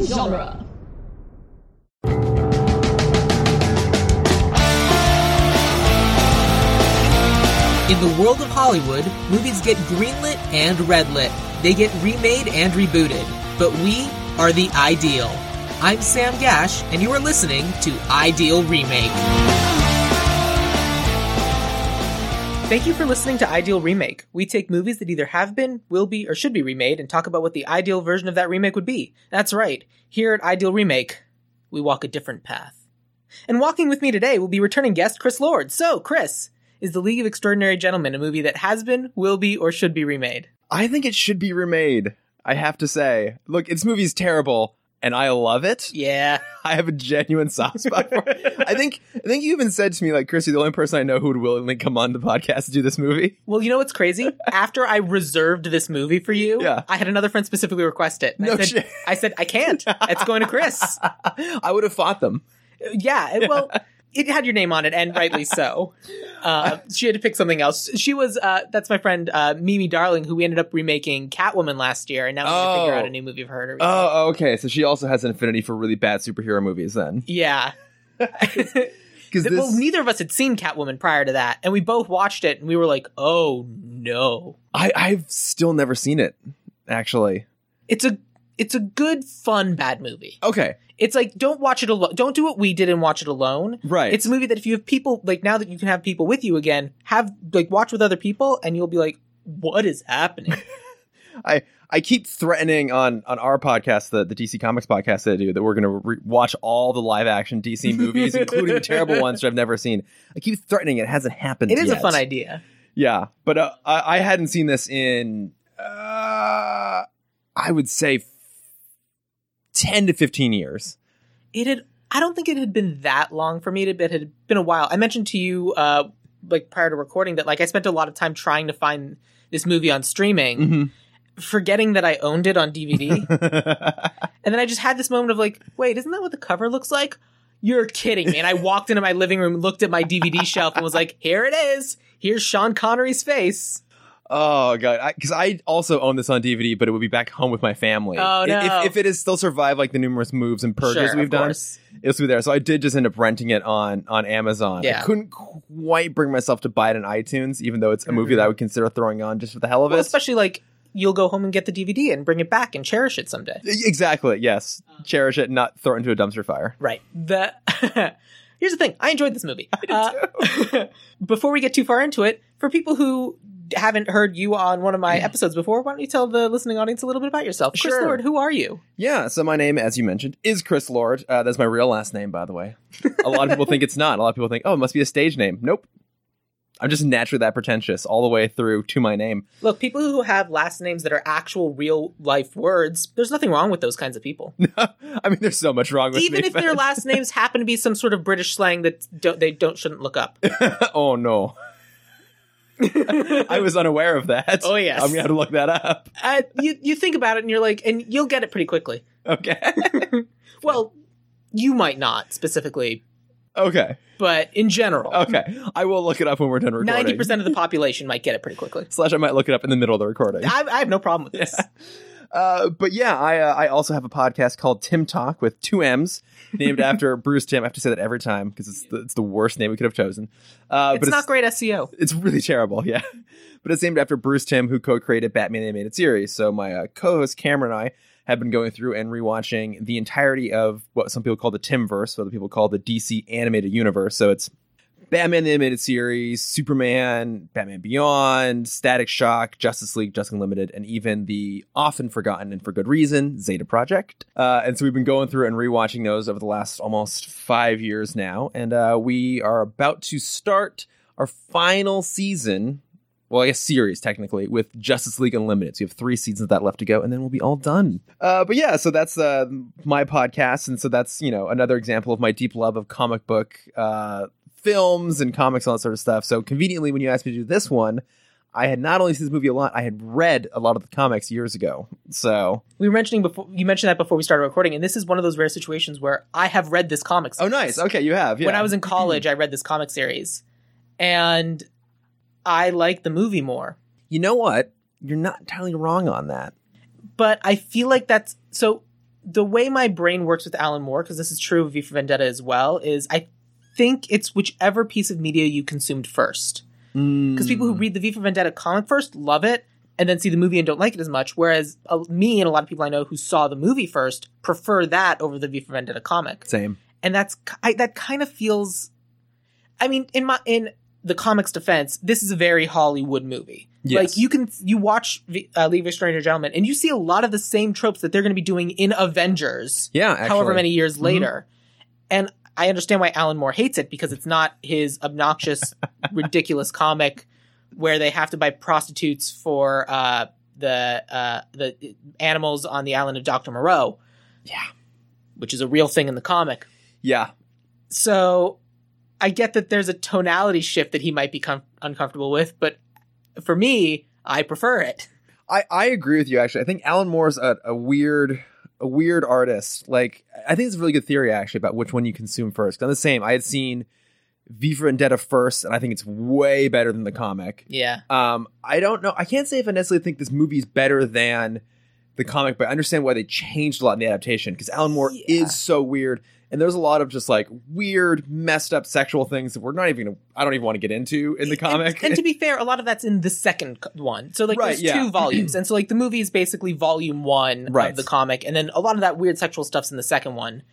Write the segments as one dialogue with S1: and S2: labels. S1: genre.
S2: In the world of Hollywood, movies get greenlit and redlit. They get remade and rebooted. But we are the ideal. I'm Sam Gash, and you are listening to Ideal Remake. Thank you for listening to Ideal Remake. We take movies that either have been, will be, or should be remade and talk about what the ideal version of that remake would be. That's right. Here at Ideal Remake, we walk a different path. And walking with me today will be returning guest Chris Lord. So, Chris, is The League of Extraordinary Gentlemen a movie that has been, will be, or should be remade?
S3: I think it should be remade. I have to say, look, this movie's terrible, and I love it.
S2: Yeah.
S3: I have a genuine soft spot for it. I think I think you even said to me like, Chrissy, the only person I know who would willingly come on the podcast to do this movie.
S2: Well, you know what's crazy? After I reserved this movie for you,
S3: Yeah.
S2: I had another friend specifically request it. And I
S3: No
S2: said,
S3: shit.
S2: I said, I can't. It's going to Chris. Uh,
S3: I would have fought them.
S2: yeah. it- Well, it had your name on it, and rightly so. Uh, she had to pick something else. She was, uh, that's my friend uh, Mimi Darling, who we ended up remaking Catwoman last year, and now we need to figure
S3: Oh.
S2: out a new movie for her to remake.
S3: Oh, okay. So she also has an affinity for really bad superhero movies then.
S2: Yeah.
S3: Because
S2: Th-
S3: this
S2: well, neither of us had seen Catwoman prior to that, and we both watched it, and we were like, "Oh no!"
S3: I, I've still never seen it, actually.
S2: It's a it's a good, fun bad movie.
S3: Okay.
S2: It's like don't watch it alone. Don't do what we did and watch it alone.
S3: Right.
S2: It's a movie that if you have people like now that you can have people with you again, have like watch with other people, and you'll be like, "What is happening?"
S3: I I keep threatening on on our podcast, the the DC Comics podcast that I do, that we're going to re- watch all the live action DC movies, including the terrible ones that I've never seen. I keep threatening it hasn't happened.
S2: it is a
S3: yet.
S2: fun idea.
S3: Yeah, but uh, I, I hadn't seen this in uh, I would say f- ten to fifteen years.
S2: It had. I don't think it had been that long for me. to- It had been a while. I mentioned to you, uh, like prior to recording, that like I spent a lot of time trying to find this movie on streaming.
S3: Mm-hmm.
S2: forgetting that I owned it on DVD. and then I just had this moment of like, wait, isn't that what the cover looks like? You're kidding me. And I walked into my living room, looked at my DVD shelf, and was like, here it is. Here's Sean Connery's face.
S3: Oh god, because I, also own this on DVD, but it would be back home with my family.
S2: Oh,
S3: I-
S2: no.
S3: If, if it has still survived like the numerous moves and purges
S2: Sure,
S3: we've
S2: of
S3: done,
S2: course.
S3: it'll be there. So I did just end up renting it on on Amazon.
S2: Yeah.
S3: I couldn't quite bring myself to buy it on iTunes, even though it's a movie that I would consider throwing on just for the hell of
S2: Mm-hmm. Well,
S3: it.
S2: especially like you'll go home and get the DVD and bring it back and cherish it someday.
S3: E-, exactly. Yes.
S2: Uh-huh.
S3: Cherish it, not throw it into a dumpster fire.
S2: Right. The here's the thing. I enjoyed this movie. Uh, before we get too far into it, for people who haven't heard you on one of my episodes before, why don't you tell the listening audience a little bit about yourself? Chris
S3: Sure.
S2: Lord, who are you?
S3: Yeah, so my name, as you mentioned, is Chris Lord. Uh, that's my real last name, by the way. A lot of people think it's not. A lot of people think, oh, it must be a stage name. Nope. I'm just naturally that pretentious all the way through to my name.
S2: Look, people who have last names that are actual real life words, there's nothing wrong with those kinds of people.
S3: I mean, there's so much wrong with
S2: Even
S3: me.
S2: if their last names happen to be some sort of British slang that don't, they don't shouldn't look up.
S3: but- oh, no. I was unaware of that.
S2: Oh, yes.
S3: I'm going to have to look that up.
S2: Uh, you you think about it and you're like, and you'll get it pretty quickly.
S3: Okay.
S2: Well, you might not specifically,
S3: okay.
S2: but in general,
S3: Okay. I will look it up when we're done recording.
S2: ninety percent of the population might get it pretty quickly.
S3: Slash, I might look it up in the middle of the recording.
S2: I, I have no problem with this.
S3: Uh, but yeah, I uh, I also have a podcast called Tim Talk with two M's, named after Bruce Tim. I have to say that every time because it's the, it's the worst name we could have chosen. Uh,
S2: it's
S3: but
S2: not great E SEO.
S3: it's really terrible, yeah. But it's named after Bruce Tim, who co-created Batman the Animated Series. So my uh, co-host Cameron and I have been going through and rewatching the entirety of what some people call the Timverse, what other people call the DC Animated Universe. So it's Batman the Animated Series, Superman, Batman Beyond, Static Shock, Justice League, Justice Unlimited, and even the often forgotten and for good reason Zeta Project. Uh, and so we've been going through and rewatching those over the last almost five years now, and uh, we are about to start our final season. Well, I guess series technically with Justice League Unlimited. So you have three seasons of that left to go, and then we'll be all done. Uh, but yeah, so that's uh, my podcast, and so that's you know another example of my deep love of comic book uh, films and comics, all that sort of stuff. So conveniently, when you asked me to do this one, I had not only seen this movie a lot, I had read a lot of the comics years ago. So
S2: We were mentioning before you mentioned that before we started recording, and this is one of those rare situations where I have read this comic.
S3: oh,
S2: series.
S3: nice. Okay, you have. Yeah.
S2: when I was in college, I read this comic series, and I liked the movie more.
S3: you know what? You're not entirely wrong on that.
S2: But I feel like that's so. the way my brain works with Alan Moore, because this is true of V for Vendetta as well, is I think it's whichever piece of media you consumed first. Because people
S3: Hmm.
S2: who read the V for Vendetta comic first love it and then see the movie and don't like it as much, whereas uh, me and a lot of people I know who saw the movie first prefer that over the V for Vendetta comic.
S3: same.
S2: And that's ki- I, that kind of feels. I mean, in my in the comics defense, this is a very Hollywood movie.
S3: Yes.
S2: Like you can you watch v, uh, League of Extraordinary Gentlemen and you see a lot of the same tropes that they're going to be doing in Avengers
S3: Yeah, actually.
S2: however many years
S3: Mhm.
S2: later. And I understand why Alan Moore hates it because it's not his obnoxious, ridiculous comic where they have to buy prostitutes for uh, the uh, the animals on the island of Doctor Moreau.
S3: Yeah.
S2: which is a real thing in the comic.
S3: Yeah,
S2: So I get that there's a tonality shift that he might be com- uncomfortable with, but for me, I prefer it.
S3: I, I agree with you actually. I think Alan Moore's a, a weird a weird artist. Like I think it's a really good theory actually about which one you consume first. 'Cause I'm the same. I had seen V for Vendetta first, and I think it's way better than the comic.
S2: Yeah,
S3: Um, I don't know. I can't say if I necessarily think this movie is better than the comic, but I understand why they changed a lot in the adaptation because Alan Moore
S2: Yeah.
S3: is so weird, and there's a lot of just like weird, messed up sexual things that we're not even. Gonna, I don't even want to get into in the comic.
S2: And, and to be fair, a lot of that's in the second co- one. So like
S3: Right,
S2: there's
S3: yeah.
S2: two volumes. And so like the movie is basically volume 1
S3: Right.
S2: of the comic and then a lot of that weird sexual stuff's in the second one.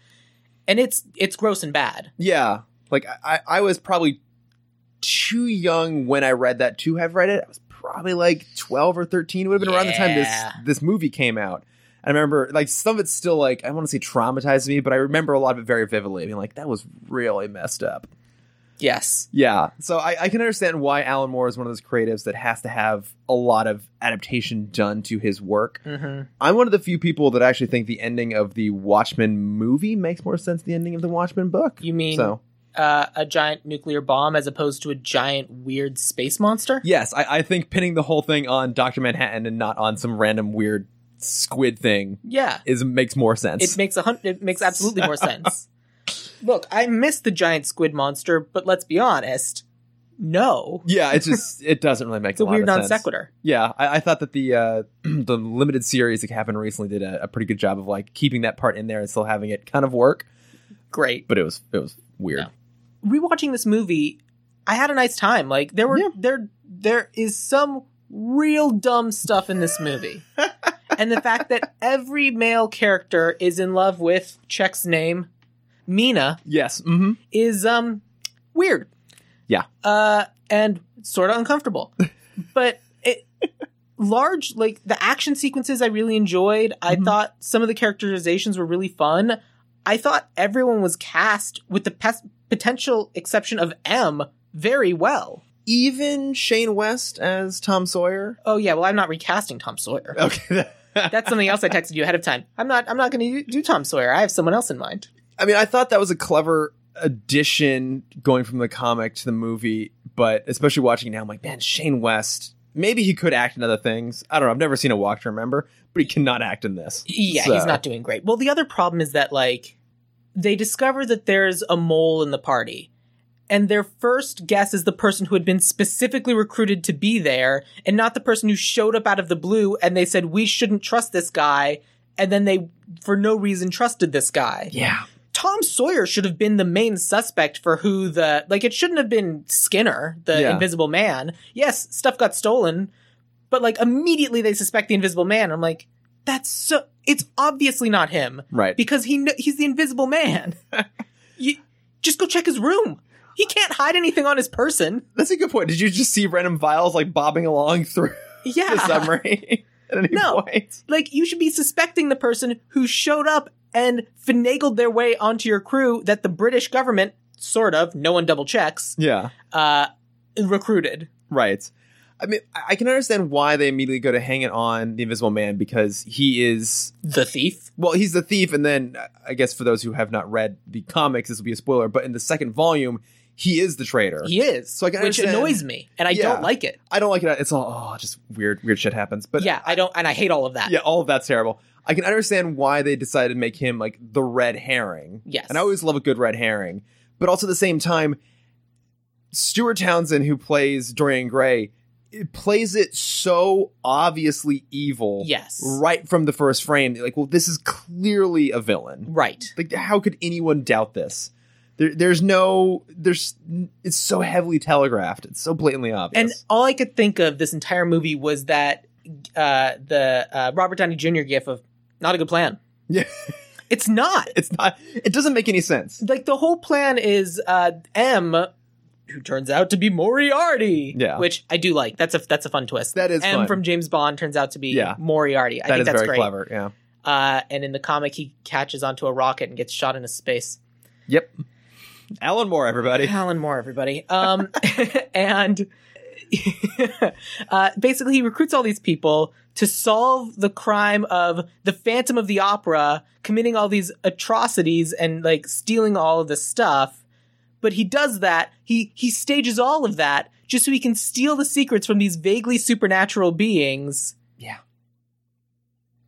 S2: And it's it's gross and bad.
S3: Yeah. Like I, I I was probably too young when I read that to have read it. I was probably like twelve or thirteen. It would have been around the time
S2: Yeah.
S3: this this movie came out. I remember like some of it's still like I want to say traumatized me, but I remember a lot of it very vividly. Being like, that was really messed up.
S2: Yes.
S3: Yeah. So I, I can understand why Alan Moore is one of those creatives that has to have a lot of adaptation done to his work.
S2: Mhm.
S3: I'm one of the few people that actually think the ending of the Watchmen movie makes more sense than the ending of the Watchmen book.
S2: You mean
S3: so
S2: uh, a giant nuclear bomb as opposed to a giant weird space monster?
S3: Yes, I, I think pinning the whole thing on Doctor Manhattan and not on some random weird squid thing
S2: Yeah.
S3: is makes more sense.
S2: It makes a hun- it makes absolutely more sense. Look, I miss the giant squid monster, but let's be honest. No.
S3: yeah, it just it doesn't really make
S2: It's a
S3: lot
S2: weird
S3: of sense.
S2: non sequitur.
S3: Yeah, I, I thought that the uh, the limited series that happened recently did a, a pretty good job of like keeping that part in there and still having it kind of work,
S2: Great.
S3: but it was it was weird.
S2: Yeah. rewatching this movie, I had a nice time. Like there were
S3: Yeah.
S2: there there is some real dumb stuff in this movie. and the fact that every male character is in love with Czech's name, Mina,
S3: Yes. Mm-hmm.
S2: is um weird.
S3: Yeah.
S2: Uh and sort of uncomfortable. But it large like the action sequences I really enjoyed. I
S3: Mhm.
S2: thought some of the characterizations were really fun. I thought everyone was cast with the pes- potential exception of M very well.
S3: Even Shane West as Tom Sawyer.
S2: Oh yeah, well I'm not recasting Tom Sawyer.
S3: Okay.
S2: That's something else I texted you ahead of time. I'm not I'm not going to do Tom Sawyer. I have someone else in mind.
S3: I mean, I thought that was a clever addition going from the comic to the movie, but especially watching it now, I'm like, man, Shane West, maybe he could act in other things. I don't know. I've never seen a walk to remember, but he cannot act in this.
S2: Yeah,
S3: So-
S2: he's not doing great. Well, the other problem is that like they discover that there's a mole in the party. And their first guess is the person who had been specifically recruited to be there and not the person who showed up out of the blue and they said we shouldn't trust this guy and then they for no reason trusted this guy.
S3: Yeah.
S2: Tom Sawyer should have been the main suspect for who the like it shouldn't have been Skinner, the
S3: Yeah.
S2: invisible man. Yes, stuff got stolen, but like immediately they suspect the invisible man. I'm like, that's so it's obviously not him
S3: Right.
S2: because he kn- he's the invisible man. you, just go check his room. He can't hide anything on his person.
S3: That's a good point. Did you just see random vials like bobbing along through the
S2: Yeah.
S3: submarine at any
S2: No.
S3: point?
S2: Like you should be suspecting the person who showed up and finagled their way onto your crew that the British government sort of no one double checks
S3: Yeah.
S2: uh, recruited.
S3: Right. I mean, I I can understand why they immediately go to hang it on the Invisible Man because he is
S2: The thief?
S3: Well, he's the thief, and then uh, I guess for those who have not read the comics, this will be a spoiler. But in the second volume, he is the traitor.
S2: He is.
S3: So I can
S2: which
S3: understand-
S2: annoys me, and I
S3: Yeah.
S2: don't like it.
S3: I don't like it. It's all oh, just weird. Weird shit happens. But
S2: yeah, I don't, and I hate all of that.
S3: yeah, all of that's terrible. I can understand why they decided to make him like the red herring.
S2: Yes.
S3: and I always love a good red herring. But also at the same time, Stuart Townsend, who plays Dorian Gray, it plays it so obviously evil
S2: Yes.
S3: right from the first frame. Like, well, this is clearly a villain.
S2: Right.
S3: Like, how could anyone doubt this? There, there's no, there's, it's so heavily telegraphed. It's so blatantly
S2: And
S3: obvious.
S2: all I could think of this entire movie was that uh, the uh, Robert Downey Jr. gif of not a good plan.
S3: Yeah.
S2: it's not.
S3: it's not, it doesn't make any sense.
S2: Like the whole plan is uh, M, who turns out to be Moriarty.
S3: Yeah.
S2: which I do like. That's a that's a fun twist.
S3: That is
S2: M
S3: fun.
S2: from James Bond turns out to be
S3: Yeah.
S2: Moriarty. I
S3: That
S2: think
S3: is
S2: that's
S3: very
S2: great.
S3: clever. Yeah.
S2: Uh, and in the comic, he catches onto a rocket and gets shot into space.
S3: Yep. Alan Moore, everybody.
S2: Alan Moore, everybody. Um, and uh, basically, he recruits all these people to solve the crime of the Phantom of the Opera committing all these atrocities and like stealing all of this stuff. But he does that. He he stages all of that just so he can steal the secrets from these vaguely supernatural beings.
S3: Yeah.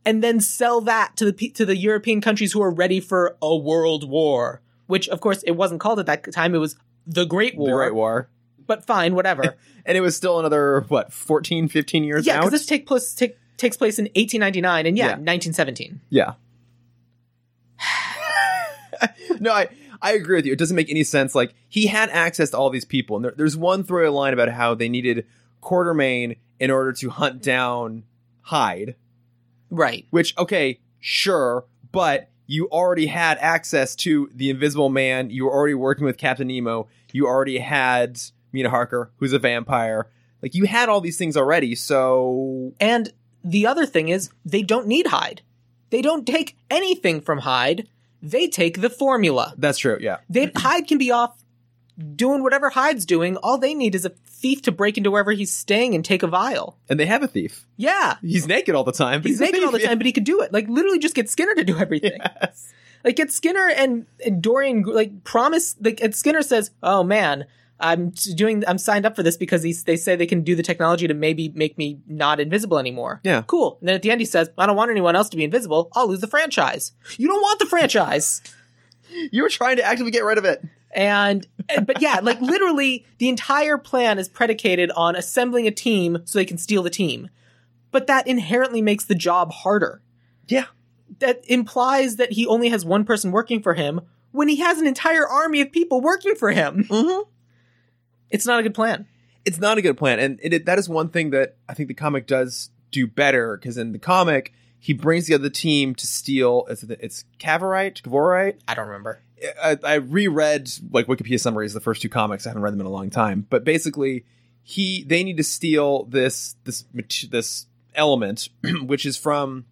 S2: And then sell that to the pe- to the European countries who are ready for a world war, which of course it wasn't called at that time. It was the Great
S3: The
S2: War.
S3: Great War.
S2: But fine, whatever.
S3: And it was still another, what, 14, 15 years
S2: yeah,
S3: out?
S2: because this take place take, takes place in 1899, and yeah,
S3: Yeah.
S2: 1917.
S3: Yeah. no, I I agree with you. It doesn't make any sense. Like he had access to all these people, and there, there's one throw line about how they needed Quartermain in order to hunt down Hyde.
S2: Right.
S3: Which, okay, sure, but you already had access to the Invisible Man. You were already working with Captain Nemo. You already had Mina Harker, who's a vampire. Like you had all these things already, so
S2: And the other thing is, they don't need Hyde. They don't take anything from Hyde. They take the formula.
S3: that's true. Yeah,
S2: They Hyde can be off doing whatever Hyde's doing. All they need is a thief to break into wherever he's staying and take a vial.
S3: and they have a thief.
S2: Yeah.
S3: He's naked all the time. but
S2: He's
S3: a
S2: naked all the
S3: thief.
S2: time, but he could do it. Like literally just get Skinner to do everything.
S3: Yes.
S2: Like get Skinner and, and Dorian like promise like and Skinner says, "Oh man, I'm t- doing I'm signed up for this because these they say they can do the technology to maybe make me not invisible anymore."
S3: Yeah.
S2: Cool. And then at the end he says, "I don't want anyone else to be invisible. I'll lose the franchise." You don't want the franchise.
S3: You were trying to actively get rid of it.
S2: And and- but yeah, like literally the entire plan is predicated on assembling a team so they can steal the team. But that inherently makes the job harder.
S3: Yeah.
S2: that implies that he only has one person working for him when he has an entire army of people working for him.
S3: Mm-hmm.
S2: It's not a good plan.
S3: It's not a good plan. And it, that is one thing that I think the comic does do better because in the comic, he brings the other team to steal. It's, it's Cavorite? Cavorite?
S2: I don't remember.
S3: I, I reread like Wikipedia summaries of the first two comics. I haven't read them in a long time. But basically, he they need to steal this this mat- this element, which is from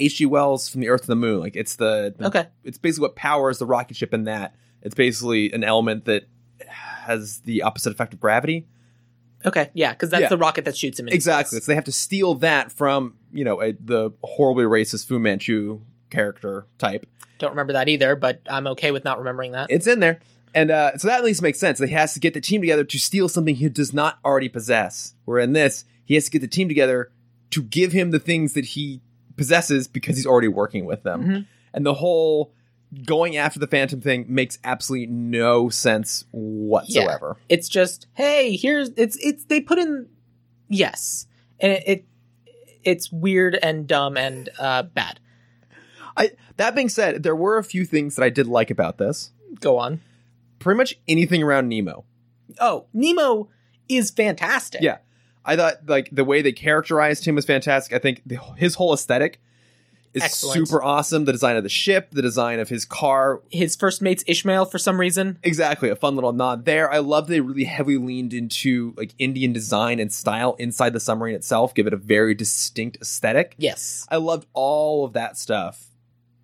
S3: H.G. Wells from the Earth to the Moon. Like it's the, the
S2: Okay.
S3: it's basically what powers the rocket ship in that. It's basically an element that has the opposite effect of gravity.
S2: Okay. Yeah, because that's
S3: Yeah.
S2: the rocket that shoots him. In
S3: Exactly. So they have to steal that from, you know, a, the horribly racist Fu Manchu character type.
S2: Don't remember that either, but I'm okay with not remembering that.
S3: It's in there. And uh, so that at least makes sense. He has to get the team together to steal something he does not already possess. Where in this, he has to get the team together to give him the things that he possesses because he's already working with them.
S2: Mhm.
S3: And the whole going after the Phantom thing makes absolutely no sense whatsoever.
S2: It's just, hey, here's it's it's they put in yes, and it, it it's weird and dumb and uh, bad.
S3: I, that being said, there were a few things that I did like about this.
S2: Go on.
S3: Pretty much anything around Nemo.
S2: Oh, Nemo is fantastic.
S3: Yeah. I thought like the way they characterized him was fantastic. I think the, his whole aesthetic is
S2: Excellent.
S3: super awesome. The design of the ship, the design of his car,
S2: His first mate's Ishmael for some reason.
S3: exactly a fun little nod there. I love they really heavily leaned into like Indian design and style inside the submarine itself, give it a very distinct aesthetic.
S2: Yes.
S3: I loved all of that stuff.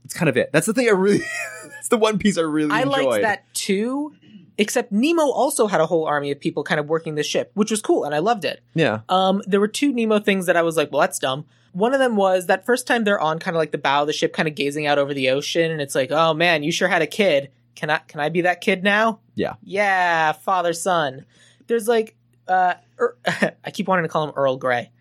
S3: It's kind of it. That's the thing I really. that's the one piece I really
S2: I
S3: enjoyed.
S2: liked that too. Except Nemo also had a whole army of people kind of working the ship, which was cool and I loved it.
S3: Yeah.
S2: Um, there were two Nemo things that I was like, well, that's dumb. One of them was that first time they're on kind of like the bow of the ship, kind of gazing out over the ocean, and it's like, oh man, you sure had a kid. Can I can I be that kid now?
S3: Yeah.
S2: Yeah, father son. There's like, uh, Er- I keep wanting to call him Earl Grey.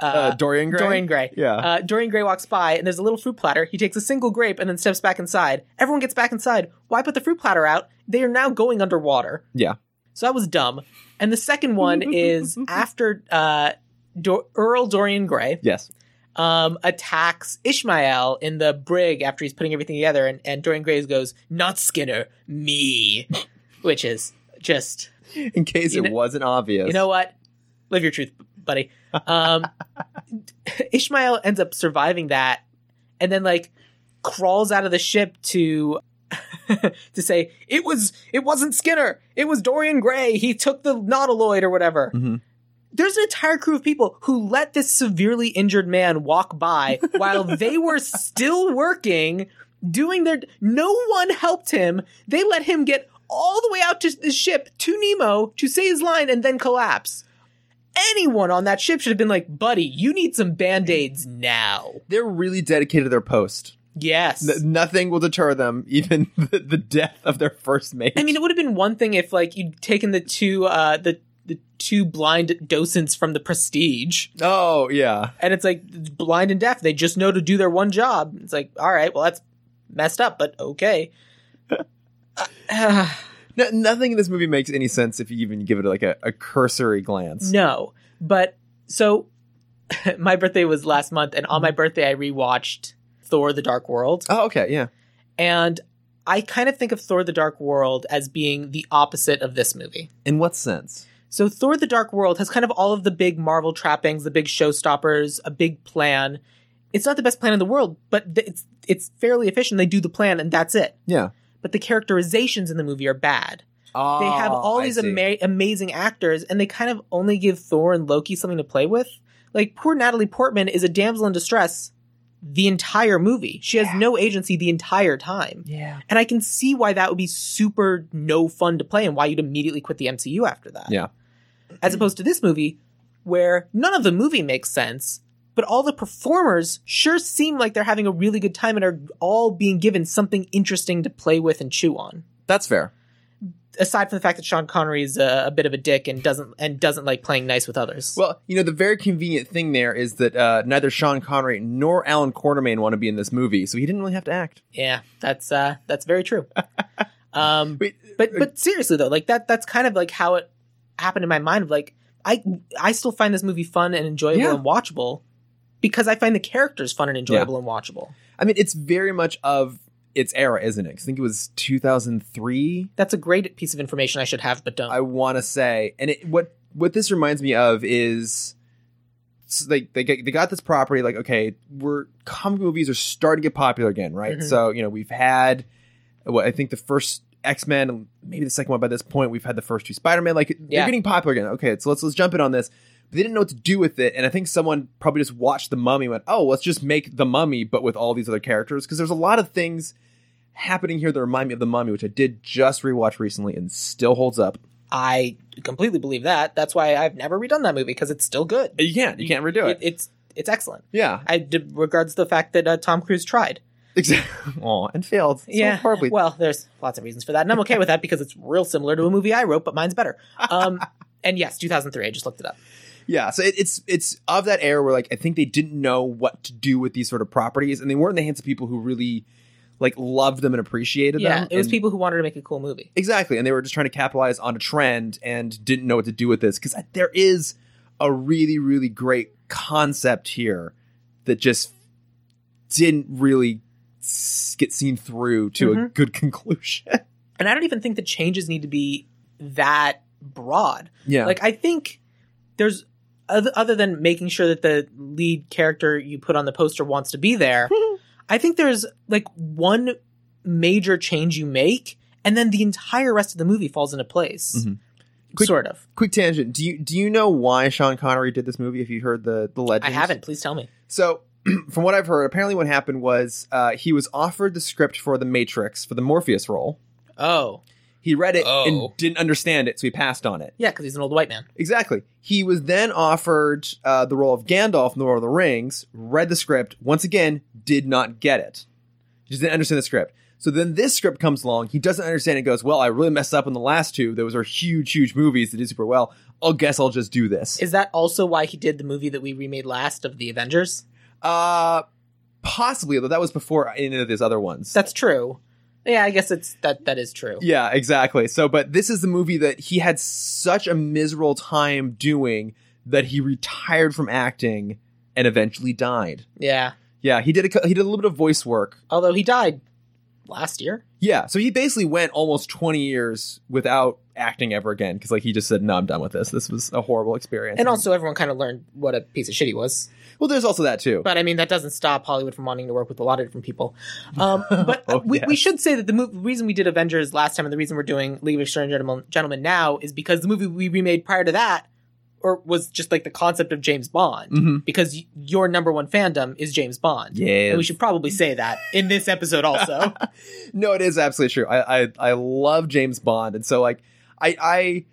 S2: Uh,
S3: Uh, Dorian Gray.
S2: Dorian Gray.
S3: Yeah.
S2: Uh, Dorian Gray walks by, and there's a little fruit platter. He takes a single grape and then steps back inside. Everyone gets back inside. Why put the fruit platter out? They are now going underwater.
S3: Yeah.
S2: So that was dumb. And the second one is after uh, Dor- Earl Dorian Gray
S3: Yes.
S2: um, attacks Ishmael in the brig after he's putting everything together, and, and Dorian Gray goes, "Not Skinner, me," which is just
S3: In case
S2: You
S3: it
S2: know-
S3: wasn't obvious.
S2: you know what? Live your truth, buddy. Um, Ishmael ends up surviving that, and then like crawls out of the ship to to say it was it wasn't Skinner, it was Dorian Gray. He took the Nautiloid or whatever.
S3: Mhm.
S2: There's an entire crew of people who let this severely injured man walk by while they were still working, doing their. No one helped him. They let him get all the way out to the ship to Nemo to say his line and then collapse. Anyone on that ship should have been like, buddy, you need some band aids now.
S3: They're really dedicated to their post.
S2: Yes.
S3: N- nothing will deter them, even the, the death of their first mate.
S2: I mean, it would have been one thing if like you'd taken the two uh the the two blind docents from the Prestige,
S3: oh, yeah.
S2: and it's like blind and deaf. They just know to do their one job. It's like, all right, well that's messed up, but okay. Uh,
S3: No, nothing in this movie makes any sense if you even give it like a, a cursory glance.
S2: no, but so my birthday was last month, and on my birthday I rewatched Thor: The Dark World,
S3: Oh, okay, yeah.
S2: and I kind of think of Thor: The Dark World as being the opposite of this movie.
S3: In what sense?
S2: So Thor the Dark World has kind of all of the big Marvel trappings, the big showstoppers, a big plan. It's not the best plan in the world, but th- it's it's fairly efficient. They do the plan and that's it.
S3: Yeah.
S2: But the characterizations in the movie are bad.
S3: Oh,
S2: They have all
S3: I
S2: these
S3: see.
S2: ama- amazing actors and they kind of only give Thor and Loki something to play with. Like poor Natalie Portman is a damsel in distress the entire movie. She has
S3: Yeah.
S2: no agency the entire time.
S3: Yeah.
S2: And I can see why that would be super no fun to play and why you'd immediately quit the MCU after that.
S3: Yeah.
S2: As opposed to this movie, where none of the movie makes sense, but all the performers sure seem like they're having a really good time and are all being given something interesting to play with and chew on.
S3: That's fair.
S2: Aside from the fact that Sean Connery is a, a bit of a dick and doesn't and doesn't like playing nice with others.
S3: Well, you know, the very convenient thing there is that uh, neither Sean Connery nor Alan Quartermain want to be in this movie, so he didn't really have to act.
S2: yeah, that's uh, that's very true. um,
S3: Wait,
S2: but but seriously though like that that's kind of like how it happened in my mind of like i i still find this movie fun and enjoyable
S3: Yeah.
S2: and watchable because i find the characters fun and enjoyable and watchable
S3: I mean, it's very much of its era, isn't it? 'Cause I think it was 2003.
S2: that's a great piece of information i should have but don't
S3: I want to say, and it, what what this reminds me of is s- like they get- they got this property. Like, okay, we're comic movies are starting to get popular again, right?
S2: Mhm.
S3: So you know we've had what I think the first X Men, and maybe the second one. By this point, we've had the first two Spider Man. Like they're
S2: Yeah.
S3: getting popular again. Okay, so let's let's jump in on this. But they didn't know what to do with it, and I think someone probably just watched the Mummy. and Went, oh, let's just make the Mummy, but with all these other characters because there's a lot of things. Happening here that remind me of the Mummy, which I did just rewatch recently and still holds up.
S2: I completely believe that that's why i've never redone that movie because it's still good
S3: You can't. You can't redo it.
S2: it's it's excellent
S3: yeah.
S2: i d- regards the fact that uh, tom cruise tried
S3: Exactly. Aw, and failed. So
S2: yeah
S3: horribly.
S2: well there's lots of reasons for that and i'm okay with that because it's real similar to a movie i wrote but mine's better um and yes 2003 i just looked it up
S3: yeah. So it, it's it's of that era where like I think they didn't know what to do with these sort of properties, and they weren't in the hands of people who really like loved them and appreciated
S2: yeah
S3: them.
S2: it was
S3: and-
S2: people who wanted to make a cool movie
S3: Exactly, and they were just trying to capitalize on a trend and didn't know what to do with this because there is a really really great concept here that just didn't really s- get seen through to a
S2: Mhm.
S3: good conclusion.
S2: and I don't even think the changes need to be that broad.
S3: yeah.
S2: Like I think there's oth- other than making sure that the lead character you put on the poster wants to be there, I think there's like one major change you make and then the entire rest of the movie falls into place.
S3: Mhm. Quick-
S2: sort of.
S3: quick tangent. Do you do you know why Sean Connery did this movie? If you heard the the
S2: I
S3: legend,
S2: haven't, please tell me.
S3: So from what I've heard, apparently what happened was uh, he was offered the script for the Matrix for the Morpheus role.
S2: Oh.
S3: He read it
S2: Oh.
S3: and didn't understand it, so he passed on it.
S2: Yeah, cuz he's an old white man.
S3: Exactly. He was then offered uh, the role of Gandalf in The Lord of the Rings. Read the script once again, did not get it. He just didn't understand the script. So then this script comes along. He doesn't understand. it goes, "Well, I really messed up in the last two. Those are huge, huge movies that did super well. I'll guess I'll just do this."
S2: Is that also why he did the movie that we remade last of the Avengers?
S3: Uh possibly, though that was before any of these other ones.
S2: That's true. Yeah, I guess it's that that is true.
S3: Yeah, exactly. So, but this is the movie that he had such a miserable time doing that he retired from acting and eventually died.
S2: Yeah.
S3: Yeah, he did a, cou- he did a little bit of voice work.
S2: Although he died last year.
S3: Yeah, so he basically went almost 20 years without acting ever again because like he just said, "No, I'm done with this. This was a horrible experience."
S2: And also everyone kind of learned what a piece of shit he was.
S3: well, there's also that too.
S2: But I mean that doesn't stop Hollywood from wanting to work with a lot of different people. Um, but
S3: Oh,
S2: we, we
S3: yes.
S2: should say that the mov- reason we did Avengers last time and the reason we're doing League of Extraordinary Gentlemen, Gentlemen now is because the movie we remade prior to that or was just like the concept of James Bond
S3: Mhm.
S2: because y- your number one fandom is James Bond.
S3: Yeah.
S2: And we should probably say that in this episode also.
S3: no, it is absolutely true. I, I I love James Bond, and so like I I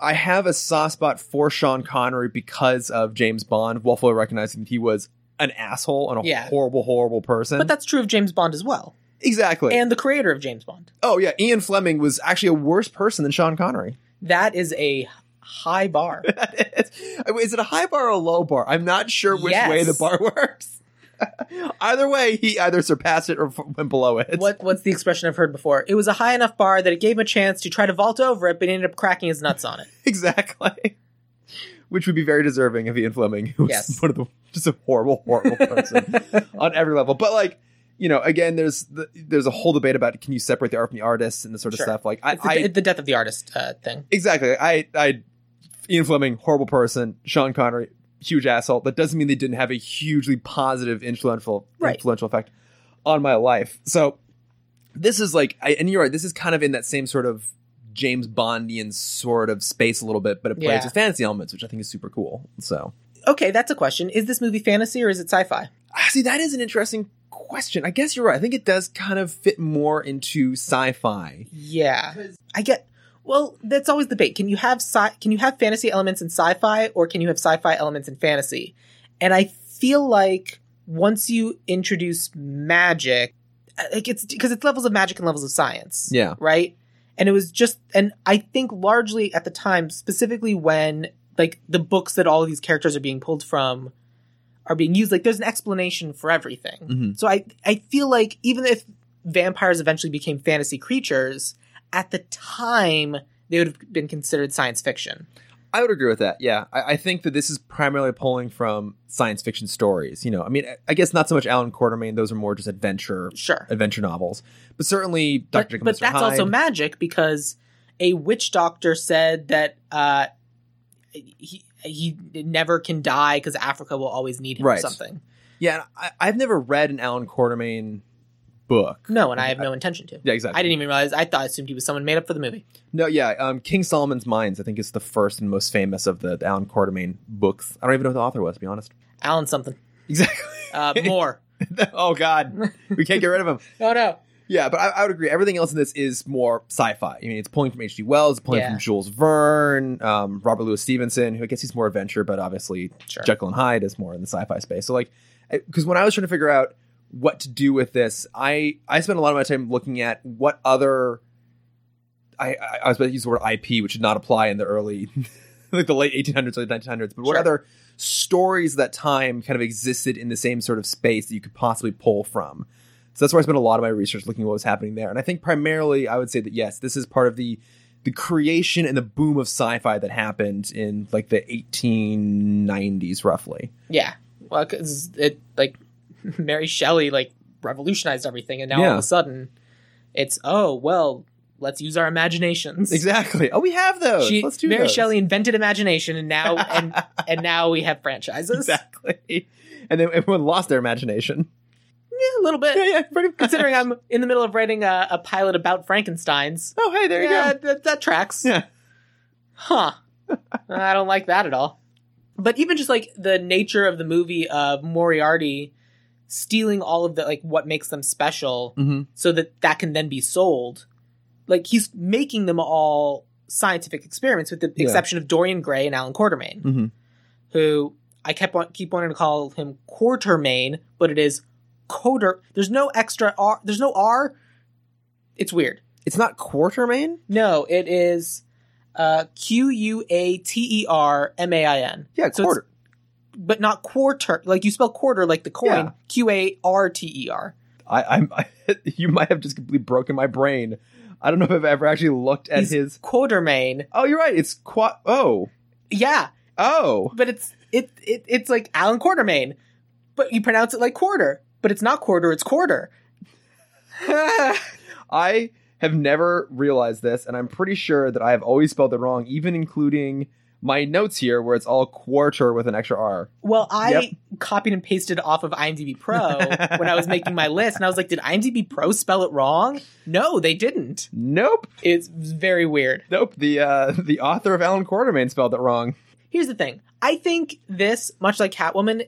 S3: I have a soft spot for Sean Connery because of James Bond, while fully recognizing that he was an asshole and a
S2: Yeah.
S3: horrible, horrible person.
S2: but that's true of James Bond as well.
S3: exactly.
S2: And the creator of James Bond.
S3: oh yeah, Ian Fleming was actually a worse person than Sean Connery.
S2: That is a high bar.
S3: is it a high bar or a low bar? I'm not sure which
S2: Yes.
S3: way the bar works. either way, he either surpassed it or f- went below it.
S2: what what's the expression I've heard before? It was a high enough bar that it gave him a chance to try to vault over it, but he ended up cracking his nuts on it.
S3: exactly. Which would be very deserving of Ian Fleming, who was
S2: Yes.
S3: one of the just a horrible, horrible person on every level. But like, you know, again, there's the, there's a whole debate about can you separate the art from the artist and this sort of
S2: Sure.
S3: stuff. Like, I,
S2: It's the,
S3: I
S2: the death of the artist uh, thing.
S3: exactly, I, I, Ian Fleming, horrible person. Sean Connery, huge asshole. That doesn't mean they didn't have a hugely positive, influential,
S2: Right.
S3: influential effect on my life. So this is like, I, and you're right. This is kind of in that same sort of James Bondian sort of space a little bit, but it plays
S2: Yeah.
S3: with fantasy elements, which I think is super cool. So
S2: Okay, that's a question. Is this movie fantasy or is it sci-fi?
S3: Ah, see, that is an interesting question. I guess you're right. I think it does kind of fit more into sci-fi.
S2: Yeah, I get. Well, that's always the debate. Can you have sci- can you have fantasy elements in sci-fi, or can you have sci-fi elements in fantasy? And I feel like once you introduce magic, uh, like it's because it's levels of magic and levels of science.
S3: Yeah.
S2: right? And it was just, and I think largely at the time, specifically when like the books that all of these characters are being pulled from are being used, like there's an explanation for everything.
S3: Mhm.
S2: So I I feel like even if vampires eventually became fantasy creatures, at the time they would have been considered science fiction.
S3: I would agree with that. Yeah, I, I think that this is primarily pulling from science fiction stories. You know, I mean, I, I guess not so much Alan Quartermain; those are more just adventure
S2: Sure,
S3: adventure novels. But certainly,
S2: but,
S3: Doctor.
S2: but that's also magic because a witch doctor said that uh, he he never can die because Africa will always need him or
S3: Right.
S2: something.
S3: yeah. and I, I've never read an Alan Quartermain book.
S2: No, and I have no intention to.
S3: Yeah, exactly.
S2: I didn't even realize. I thought assumed he was someone made up for the movie.
S3: No, yeah. Um, King Solomon's Mines, I think, is the first and most famous of the, the Alan Quartermain books. I don't even know who the author was, to be honest.
S2: Alan something.
S3: Exactly.
S2: Uh, more.
S3: oh God, we can't get rid of him.
S2: oh no.
S3: Yeah, but I, I would agree. Everything else in this is more sci-fi. I mean, it's pulling from H.G. Wells, it's pulling
S2: Yeah.
S3: from Jules Verne, um, Robert Louis Stevenson, who I guess he's more adventure, but obviously
S2: Sure.
S3: Jekyll and Hyde is more in the sci-fi space. So like, because when I was trying to figure out what to do with this, I I spent a lot of my time looking at what other I I, I was about to use the word IP, which did not apply in the early like the late 1800s, early 1900s, but what
S2: Sure.
S3: other stories that time kind of existed in the same sort of space that you could possibly pull from. So that's where I spent a lot of my research looking at what was happening there. And I think primarily I would say that yes, this is part of the the creation and the boom of sci-fi that happened in like the 1890s roughly.
S2: Yeah. Well, 'cause it like Mary Shelley like revolutionized everything, and now all
S3: Yeah.
S2: of a sudden it's oh well, let's use our imaginations.
S3: Exactly. Oh, we have those.
S2: She,
S3: Let's do
S2: Mary
S3: those.
S2: Shelley invented imagination, and now and and now we have franchises.
S3: Exactly. And then everyone lost their imagination.
S2: Yeah, a little bit.
S3: Yeah, yeah. Pretty
S2: Considering I'm in the middle of writing a, a pilot about Frankenstein's,
S3: Oh, hey, there you
S2: yeah,
S3: go.
S2: That, that tracks.
S3: Yeah.
S2: Huh. I don't like that at all. But even just like the nature of the movie of Moriarty stealing all of the like what makes them special
S3: Mm-hmm.
S2: so that that can then be sold. Like he's making them all scientific experiments with the
S3: Yeah.
S2: exception of Dorian Gray and Alan Quartermain,
S3: Mhm.
S2: who I kept on, keep wanting to call him Quartermain, but it is Coder. There's no extra R. There's no R. It's weird.
S3: It's not Quartermain.
S2: No, it is uh, Q U A T E R M A I N.
S3: Yeah,
S2: So
S3: quarter.
S2: But not quarter. Like you spell quarter like the coin.
S3: Yeah.
S2: Q A R T E R.
S3: I, I'm. I, you might have just completely broken my brain. I don't know if I've ever actually looked at
S2: He's
S3: his.
S2: Quartermain.
S3: Oh, you're right. It's qua. Oh,
S2: Yeah,
S3: oh.
S2: but it's it, it it's like Alan Quartermain, but you pronounce it like quarter, but it's not quarter, it's quarter.
S3: I have never realized this, and I'm pretty sure that I have always spelled it wrong, even including my notes here, where it's all quarter with an extra R.
S2: Well, I
S3: Yep.
S2: copied and pasted off of IMDb Pro when I was making my list, and I was like, did IMDb Pro spell it wrong? No, they didn't.
S3: Nope,
S2: It's very weird.
S3: nope. The uh, the author of Alan Quartermain spelled it wrong.
S2: Here's the thing I think this, much like Catwoman,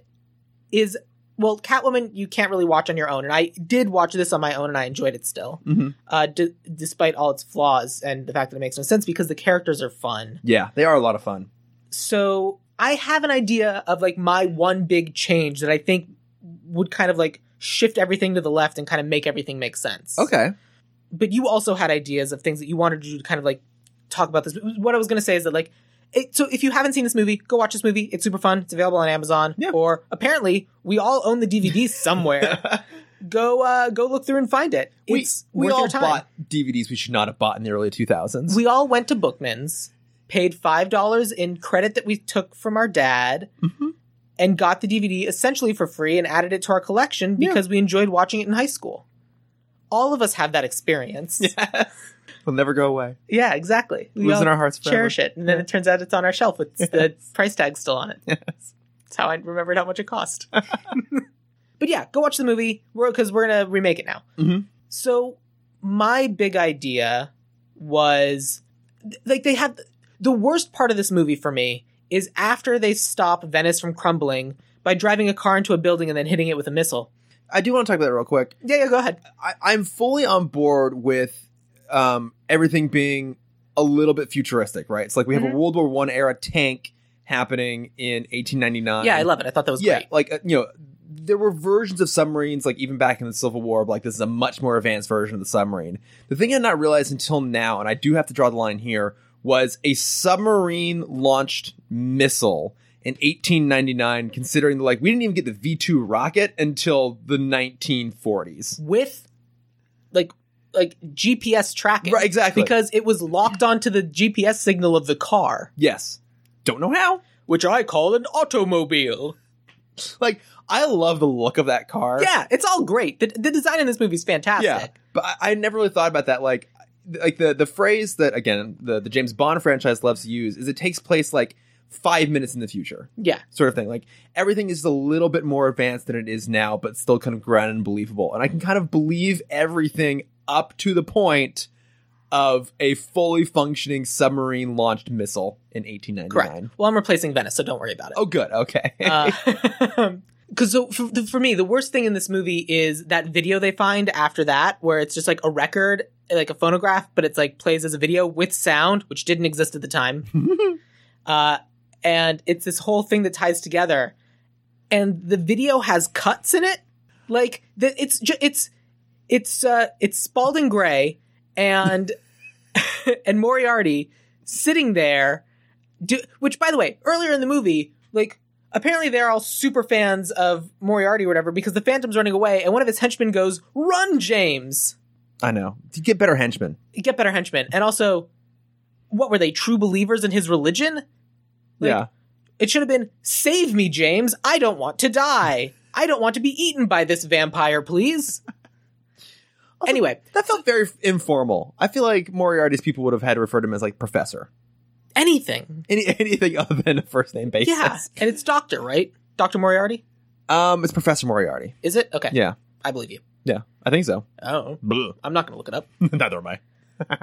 S2: is well, Catwoman, you can't really watch on your own, and I did watch this on my own, and I enjoyed it still,
S3: Mm-hmm.
S2: uh, d- despite all its flaws and the fact that it makes no sense because the characters are fun.
S3: Yeah, they are a lot of fun.
S2: so I have an idea of like my one big change that I think would kind of like shift everything to the left and kind of make everything make sense.
S3: Okay.
S2: But you also had ideas of things that you wanted to do to kind of like talk about this. What I was going to say is that like it, so if you haven't seen this movie, go watch this movie. It's super fun. It's available on Amazon
S3: Yeah.
S2: or apparently we all own the DVD somewhere. go uh go look through and find it.
S3: we
S2: It's
S3: we
S2: worth
S3: all
S2: your time.
S3: bought DVDs we should not have bought in the early 2000s.
S2: We all went to Bookman's, paid five dollars in credit that we took from our dad,
S3: Mhm.
S2: and got the DVD essentially for free and added it to our collection
S3: Yeah.
S2: because we enjoyed watching it in high school. All of us have that experience. Yeah,
S3: will never go away.
S2: exactly. We
S3: Lives
S2: all
S3: in our hearts forever.
S2: cherish it, and then it turns out it's on our shelf with the price tag still on it. That's how I remembered how much it cost. but yeah, go watch the movie because we're, gonna remake it now.
S3: Mhm.
S2: So my big idea was th- like they had the worst part of this movie for me is after they stop Venice from crumbling by driving a car into a building and then hitting it with a missile.
S3: I do want to talk about that real quick.
S2: Yeah, yeah, go ahead.
S3: I, I'm fully on board with um, everything being a little bit futuristic, right? It's like we have
S2: Mhm.
S3: a World War One era tank happening in 1899.
S2: yeah, I love it. I thought that was
S3: yeah,
S2: great.
S3: like uh, you know, there were versions of submarines, like even back in the Civil War, but, like this is a much more advanced version of the submarine. The thing I not realized until now, and I do have to draw the line here, was a submarine launched missile. In 1899, considering like we didn't even get the V2 rocket until the 1940s.
S2: With like like GPS tracking.
S3: Right, exactly.
S2: Because it was locked onto the GPS signal of the car,
S3: Yes. Don't know how.
S2: which I call an automobile.
S3: Like, I love the look of that car.
S2: Yeah, it's all great. The, the design in this movie is fantastic.
S3: Yeah. But I, I never really thought about that. Like, like the, the phrase that, again, the, the James Bond franchise loves to use is it takes place like five minutes in the future,
S2: Yeah.
S3: sort of thing. Like, everything is a little bit more advanced than it is now, but still kind of grounded and believable. And I can kind of believe everything up to the point of a fully functioning submarine launched missile in 1899.
S2: Correct. Uh, Well, I'm replacing Venice, so don't worry about it.
S3: Oh, good. Okay.
S2: Because so for, for me, the worst thing in this movie is that video they find after that, where it's just like a record, like a phonograph, but it's like plays as a video with sound, which didn't exist at the time. uh, and it's this whole thing that ties together, and the video has cuts in it. Like the, it's ju- it's it's uh, it's Spalding Gray and and Moriarty sitting there. Do, which, by the way, earlier in the movie, like apparently they're all super fans of Moriarty or whatever because the Phantom's running away and one of his henchmen goes, "Run, James!
S3: I know. To get better henchmen.
S2: Get better henchmen." And also, what were they true believers in his religion? Like-
S3: yeah.
S2: It should have been, "Save me, James! I don't want to die. I don't want to be eaten by this vampire, please." anyway,
S3: That felt very f- informal. I feel like Moriarty's people would have had to refer to him as like professor.
S2: anything.
S3: Any anything other than a first name basis.
S2: Yeah, and it's Doctor, right? Doctor Moriarty.
S3: Um, it's Professor Moriarty.
S2: Is it okay?
S3: Yeah.
S2: I believe you.
S3: Yeah. I think so.
S2: Oh,
S3: Bleh.
S2: I'm not going to look it up.
S3: Neither am I.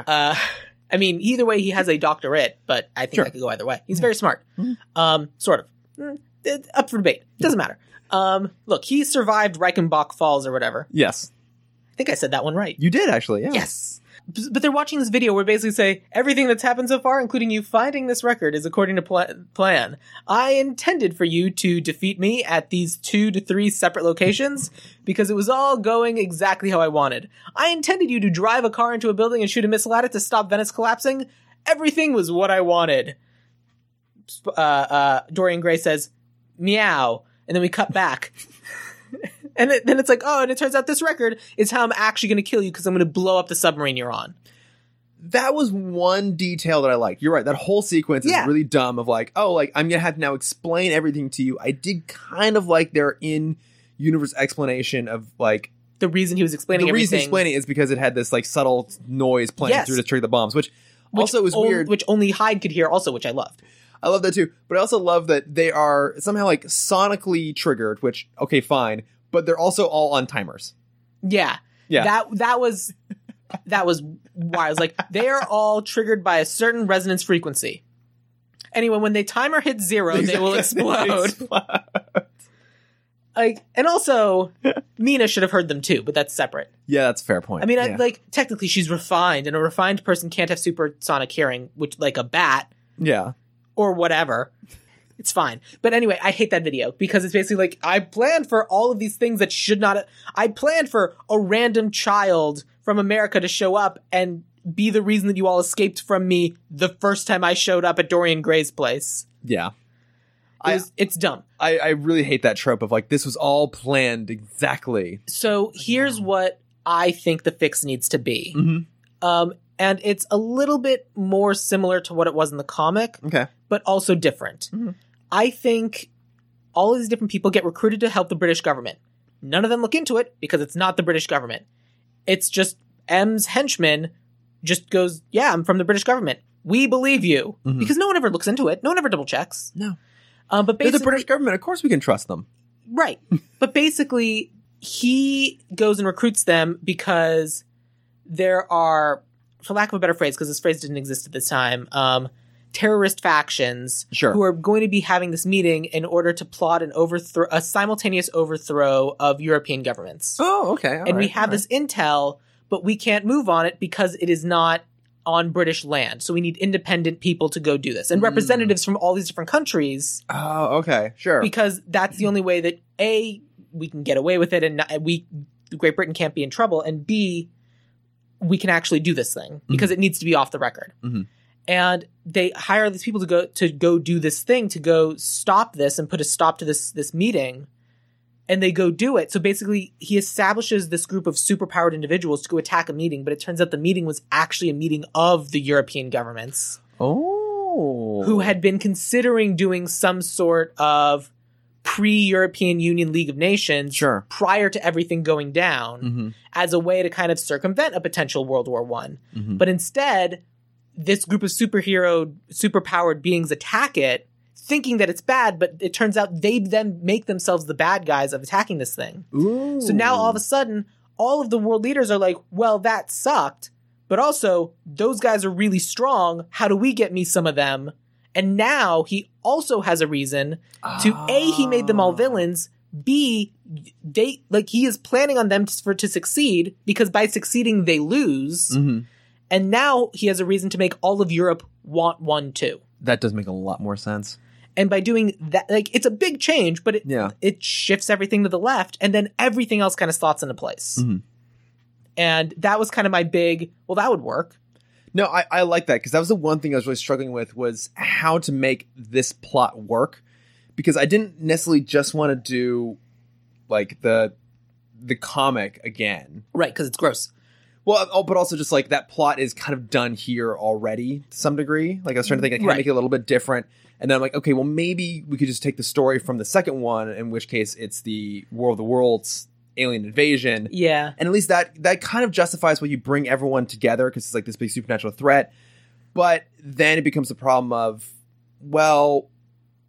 S2: Uh, I mean, either way, he has a doctorate, but I think
S3: Sure.
S2: I could go either way. He's very smart,
S3: Mhm.
S2: um, sort of. Mm, it- up for debate. Doesn't matter. Um, look, he survived Reichenbach Falls or whatever.
S3: Yes.
S2: I think I said that one right.
S3: You did actually, yeah.
S2: Yes. B- But they're watching this video where basically say everything that's happened so far, including you finding this record, is according to pla- plan. I intended for you to defeat me at these two to three separate locations because it was all going exactly how I wanted. I intended you to drive a car into a building and shoot a missile at it to stop Venice collapsing. Everything was what I wanted. Sp- Uh, uh, Dorian Gray says, "Meow," and then we cut back. and it, then it's like, oh, and it turns out this record is how I'm actually going to kill you because I'm going to blow up the submarine you're on.
S3: that was one detail that I liked. You're right. That whole sequence
S2: Yeah.
S3: is really dumb of like, oh, like I'm gonna have to now explain everything to you. I did kind of like their in universe explanation of like
S2: The reason he was explaining
S3: the reason
S2: everything,
S3: he's explaining it is because it had this like subtle noise playing
S2: Yes.
S3: through to trigger the bombs, which,
S2: which
S3: also was
S2: on-
S3: weird.
S2: which only Hyde could hear, also which I loved.
S3: I love that too. But I also love that they are somehow like sonically triggered, which okay, fine, but they're also all on timers.
S2: Yeah,
S3: Yeah.
S2: That that was that was why I was like, they are all triggered by a certain resonance frequency. Anyway, when they timer hits zero, they will explode. like, and also, Nina should have heard them too, but that's separate.
S3: yeah, that's a fair point.
S2: I mean, I,
S3: Yeah.
S2: like technically, she's refined, and a refined person can't have supersonic hearing, which like a bat
S3: yeah.
S2: or whatever. It's fine. But anyway, I hate that video because it's basically like I planned for all of these things that should not. I planned for a random child from America to show up and be the reason that you all escaped from me the first time I showed up at Dorian Gray's place.
S3: Yeah.
S2: It
S3: I-
S2: was, it's dumb.
S3: I, I really hate that trope of like this was all planned exactly.
S2: So here's what I think the fix needs to be.
S3: Mm-hmm.
S2: Um, and it's a little bit more similar to what it was in the comic,
S3: Okay.
S2: but also different.
S3: Mhm.
S2: I think all of these different people get recruited to help the British government. None of them look into it because it's not the British government. It's just M's henchman just goes, Yeah, I'm from the British government. We believe you.
S3: Mhm.
S2: Because no one ever looks into it. No one ever double checks.
S3: No.
S2: Um, but
S3: They're
S2: basically,
S3: the British government. Of course, we can trust them.
S2: Right. but basically, he goes and recruits them because there are, for lack of a better phrase, because this phrase didn't exist at this time, um, terrorist factions
S3: Sure.
S2: who are going to be having this meeting in order to plot an overthrow, a simultaneous overthrow of European governments.
S3: oh, okay.
S2: and we have this intel, but we can't move on it because it is not on British land. So we need independent people to go do this. And
S3: Mm.
S2: representatives from all these different countries
S3: Oh, okay. Sure.
S2: because that's the only way that a we can get away with it and not, we Great Britain can't be in trouble and b we can actually do this thing because it needs to be off the record.
S3: Mhm.
S2: And they hire these people to go to go do this thing to go stop this and put a stop to this this meeting and they go do it. So basically he establishes this group of superpowered individuals to go attack a meeting, but it turns out the meeting was actually a meeting of the European governments
S3: oh,
S2: who had been considering doing some sort of pre-European Union League of Nations
S3: sure.
S2: prior to everything going down
S3: Mm-hmm.
S2: as a way to kind of circumvent a potential World War 1.
S3: Mhm.
S2: But instead, this group of superhero superpowered beings attack it thinking that it's bad, but it turns out they then make themselves the bad guys of attacking this thing.
S3: Ooh.
S2: So now all of a sudden, all of the world leaders are like, well, that sucked. But also, those guys are really strong. How do we get me some of them? And now he also has a reason to A, he made them
S3: Ah.
S2: all villains. B, they like he is planning on them to, for to succeed because by succeeding they lose,
S3: hmm
S2: and now he has a reason to make all of Europe want one too.
S3: That does make a lot more sense.
S2: And by doing that, like it's a big change, but it
S3: Yeah.
S2: it shifts everything to the left and then everything else kind of slots into place
S3: Mhm.
S2: and that was kind of my big well that would work
S3: No, I, I like that because that was the one thing I was really struggling with was how to make this plot work because I didn't necessarily just want to do like the the comic again.
S2: right because it's gross
S3: Well, oh, but also just like that plot is kind of done here already to some degree. Like I was trying to think, like, can I
S2: Right.
S3: make it a little bit different? And then I'm like, okay, well, maybe we could just take the story from the second one, in which case it's the War of the Worlds alien invasion
S2: yeah
S3: and at least that that kind of justifies why you bring everyone together because it's like this big supernatural threat but then it becomes a problem of well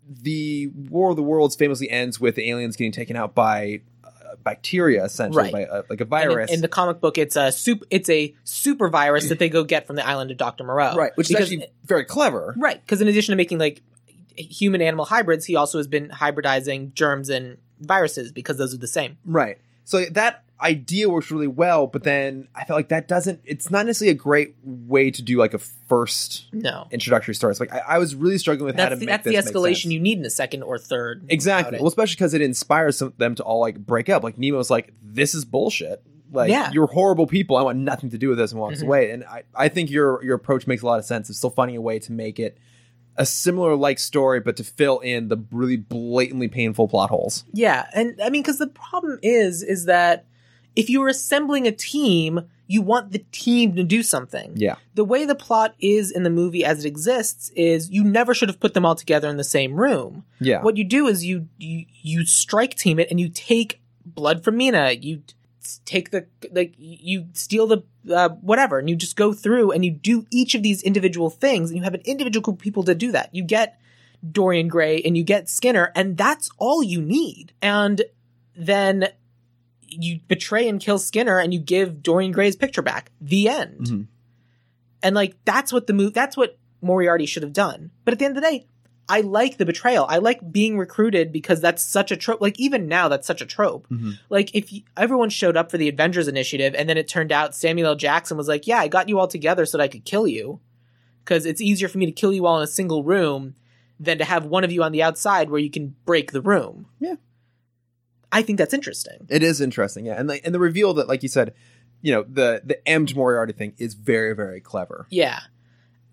S3: the war of the worlds famously ends with the aliens getting taken out by uh, bacteria essentially
S2: Right.
S3: by uh, like a
S2: And in-
S3: virus
S2: in, the comic book it's a soup it's a super virus that they go get from the island of dr moreau
S3: right which
S2: because,
S3: is actually very clever
S2: right because in addition to making like human animal hybrids he also has been hybridizing germs and viruses because those are the same
S3: Right. So that idea works really well, but then I felt like that doesn't. It's not necessarily a great way to do like a first
S2: no
S3: introductory story. It's like I, I was really struggling with how to
S2: that's the,
S3: make
S2: that's the
S3: this make sense.
S2: escalation you need in a second or third
S3: Exactly.
S2: about it.
S3: Well, especially because it inspires some, them to all like break up. Like Nemo's like, "This is bullshit. Like
S2: Yeah.
S3: you're horrible people. I want nothing to do with this," and walks
S2: Mhm.
S3: away. And I, I think your your approach makes a lot of sense. Of still finding a way to make it a similar like story, but to fill in the really blatantly painful plot holes.
S2: Yeah, and I mean, because the problem is, is that if you're assembling a team, you want the team to do something.
S3: Yeah.
S2: The way the plot is in the movie as it exists is you never should have put them all together in the same room.
S3: Yeah.
S2: What you do is you you, you strike team it and you take blood from Mina. You s- take the like you steal the uh, whatever and you just go through and you do each of these individual things and you have an individual group of people to do that. You get Dorian Gray and you get Skinner and that's all you need. And then you betray and kill Skinner and you give Dorian Gray's picture back. The end.
S3: Mhm.
S2: And like that's what the move that's what Moriarty should have done. But at the end of the day, I like the betrayal. I like being recruited because that's such a trope. Like even now that's such a trope.
S3: Mhm.
S2: Like if y everyone showed up for the Avengers initiative and then it turned out Samuel L. Jackson was like, "Yeah, I got you all together so that I could kill you." Cuz it's easier for me to kill you all in a single room than to have one of you on the outside where you can break the room.
S3: Yeah.
S2: I think that's interesting.
S3: It is interesting, yeah, and the, and the reveal that, like you said, you know, the the Emmed Moriarty thing is very very clever.
S2: Yeah.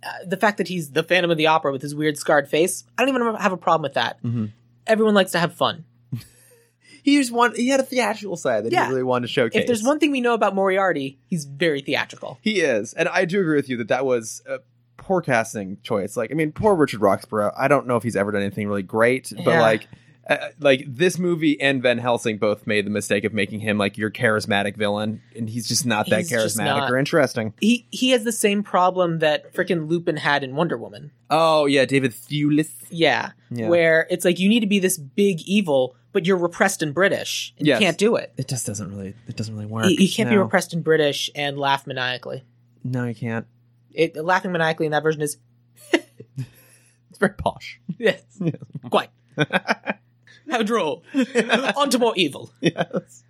S2: Uh, the fact that he's the Phantom of the Opera with his weird scarred face, I don't even have a problem with that.
S3: Mhm.
S2: Everyone likes to have fun.
S3: He just wanted he had a theatrical side that
S2: Yeah.
S3: he really wanted to showcase.
S2: If there's one thing we know about Moriarty, he's very theatrical.
S3: he is, and I do agree with you that that was a poor casting choice. Like, I mean, poor Richard Roxburgh. I don't know if he's ever done anything really great, but
S2: Yeah.
S3: like. Uh, like this movie and Van Helsing both made the mistake of making him like your charismatic villain, and he's just not that
S2: He's just
S3: charismatic
S2: not.
S3: or interesting.
S2: He he has the same problem that frickin' Lupin had in Wonder Woman.
S3: Oh yeah, David Thewlis.
S2: Yeah,
S3: Yeah.
S2: where it's like you need to be this big evil, but you're repressed and British, and
S3: Yes.
S2: you can't do it.
S3: It just doesn't really. It doesn't really work.
S2: You, you can't be
S3: No.
S2: repressed and British and laugh maniacally.
S3: No, you can't.
S2: It, laughing maniacally in that version is
S3: It's very posh.
S2: yes, quite how droll. On to more evil.
S3: yes.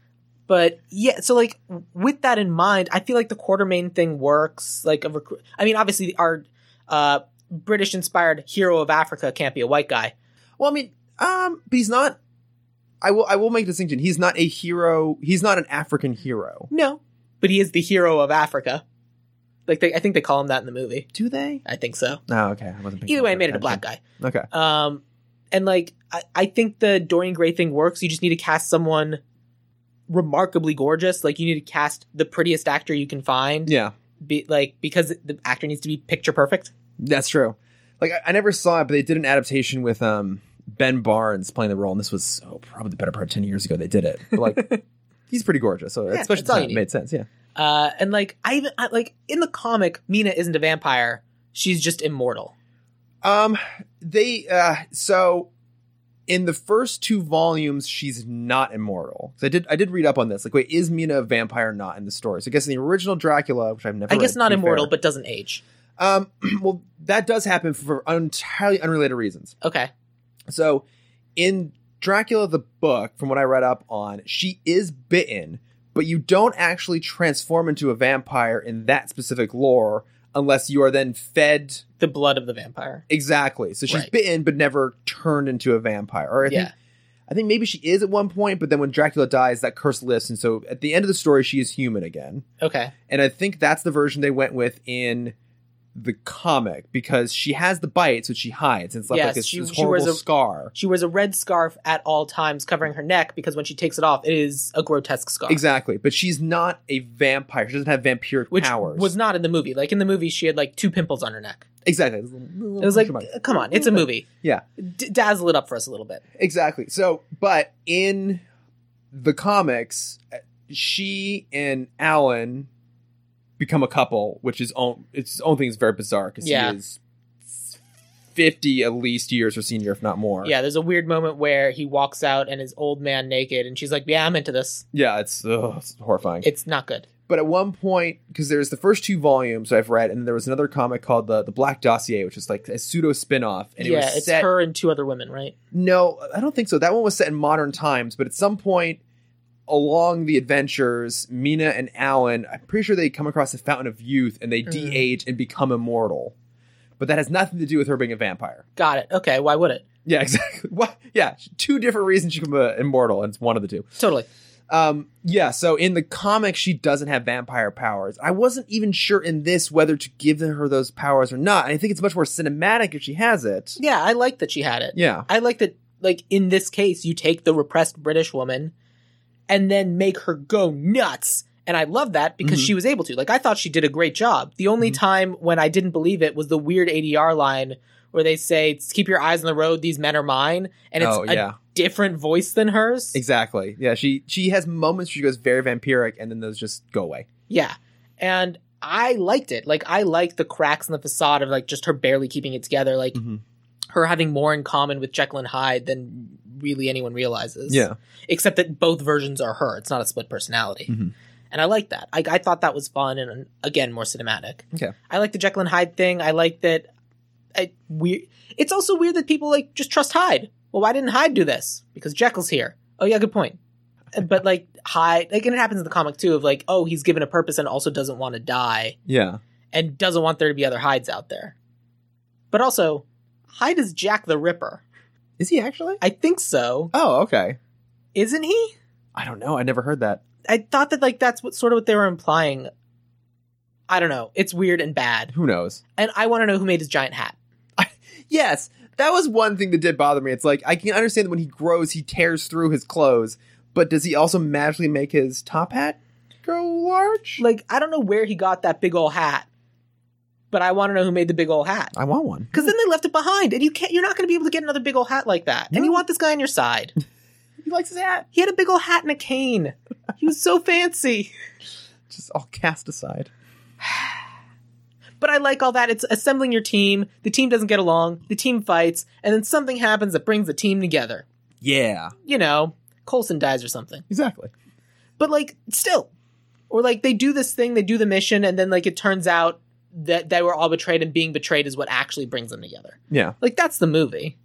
S2: But yeah, so like with that in mind, I feel like the Quartermain thing works. Like a recruit. I mean, obviously our uh, British-inspired hero of Africa can't be a white guy.
S3: Well, I mean, um, but he's not. I will. I will make a distinction. He's not a hero. He's not an African hero.
S2: No, but he is the hero of Africa. Like they, I think they call him that in the movie.
S3: Do they?
S2: I think so.
S3: No. Oh, okay. I wasn't. paying
S2: Either way, I
S3: close
S2: made it a black guy.
S3: attention. Okay.
S2: Um, and like I, I think the Dorian Gray thing works. You just need to cast someone remarkably gorgeous. Like you need to cast the prettiest actor you can find.
S3: Yeah,
S2: Be, like because the actor needs to be picture perfect.
S3: that's true. Like I, I never saw it, but they did an adaptation with um Ben Barnes playing the role, and this was oh, probably the better part of ten years ago. They did it. But, like he's pretty gorgeous, so
S2: Yeah,
S3: especially
S2: that's all
S3: time,
S2: you
S3: it
S2: need.
S3: made sense. Yeah.
S2: Uh, and like I even I, like in the comic, Mina isn't a vampire. She's just immortal.
S3: Um, they uh, so in the first two volumes, she's not immortal. So I did I did read up on this. Like, wait, is Mina a vampire or not in the story? So I guess in the original Dracula, which I've never,
S2: I guess
S3: read,
S2: not
S3: to be
S2: immortal,
S3: fair-
S2: but doesn't age.
S3: um, well, that does happen for entirely unrelated reasons.
S2: Okay.
S3: So in Dracula the book, from what I read up on, she is bitten, but you don't actually transform into a vampire in that specific lore unless you are then fed
S2: The blood of the vampire.
S3: Exactly. So she's
S2: Right.
S3: bitten but never turned into a vampire. Or I
S2: yeah.
S3: think I think maybe she is at one point, but then when Dracula dies, that curse lifts, and so at the end of the story, she is human again.
S2: Okay.
S3: And I think that's the version they went with in the comic because she has the bites, which she hides, and it's left
S2: Yes,
S3: like this,
S2: she-
S3: this
S2: she wears
S3: horrible
S2: a-
S3: scar.
S2: She wears a red scarf at all times, covering her neck because when she takes it off, it is a grotesque scar.
S3: Exactly, but she's not a vampire. She doesn't have vampiric
S2: Which
S3: powers.
S2: was not in the movie. Like in the movie, she had like two pimples on her neck.
S3: exactly.
S2: It was like, come on, it's a movie.
S3: Yeah.
S2: D- dazzle it up for us a little bit.
S3: Exactly. So, but in the comics, she and Alan become a couple, which is own its its own thing is very bizarre because
S2: Yeah.
S3: he is fifty at least years her senior, if not more.
S2: Yeah, there's a weird moment where he walks out and is old man naked, and she's like, "Yeah, I'm into this.
S3: yeah, it's, ugh, it's horrifying.
S2: It's not good."
S3: but at one point, because there's the first two volumes I've read, and there was another comic called the the Black Dossier, which is like a pseudo spin off, and it
S2: yeah,
S3: was
S2: it's
S3: set
S2: her and two other women, right?
S3: No, I don't think so. That one was set in modern times, but at some point along the adventures, Mina and Alan, I'm pretty sure they come across a fountain of youth and they
S2: Mm.
S3: de-age and become immortal. But that has nothing to do with her being a vampire.
S2: Got it. Okay, why would it?
S3: Yeah, exactly. What? Yeah, two different reasons she become uh, immortal, and it's one of the two.
S2: Totally.
S3: Um, yeah, so in the comic, she doesn't have vampire powers. I wasn't even sure in this whether to give her those powers or not. And I think it's much more cinematic if she has it.
S2: Yeah, I like that she had it.
S3: Yeah.
S2: I like that, like, in this case, you take the repressed British woman and then make her go nuts. And I love that because
S3: Mhm.
S2: she was able to. Like, I thought she did a great job. The only
S3: Mhm.
S2: time when I didn't believe it was the weird ADR line where they say, keep your eyes on the road, these men are mine. And it's
S3: oh,
S2: a
S3: yeah.
S2: different voice than hers.
S3: Exactly. Yeah, she she has moments where she goes very vampiric and then those just go away.
S2: Yeah. And I liked it. Like I liked the cracks in the facade of like just her barely keeping it together, like
S3: Mhm.
S2: her having more in common with Jekyll and Hyde than really anyone realizes.
S3: Yeah.
S2: Except that both versions are her. It's not a split personality.
S3: Mhm.
S2: And I like that. I, I thought that was fun and, and again more cinematic.
S3: Okay.
S2: I like the Jekyll and Hyde thing. I like that I we it's also weird that people like just trust Hyde. Well, why didn't Hyde do this? Because Jekyll's here. Oh yeah, good point. And- But like Hyde, like and it happens in the comic too of like, oh, he's given a purpose and also doesn't want to die
S3: Yeah.
S2: and doesn't want there to be other Hydes out there. But also, Hyde is Jack the Ripper.
S3: Is he actually?
S2: I think so,
S3: Oh, okay.
S2: isn't he?
S3: I don't know. I never heard that.
S2: I thought that like that's what sort of what they were implying. I don't know. It's weird and bad,
S3: Who knows?
S2: and I want to know who made his giant hat.
S3: Yes, that was one thing that did bother me. It's like I can understand that when he grows, he tears through his clothes, but does he also magically make his top hat grow large?
S2: Like I don't know where he got that big old hat, but I want to know who made the big old hat.
S3: I want one.
S2: Because then they left it behind, and you can't. You're not going to be able to get another big old hat like that. And you
S3: No.
S2: want this guy on your side.
S3: He likes his hat.
S2: He had a big old hat and a cane. He was so fancy.
S3: Just all cast aside.
S2: But I like all that. It's assembling your team. The team doesn't get along. The team fights, and then something happens that brings the team together.
S3: Yeah.
S2: You know, Colson dies or something.
S3: Exactly.
S2: But like, still, or like they do this thing, they do the mission, and then like it turns out that they were all betrayed, and being betrayed is what actually brings them together.
S3: Yeah.
S2: Like that's the movie.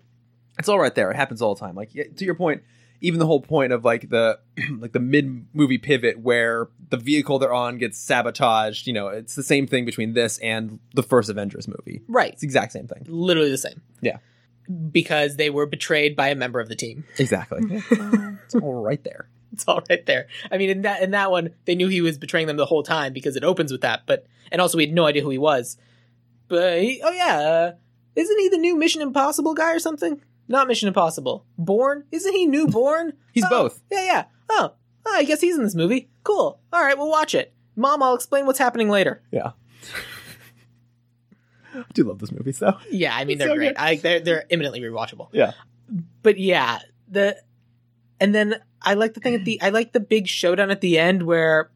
S3: It's all right there. It happens all the time. Like yeah, to your point, even the whole point of like the like the mid movie pivot where the vehicle they're on gets sabotaged, you know, it's the same thing between this and the first Avengers movie.
S2: Right.
S3: It's the exact same thing.
S2: literally the same.
S3: Yeah.
S2: Because they were betrayed by a member of the team.
S3: Exactly. it's all right there.
S2: It's all right there. I mean, in that in that one, they knew he was betraying them the whole time because it opens with that. But and also we had no idea who he was. But he, oh yeah, uh, isn't he the new Mission Impossible guy or something? Not Mission Impossible. Born? Isn't he new Born?
S3: He's
S2: Oh,
S3: both.
S2: Yeah, yeah. Oh, oh, I guess he's in this movie. Cool. All right, we'll watch it. Mom, I'll explain what's happening later.
S3: Yeah. I do love this movie, though.
S2: Yeah, I mean
S3: It's
S2: they're
S3: so
S2: great.
S3: good.
S2: I, they're they're imminently rewatchable.
S3: Yeah.
S2: but yeah, the and then I like the thing at the I like the big showdown at the end where,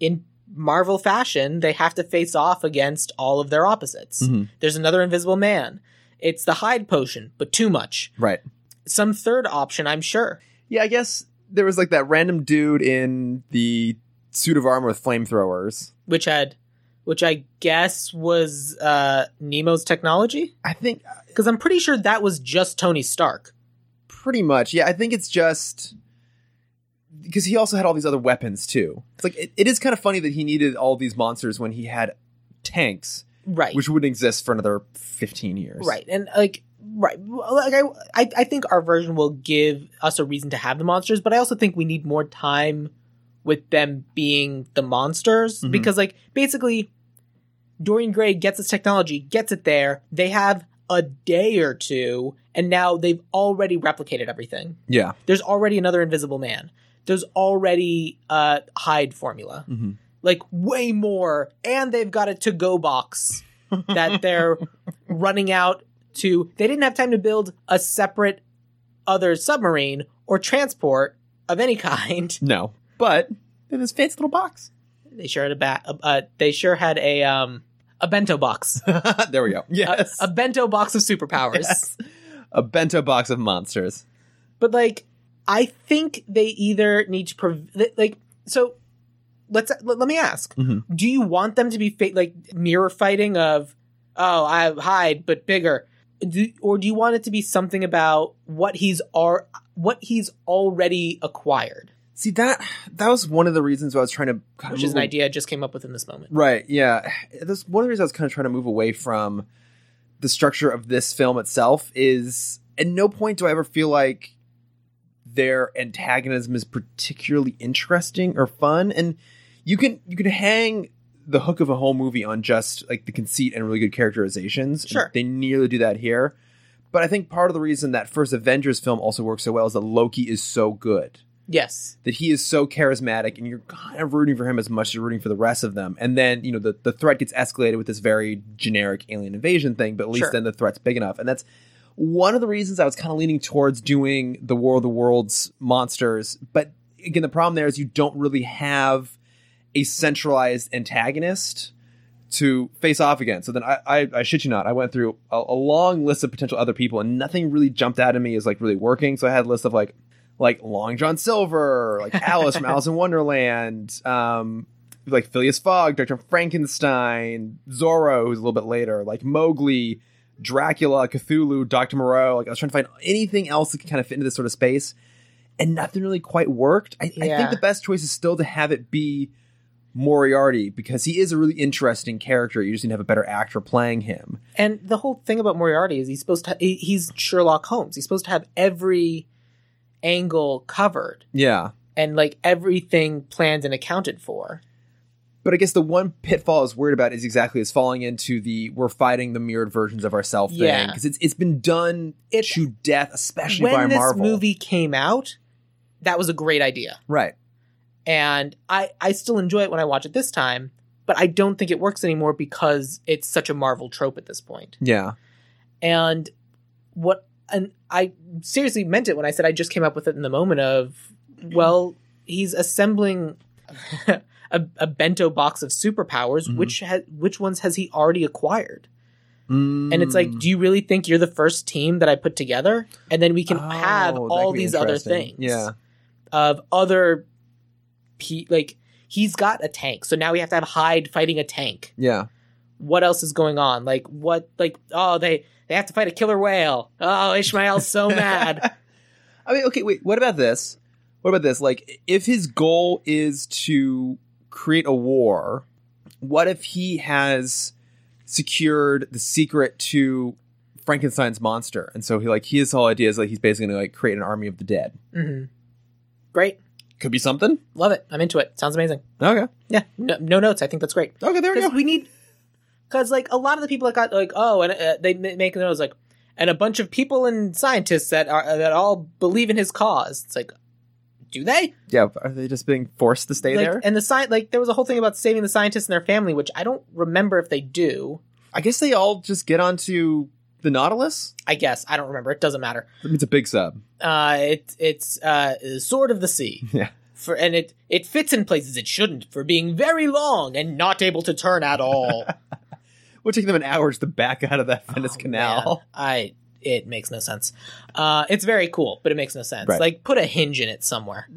S2: in Marvel fashion, they have to face off against all of their opposites.
S3: Mhm.
S2: There's another Invisible Man. It's the Hyde potion, but too much.
S3: Right.
S2: Some third option, I'm sure.
S3: Yeah, I guess there was like that random dude in the suit of armor with flamethrowers.
S2: which had which I guess was uh Nemo's technology
S3: I think uh,
S2: because I'm pretty sure that was just Tony Stark.
S3: pretty much. Yeah, I think it's just because he also had all these other weapons too. It's like it, it is kind of funny that he needed all these monsters when he had tanks,
S2: Right.
S3: which wouldn't exist for another fifteen years.
S2: right. And like right Well, like I, I I think our version will give us a reason to have the monsters, but I also think we need more time with them being the monsters
S3: Mhm.
S2: because like basically Dorian Gray gets his technology, gets it there. They have a day or two and now they've already replicated everything.
S3: Yeah.
S2: There's already another Invisible Man. There's already uh Hyde formula.
S3: Mm-hmm.
S2: Like way more, and they've got a to-go box that they're running out to. They didn't have time to build a separate other submarine or transport of any kind.
S3: No, but in this fancy little box.
S2: They sure had a bat. Uh, they sure had a um a bento box,
S3: there
S2: Uh,
S3: we go. Yes,
S2: a bento box of superpowers.
S3: Yes. a bento box of monsters.
S2: but like i think they either need to prov- th- like so let's let, let me ask
S3: Mhm.
S2: do you want them to be fa- like mirror fighting of oh i hide but bigger do, or do you want it to be something about what he's ar- what he's already acquired
S3: See that that was one of the reasons why I was trying to kind of
S2: which is
S3: move
S2: an
S3: a-
S2: idea i just came up with in this moment
S3: Right, yeah. That's one of the reasons I was kind of trying to move away from the structure of this film itself is at no point do I ever feel like their antagonism is particularly interesting or fun and you can you can hang the hook of a whole movie on just like the conceit and really good characterizations.
S2: Sure.
S3: They nearly do that here. But I think part of the reason that first Avengers film also works so well is that Loki is so good.
S2: Yes.
S3: That he is so charismatic and you're kind of rooting for him as much as you're rooting for the rest of them. And then, you know, the, the threat gets escalated with this very generic alien invasion thing, but at least
S2: Sure.
S3: then the threat's big enough. And that's one of the reasons I was kind of leaning towards doing the War of the Worlds monsters. But again, the problem there is you don't really have a centralized antagonist to face off against. So then I, I, I shit you not, I went through a, a long list of potential other people, and nothing really jumped out at me as like really working. So I had a list of like like Long John Silver, like Alice from Alice in Wonderland, um, like Phileas Fogg, Doctor Frankenstein, Zorro, who's a little bit later, like Mowgli. Dracula, Cthulhu, Dr. Moreau. Like I was trying to find anything else that could kind of fit into this sort of space, and nothing really quite worked. I, I
S2: Yeah.
S3: think the best choice is still to have it be Moriarty because he is a really interesting character. You just need to have a better actor playing him.
S2: And the whole thing about Moriarty is he's supposed to he- he's Sherlock Holmes. He's supposed to have every angle covered
S3: Yeah.
S2: and like everything planned and accounted for.
S3: But I guess the one pitfall I was worried about is exactly is falling into the we're fighting the mirrored versions of ourselves thing
S2: Yeah.
S3: because it's it's been done
S2: It-
S3: to death, especially by
S2: when this
S3: Marvel.
S2: movie came out, that was a great idea.
S3: right?
S2: And I I still enjoy it when I watch it this time, but I don't think it works anymore because it's such a Marvel trope at this point.
S3: Yeah.
S2: and what and i seriously meant it when i said i just came up with it in the moment of well he's assembling a, a bento box of superpowers
S3: Mhm.
S2: which ha- which ones has he already acquired and it's
S3: Mm.
S2: like do you really think you're the first team that i put together and then we can
S3: Oh,
S2: have
S3: that
S2: all
S3: could be
S2: these other
S3: interesting.
S2: things
S3: Yeah.
S2: of other pe- like he's got a tank so now we have to have hyde fighting a tank
S3: Yeah.
S2: what else is going on? Like what like oh they they have to fight a killer whale. Oh, Ishmael's so mad.
S3: I mean, okay, wait. What about this? What about this? Like, if his goal is to create a war, what if he has secured the secret to Frankenstein's monster? And so he like his whole idea is like he's basically going to like create an army of the dead.
S2: hmm Great.
S3: Could be something.
S2: Love it. I'm into it. Sounds amazing.
S3: Okay.
S2: Yeah. No, no notes. I think that's great.
S3: Okay. There we
S2: Cuz
S3: go.
S2: we need cuz like a lot of the people that got like oh and uh, they ma- make those like and a bunch of people and scientists that are that all believe in his cause. It's like do they?
S3: Yeah. Are they just being forced to stay
S2: like,
S3: there?
S2: And the sci- like there was a whole thing about saving the scientists and their family, which I don't remember if they do.
S3: I guess they all just get onto the Nautilus.
S2: I guess I don't remember. It doesn't matter.
S3: I mean, it's a big sub.
S2: Uh, it it's uh, Sword of the Sea.
S3: Yeah.
S2: for and it it fits in places it shouldn't for being very long and not able to turn at all.
S3: It would take them an hour just to back out of that Venice
S2: Oh,
S3: Canal.
S2: man. I it makes no sense. Uh, it's very cool, but it makes no sense.
S3: Right.
S2: Like put a hinge in it somewhere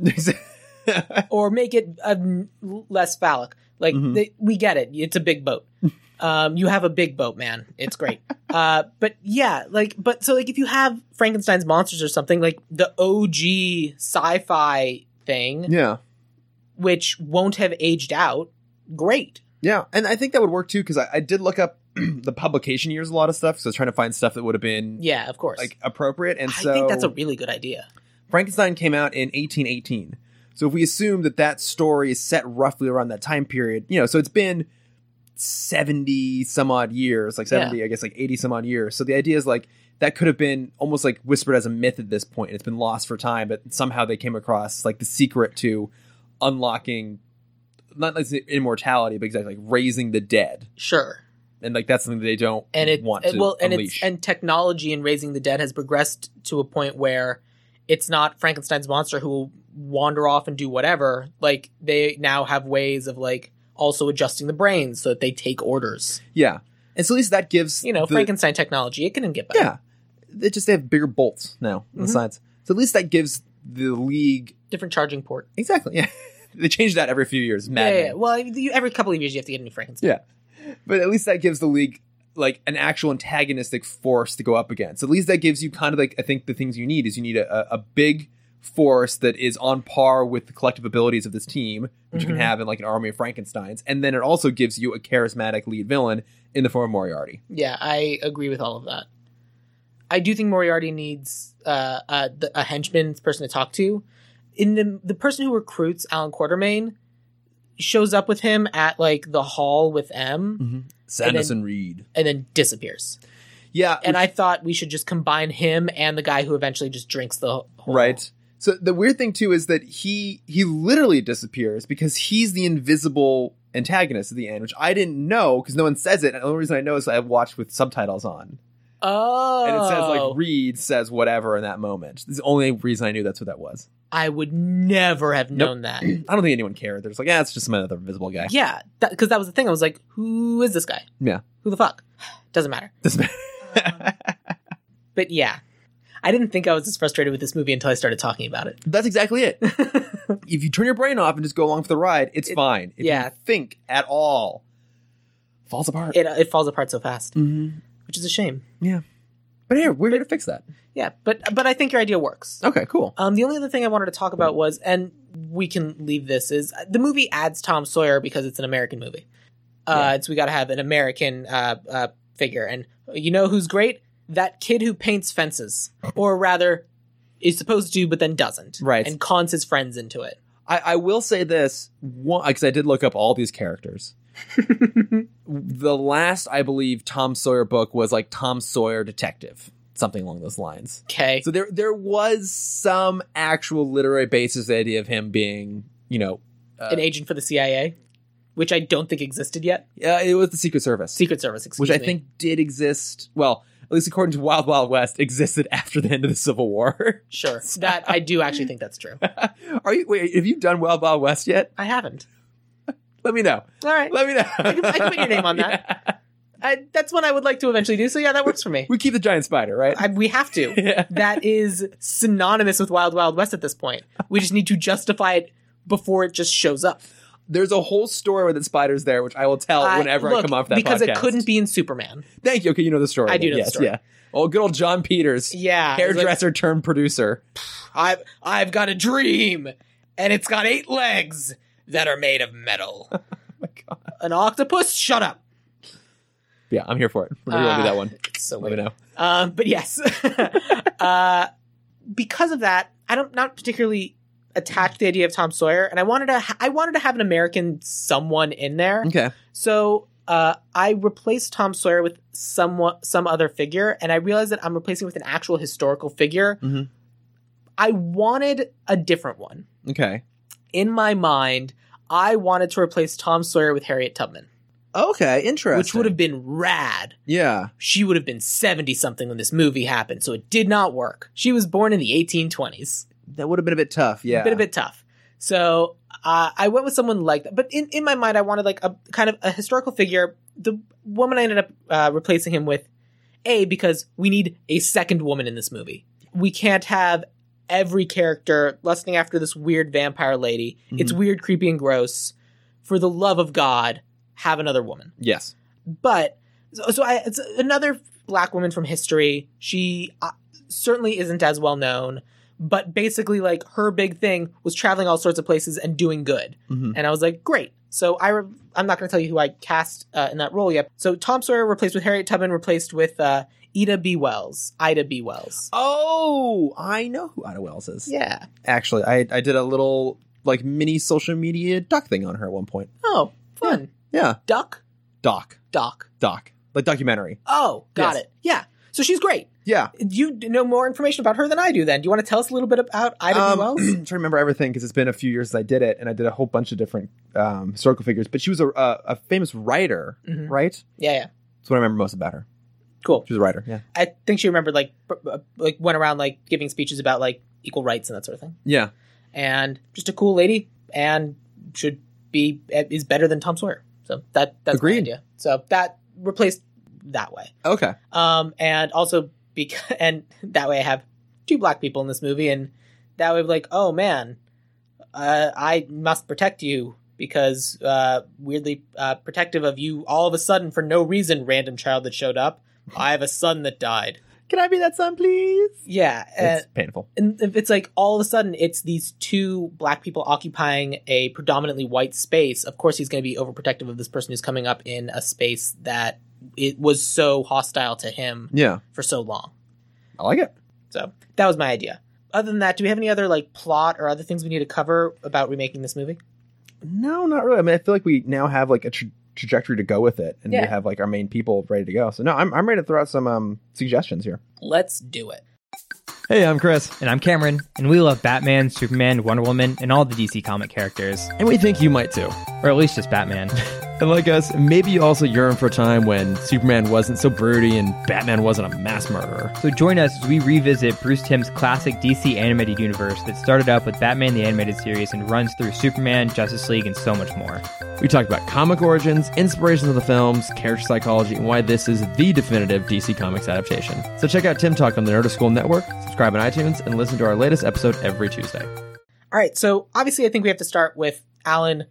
S2: or make it um, less phallic. Like
S3: Mhm.
S2: they, we get it. It's a big boat. um, you have a big boat, man. It's great. uh, but yeah, like but so like if you have Frankenstein's monsters or something like the OG sci-fi thing,
S3: yeah.
S2: which won't have aged out, great.
S3: Yeah, and I think that would work too because I, I did look up the publication years, a lot of stuff. So I was trying to find stuff that would have been
S2: Yeah, of course.
S3: like appropriate. And
S2: I
S3: so
S2: think that's a really good idea.
S3: Frankenstein came out in 1818. So if we assume that that story is set roughly around that time period, you know, so it's been 70 some odd years, like 70, I guess like 80 some odd years. So the idea is like that could have been almost like whispered as a myth at this point. It's been lost for time, but somehow they came across like the secret to unlocking not like immortality, but exactly like raising the dead
S2: Sure.
S3: and like that's something they don't
S2: And it
S3: want
S2: and-
S3: to
S2: well and
S3: unleash.
S2: it's and technology in raising the dead has progressed to a point where it's not Frankenstein's monster who will wander off and do whatever. Like they now have ways of like also adjusting the brains so that they take orders.
S3: yeah, and so at least that gives
S2: You know,
S3: the-
S2: Frankenstein technology, it can get better.
S3: yeah, they just they have bigger bolts now on the
S2: Mhm.
S3: sides. So at least that gives the league
S2: Different charging port.
S3: exactly. Yeah, they change that every few years,
S2: Yeah, yeah,
S3: maddening.
S2: yeah. Well, you, every couple of years you have to get a new Frankenstein.
S3: But at least that gives the league like an actual antagonistic force to go up against. At least that gives you kind of like I think the things you need is you need a, a a big force that is on par with the collective abilities of this team, which you
S2: Mhm.
S3: can have in like an army of Frankenstein's, and then it also gives you a charismatic lead villain in the form of Moriarty.
S2: Yeah, I agree with all of that. I do think Moriarty needs uh, uh, the, a henchman person to talk to. In the the person who recruits Alan Quartermain shows up with him at like the hall with M
S3: Mm-hmm. Sanderson Reed.
S2: and then disappears.
S3: Yeah,
S2: And I thought we should just combine him and the guy who eventually just drinks the whole
S3: right. So the weird thing too is that he he literally disappears because he's the invisible antagonist at the end, which I didn't know because no one says it. And the only reason I know is I watched with subtitles on,
S2: Oh,
S3: and it says like Reed says whatever in that moment. This is the only reason I knew that's what that was.
S2: I would never have known that.
S3: I don't think anyone cared. They're just like, yeah, it's just another invisible guy.
S2: Yeah, because that, was the thing. I was like, who is this guy?
S3: Yeah.
S2: Who the fuck? Doesn't matter.
S3: This-
S2: But yeah, I didn't think I was as frustrated with this movie until I started talking about it.
S3: That's exactly it. if you turn your brain off and just go along for the ride, it's
S2: It-
S3: fine. If
S2: yeah.
S3: you think at all, falls apart.
S2: It, it falls apart so fast,
S3: Mhm.
S2: which is a shame.
S3: But here, we're here to fix that.
S2: Yeah, but but I think your idea works.
S3: Okay, cool.
S2: Um, the only other thing I wanted to talk about was, and we can leave this, is the movie adds Tom Sawyer because it's an American movie. Uh, it's we got to have an American uh, uh, figure, and you know who's great? That kid who paints fences, or rather, is supposed to, but then doesn't,
S3: Oh. Right.
S2: And cons his friends into it.
S3: I, I will say this because I did look up all these characters. the last, I believe, Tom Sawyer book was like Tom Sawyer Detective, something along those lines.
S2: Okay,
S3: So there, there was some actual literary basis to the idea of him being, you know, uh,
S2: an agent for the CIA, which I don't think existed yet.
S3: yeah, uh, it was the Secret Service.
S2: Secret Service, excuse
S3: which I
S2: me.
S3: think did exist. Well, at least according to Wild Wild West, existed after the end of the Civil War.
S2: sure that I do actually think that's true.
S3: Are you? Wait, have you done Wild Wild West yet?
S2: I haven't.
S3: Let me know.
S2: All right,
S3: Let me know.
S2: I can- I can put your name on that.
S3: Yeah.
S2: I, that's one I would like to eventually do. So yeah, that works for me.
S3: We keep the giant spider, right?
S2: I, we have to.
S3: yeah.
S2: that is synonymous with Wild Wild West at this point. We just need to justify it before it just shows up.
S3: There's a whole story where the spider's there, which I will tell
S2: I-
S3: Oh, whenever I
S2: look,
S3: come off that
S2: because
S3: podcast.
S2: it couldn't be in Superman.
S3: Thank you. Okay, you know the story.
S2: I do know the
S3: yes,
S2: story.
S3: Yeah. Oh, good old John Peters,
S2: Yeah, it was like,
S3: hairdresser turned producer. Oh
S2: I've I've got a dream, and it's got eight legs that are made of metal.
S3: my God.
S2: An octopus. Shut up.
S3: Yeah, I'm here for it. We're gonna
S2: Ah,
S3: do that one.
S2: It's so
S3: Let
S2: weird.
S3: me know.
S2: Um, but yes, uh, because of that, I don't not particularly attached to the idea of Tom Sawyer, and I wanted to ha- I wanted to have an American someone in there.
S3: Okay.
S2: So uh, I replaced Tom Sawyer with someone, some other figure, and I realized that I'm replacing it with an actual historical figure.
S3: Mhm.
S2: I wanted a different one
S3: Okay.
S2: in my mind. I wanted to replace Tom Sawyer with Harriet Tubman,
S3: Okay. Interesting.
S2: which would have been rad.
S3: yeah.
S2: She would have been 70 something when this movie happened, so it did not work. She was born in the 1820s.
S3: That would have been a bit tough. Yeah.
S2: A bit a bit tough. So uh, I went with someone like that, but in, in my mind, I wanted like a kind of a historical figure. The woman I ended up uh, replacing him with, a because we need a second woman in this movie. We can't have every character lusting after this weird vampire lady. It's weird, creepy, and gross. For the love of God, have another woman
S3: Yes.
S2: but so, so I, it's another black woman from history. She uh, certainly isn't as well known, but basically, like her big thing was traveling all sorts of places and doing good.
S3: Mhm.
S2: And I was like, great. So I re- I'm not going to tell you who I cast uh, in that role yet. So Tom Sawyer replaced with Harriet Tubman, replaced with uh, Ida B. Wells. Ida B. Wells.
S3: Oh, I know who Ida Wells is.
S2: Yeah.
S3: Actually, I I did a little like mini social media doc thing on her at one point.
S2: Oh, fun.
S3: Yeah.
S2: Duck.
S3: Doc.
S2: Doc.
S3: Doc. Like documentary.
S2: Oh, got
S3: Yes.
S2: it. Yeah. So she's great.
S3: Yeah.
S2: You d- know more information about her than I do. Then, do you want to tell us a little bit about Ida
S3: um,
S2: B. Wells?
S3: I'm trying to remember everything because it's been a few years since I did it, and I did a whole bunch of different um, historical figures. But she was a, a, a famous writer,
S2: Mhm.
S3: right?
S2: Yeah, yeah.
S3: That's what I remember most about her.
S2: Cool.
S3: She was a writer. Yeah.
S2: I think she remembered like b- b- like went around like giving speeches about like equal rights and that sort of thing.
S3: Yeah.
S2: And just a cool lady and should be eh, is better than Tom Sawyer. So that that's my
S3: Agreed.
S2: idea. So that replaced that way.
S3: Okay.
S2: Um and also because and that way I have two black people in this movie and that way like oh man uh, I must protect you because uh, weirdly uh, protective of you all of a sudden for no reason random child that showed up. I have a son that died.
S3: Can I be that son, please?
S2: Yeah, uh,
S3: it's painful.
S2: and if it's like all of a sudden it's these two black people occupying a predominantly white space, of course he's going to be overprotective of this person who's coming up in a space that it was so hostile to him
S3: Yeah.
S2: for so long.
S3: I like it.
S2: So that was my idea. Other than that, do we have any other like plot or other things we need to cover about remaking this movie?
S3: No, not really. I mean, I feel like we now have like a tra- trajectory to go with it, and
S2: Yeah.
S3: we have like our main people ready to go. So no, I'm I'm ready to throw out some um suggestions here.
S2: Let's do it.
S1: Hey, I'm Chris,
S4: And I'm Cameron, and we love Batman, Superman, Wonder Woman, and all the DC comic characters.
S1: and we think you might too.
S4: Or at least just Batman.
S1: And like us, maybe you also yearn for a time when Superman wasn't so broody and Batman wasn't a mass murderer.
S4: so join us as we revisit Bruce Timm's classic DC animated universe that started up with Batman the Animated Series and runs through Superman, Justice League, and so much more.
S1: We talked about comic origins, inspirations of the films, character psychology, and why this is the definitive DC Comics adaptation. So check out Tim Talk on the Nerd School Network, subscribe on iTunes, and listen to our latest episode every Tuesday.
S2: All right. So obviously, I think we have to start with Alan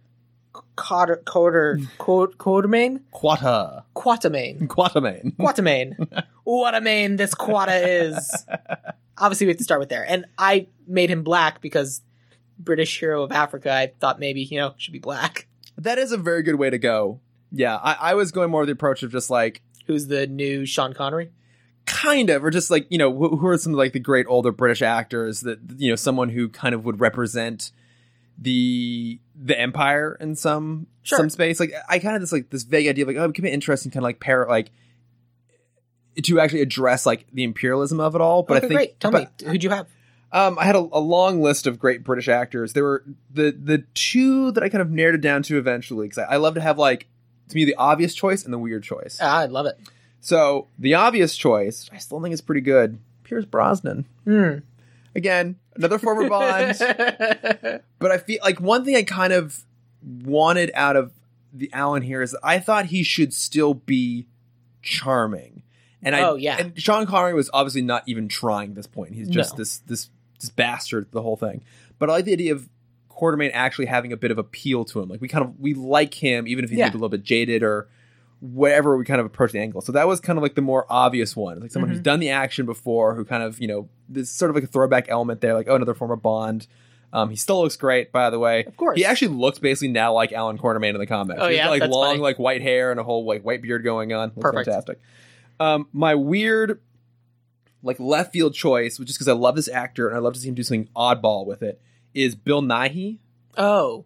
S2: Cotter Cotter Quat- Quatermain
S3: Quata,
S2: Quatermain
S3: Quatamane.
S2: Quatermain. What a main this Quata is. Obviously, we have to start with there. And I made him black because British hero of Africa. I thought maybe you know should be black.
S3: That is a very good way to go. Yeah, I, I was going more of the approach of just like
S2: Who's the new Sean Connery?
S3: kind of, or just like you know, wh- who are some of like the great older British actors that you know, someone who kind of would represent the the empire in some
S2: Sure.
S3: some space. Like I kind of just like this vague idea of like oh, it could be interesting, kind of like pair like to actually address like the imperialism of it all. But
S2: okay,
S3: I think
S2: great. Tell
S3: but-
S2: me who'd you have?
S3: um, I had a, a long list of great British actors. There were the the two that I kind of narrowed it down to eventually because I, I love to have like to me the obvious choice and the weird choice.
S2: Ah, I love it.
S3: So the obvious choice, I still think is pretty good. Pierce Brosnan
S2: Hmm.
S3: again, another former Bond. but I feel like one thing I kind of wanted out of the Alan here is that I thought he should still be charming. And I
S2: Oh, yeah.
S3: and Sean Connery was obviously not even trying at this point. He's just
S2: No.
S3: this this this bastard the whole thing. But I like the idea of Quartermain actually having a bit of appeal to him. Like we kind of we like him even if he's
S2: Yeah.
S3: maybe a little bit jaded or whatever we kind of approach the angle. So that was kind of like the more obvious one. Like
S2: Mm-hmm.
S3: someone who's done the action before who kind of, you know, there's sort of like a throwback element there like oh another former Bond. Um, he still looks great, by the way.
S2: Of course.
S3: He actually looks basically now like Alan Quartermain in the comics.
S2: Oh,
S3: He's
S2: yeah?
S3: got, like
S2: That's
S3: long,
S2: funny.
S3: like white hair and a whole like white beard going on. Looks
S2: Perfect.
S3: fantastic. Um, my weird, like left field choice, which is because I love this actor and I love to see him do something oddball with it, is Bill Nighy.
S2: Oh,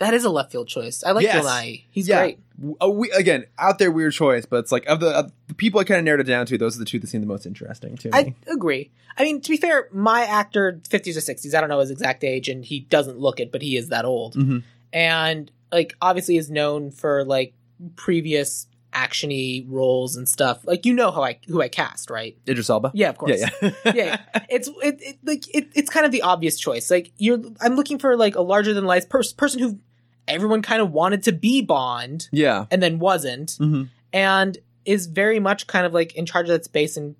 S2: that is a left field choice. I like
S3: Yes.
S2: Bill Nye. He's
S3: Yeah.
S2: great.
S3: A we, again, out there weird choice, but it's like of the, of the people I kind of narrowed it down to, those are the two that seem the most interesting to me.
S2: I agree. I mean, to be fair, my actor, 50s or 60s, I don't know his exact age, and he doesn't look it, but he is that old.
S3: Mhm.
S2: And, like, obviously is known for, like, previous actiony roles and stuff. Like, you know how I who I cast, right?
S3: Idris Elba.
S2: Yeah, of course.
S3: yeah,
S2: yeah,
S3: yeah.
S2: yeah. it's it, it like it, it's kind of the obvious choice. Like you're, I'm looking for like a larger than life pers- person who everyone kind of wanted to be Bond
S3: yeah.
S2: and then wasn't,
S3: hmm
S2: and is very much kind of like in charge of that space. And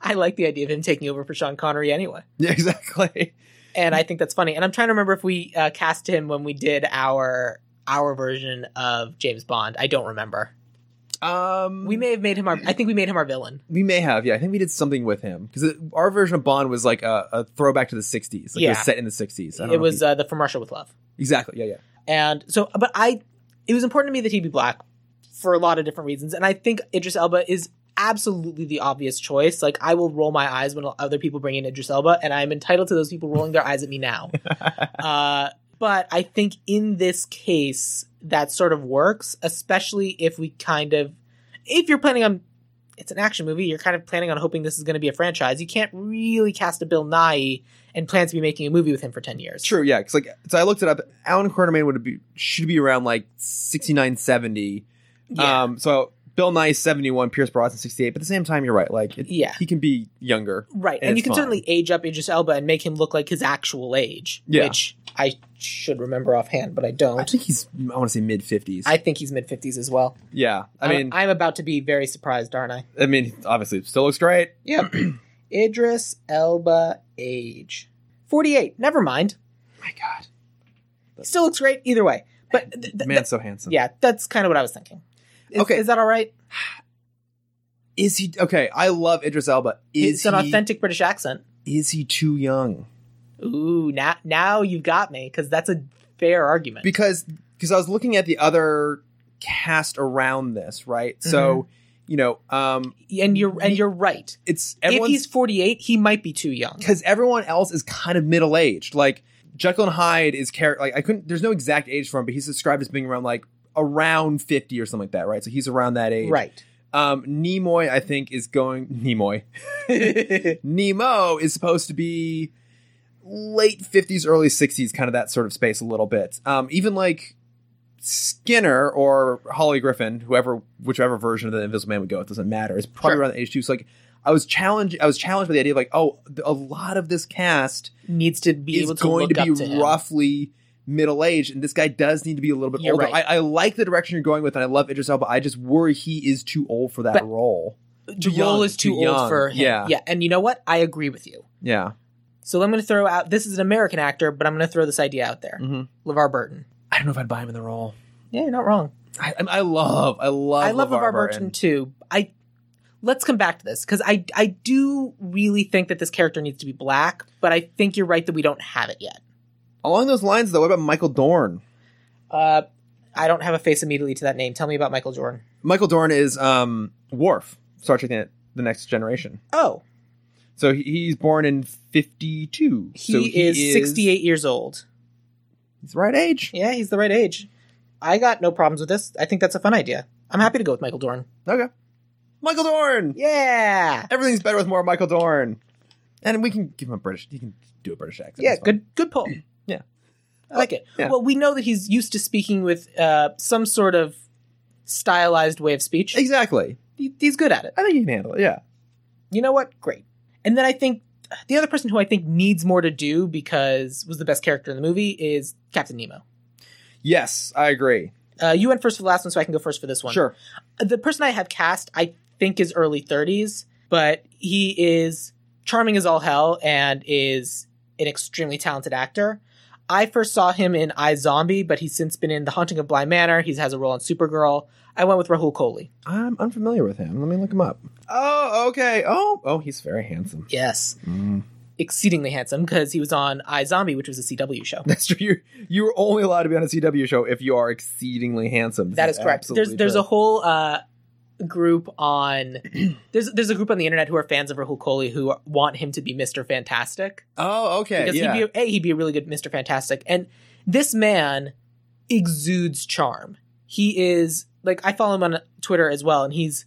S2: I like the idea of him taking over for Sean Connery anyway,
S3: Yeah, exactly.
S2: and I think that's funny. And I'm trying to remember if we uh, cast him when we did our our version of James Bond. I don't remember.
S3: Um,
S2: We may have made him our. I think we made him our villain.
S3: We may have, yeah. I think we did something with him because our version of Bond was like a, a throwback to the '60s. Like it
S2: Yeah.
S3: was set in the '60s. I don't know
S2: It
S3: if
S2: was
S3: he-
S2: uh, the From Russia with Love.
S3: exactly, yeah, yeah.
S2: And so, but I, it was important to me that he be black for a lot of different reasons. And I think Idris Elba is absolutely the obvious choice. Like, I will roll my eyes when other people bring in Idris Elba, and I'm entitled to those people rolling their eyes at me now. Uh, but I think in this case, that sort of works, especially if we kind of, if you're planning on, it's an action movie, you're kind of planning on hoping this is going to be a franchise. You can't really cast a Bill Nye and plan to be making a movie with him for 10 years.
S3: True, yeah. Because like, so I looked it up. Alan Quartermain would be should be around like 69, 70.
S2: Yeah.
S3: Um, so Bill Nye is 71, Pierce Brosnan 68. But at the same time, you're right. Like, it,
S2: Yeah.
S3: he can be younger.
S2: Right,
S3: And
S2: and,
S3: it's
S2: you can
S3: fine.
S2: certainly age up Idris Elba and make him look like his actual age,
S3: Yeah.
S2: which I should remember offhand, but I
S3: I
S2: don't.
S3: think he's I want to say mid 50s.
S2: I think he's mid fifties as well.
S3: Yeah, I
S2: I'm-
S3: mean, I,
S2: I'm about to be very surprised, aren't I?
S3: mean, obviously, still looks great.
S2: Yep. Idris Elba age forty-eight. Never mind.
S3: My God,
S2: Still looks great either way. But th- th-
S3: the
S2: th-
S3: man's so handsome.
S2: yeah, that's kind of what I was thinking. Is,
S3: Okay.
S2: is that all right?
S3: is he okay? I love Idris Elba. Is
S2: it's an
S3: he-
S2: authentic British accent.
S3: Is he too young?
S2: Ooh, now now you got me because that's a fair argument.
S3: because because I was looking at the other cast around this, right? So you know, um,
S2: and you're and you're right.
S3: it's
S2: If he's
S3: everyone's
S2: 48, he might be too young.
S3: because everyone else is kind of middle aged. Like Jekyll and Hyde is character. Like I couldn't. There's no exact age for him, but he's described as being around like around 50 or something like that, right? So he's around that age.
S2: Right.
S3: Um, Nimoy, I think, is going. Nimoy. Nemo is supposed to be late 50s, early 60s, kind of that sort of space a little bit. Um, even like Skinner or Holly Griffin, whoever, whichever version of the Invisible Man we go with, doesn't matter. It's probably
S2: Sure.
S3: around the age too. So like, I was challenged. I was challenged by the idea of like, oh, th- a lot of this cast
S2: Needs to be
S3: is
S2: able to
S3: going
S2: look
S3: to be
S2: up to him.
S3: roughly middle aged, and this guy does need to be a little bit
S2: You're
S3: older.
S2: right.
S3: I, I like the direction you're going with, and I love Idris Elba. I just worry he is too old for that
S2: But-
S3: role.
S2: The
S3: too
S2: role
S3: young,
S2: is too,
S3: too
S2: old
S3: young.
S2: for him.
S3: Yeah.
S2: Yeah. And you know what? I agree with you.
S3: Yeah,
S2: So I'm going to throw out. This is an American actor, but I'm going to throw this idea out there.
S3: Mhm.
S2: LeVar Burton.
S3: I don't know if I'd buy him in the role.
S2: Yeah, you're not wrong.
S3: I, I- I love, I love,
S2: I love LeVar Burton too. I let's come back to this because I I do really think that this character needs to be black, but I think you're right that we don't have it yet.
S3: Along those lines, though, what about Michael Dorn?
S2: Uh, I don't have a face immediately to that name. Tell me about Michael Jordan.
S3: Michael Dorn is um Worf, Star Trek: The- The Next Generation.
S2: Oh,
S3: So he- he's born in fifty-two.
S2: he,
S3: so
S2: is, 68 years old.
S3: He's the right age.
S2: Yeah, he's the right age. I got no problems with this. I think that's a fun idea. I'm happy to go with Michael Dorn.
S3: Okay, Michael Dorn.
S2: Yeah.
S3: Everything's better with more Michael Dorn. And we can give him a British. He can do a British accent.
S2: Yeah,
S3: it's fine.
S2: good good poll.
S3: Yeah.
S2: I like it.
S3: Yeah.
S2: Well, we know that he's used to speaking with uh, some sort of stylized way of speech.
S3: Exactly.
S2: He- He's good at it.
S3: I think he can handle it. Yeah.
S2: you know what? Great. And then I think the other person who I think needs more to do because was the best character in the movie is Captain Nemo.
S3: Yes, I agree.
S2: Uh, you went first for the last one, so I can go first for this one.
S3: Sure.
S2: The person I have cast, I think, is early 30s, but he is charming as all hell and is an extremely talented actor. I first saw him in I Zombie, but he's since been in The Haunting of Blind Manor. He has a role on Supergirl. I went with Rahul Kohli.
S3: I'm unfamiliar with him. Let me look him up. Oh, okay. Oh, oh, he's very handsome.
S2: Yes.
S3: Mm.
S2: Exceedingly handsome because he was on I Zombie, which was a CW show.
S3: That's true. You you are only allowed to be on a CW show if you are exceedingly handsome. This
S2: That is correct.
S3: absolutely
S2: There's there's
S3: true.
S2: a whole uh, group on there's there's a group on the internet who are fans of Rahul Kohli who want him to be Mr. Fantastic
S3: oh, okay.
S2: because
S3: Yeah.
S2: he'd be a he'd be a really good Mr. Fantastic and this man exudes charm. He is like I follow him on Twitter as well and he's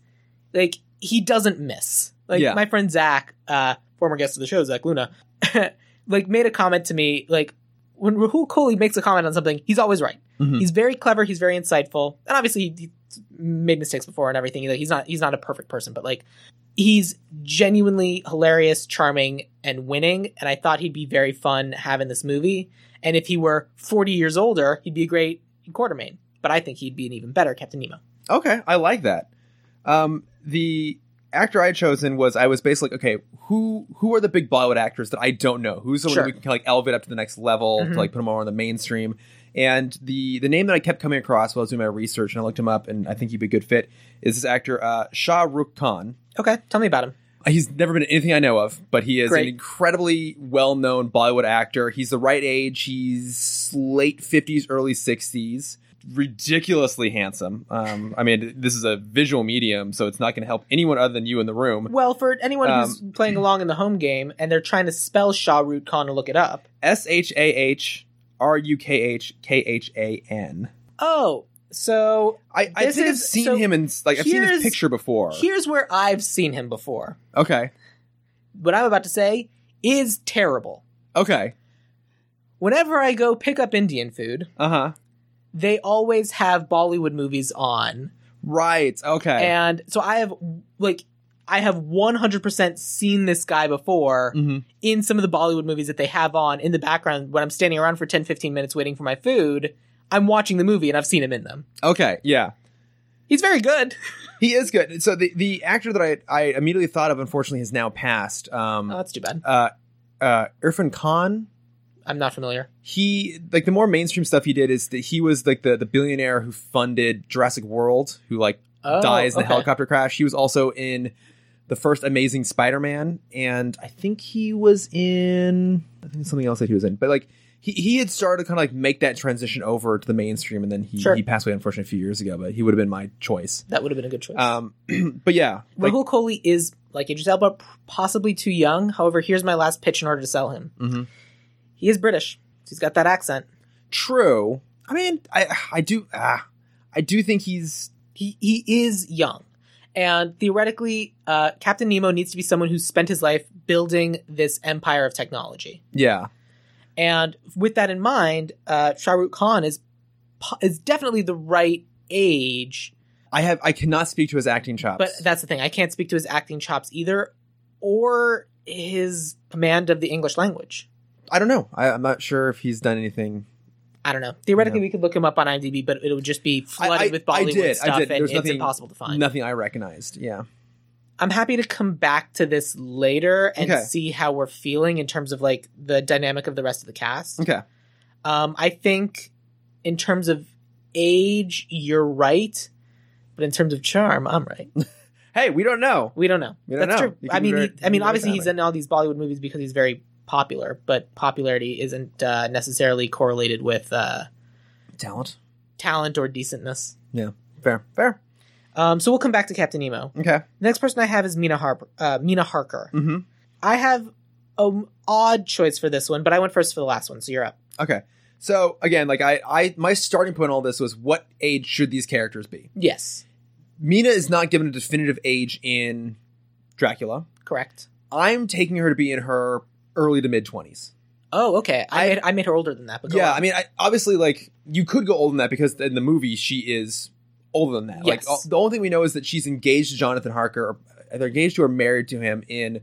S2: like he doesn't miss. Like
S3: Yeah.
S2: my friend Zach, uh, former guest of the show Zach Luna, like made a comment to me like when Rahul Kohli makes a comment on something, he's always right.
S3: Mhm.
S2: He's very clever. He's very insightful, and obviously he- he's made mistakes before and everything. Like, He's not he's not a perfect person, but like he's genuinely hilarious, charming, and winning. And I thought he'd be very fun having this movie. And if he were forty years older, he'd be a great Quartermain. But I think he'd be an even better Captain Nemo.
S3: Okay, I like that. Um, the actor I had chosen was I was basically like, okay, who who are the big Bollywood actors that I don't know? Who's the
S2: Sure.
S3: one we can kinda, like elevate up to the next level
S2: Mhm.
S3: to like put them more on the mainstream? And the the name that I kept coming across while I was doing my research and I looked him up and I think he'd be a good fit is this actor uh, Shah Rukh Khan.
S2: Okay, tell me about him.
S3: He's never been in anything I know of, but he is
S2: Great.
S3: an incredibly well known Bollywood actor. He's the right age. He's late 50s, early 60s. Ridiculously handsome. Um, I mean, this is a visual medium, so it's not going to help anyone other than you in the room.
S2: Well, for anyone who's playing along in the home game and they're trying to spell Shah Root Khan to look it up,
S3: S H A H R U K H K H A N.
S2: oh, so
S3: I I
S2: This
S3: think I've
S2: is-
S3: seen
S2: so
S3: him in, like, I've seen
S2: here's-
S3: his picture before.
S2: here's where I've seen him before.
S3: Okay.
S2: What I'm about to say is terrible.
S3: Okay.
S2: whenever I go pick up Indian food,
S3: Uh huh.
S2: they always have Bollywood movies on.
S3: Right. Okay.
S2: And so I have like I have 100% seen this guy before
S3: Mhm.
S2: in some of the Bollywood movies that they have on in the background when I'm standing around for 10 15 minutes waiting for my food. I'm watching the movie and I've seen him in them.
S3: Okay. Yeah.
S2: He's very good.
S3: He is good. So the, the actor that I, I immediately thought of, unfortunately, has now passed. Um,
S2: Oh, that's too bad.
S3: uh, uh, Irfan Khan.
S2: I'm not familiar.
S3: He like the more mainstream stuff he did is that he was like the, the billionaire who funded Jurassic World, who like
S2: Oh,
S3: dies in a
S2: okay.
S3: helicopter crash. He was also in the first Amazing Spider-Man, and I think he was in I think something else that he was in, but like he, he had started to kind of like make that transition over to the mainstream, and then he,
S2: Sure.
S3: he passed away unfortunately a few years ago. But he would have been my choice.
S2: That would have been a good choice.
S3: Um, but yeah, like,
S2: Rahul Kohli is like Idris Elba, p- possibly too young. However, here's my last pitch in order to sell him.
S3: Mhm.
S2: He is British. He's got that accent.
S3: true. I mean, I I do ah, I do think he's
S2: He he is young, and theoretically, uh, Captain Nemo needs to be someone who spent his life building this empire of technology.
S3: yeah
S2: And with that in mind, uh, Shah Rukh Khan is po- is definitely the right age.
S3: I have I cannot speak to his acting chops.
S2: But that's the thing. I can't speak to his acting chops either, or his command of the English language.
S3: I don't know. I, I'm not sure if he's done anything.
S2: I don't know. Theoretically, we could look him up on IMDb, but it would just be flooded
S3: I-
S2: with
S3: I
S2: Bollywood
S3: did, I
S2: stuff,
S3: did.
S2: and
S3: There's
S2: it's
S3: nothing-
S2: impossible to find.
S3: Nothing I recognized. Yeah,
S2: I'm happy to come back to this later and
S3: Okay.
S2: see how we're feeling in terms of like the dynamic of the rest of the cast.
S3: Okay.
S2: Um, I think in terms of age, you're right, but in terms of charm, I'm right.
S3: hey, we don't know.
S2: We don't know.
S3: We don't
S2: That's
S3: know.
S2: true.
S3: You
S2: I
S3: can
S2: mean,
S3: ver-
S2: he,
S3: you
S2: I
S3: can
S2: mean,
S3: verify
S2: obviously, he's
S3: that.
S2: in all these Bollywood movies because he's very popular, but popularity isn't uh, necessarily correlated with uh,
S3: Talent.
S2: talent or decentness.
S3: Fair. Fair.
S2: Um, so we'll come back to Captain Nemo.
S3: Okay.
S2: The next person I have is Mina Harper. Uh, Mina Harker.
S3: Mm-hmm.
S2: I have an odd choice for this one, but I went first for the last one, so you're up.
S3: Okay. So again, like I, I, my starting point in all this was what age should these characters be?
S2: Yes,
S3: Mina is not given a definitive age in Dracula.
S2: correct.
S3: I'm taking her to be in her early to mid twenties.
S2: Oh, okay. I,
S3: I-
S2: made, I made her older than that, but go
S3: Yeah,
S2: on.
S3: I mean, I, obviously, like you could go older than that because in the movie she is older than that. Like
S2: Yes.
S3: all- the only thing we know is that she's engaged to Jonathan Harker, or either engaged to or married to him in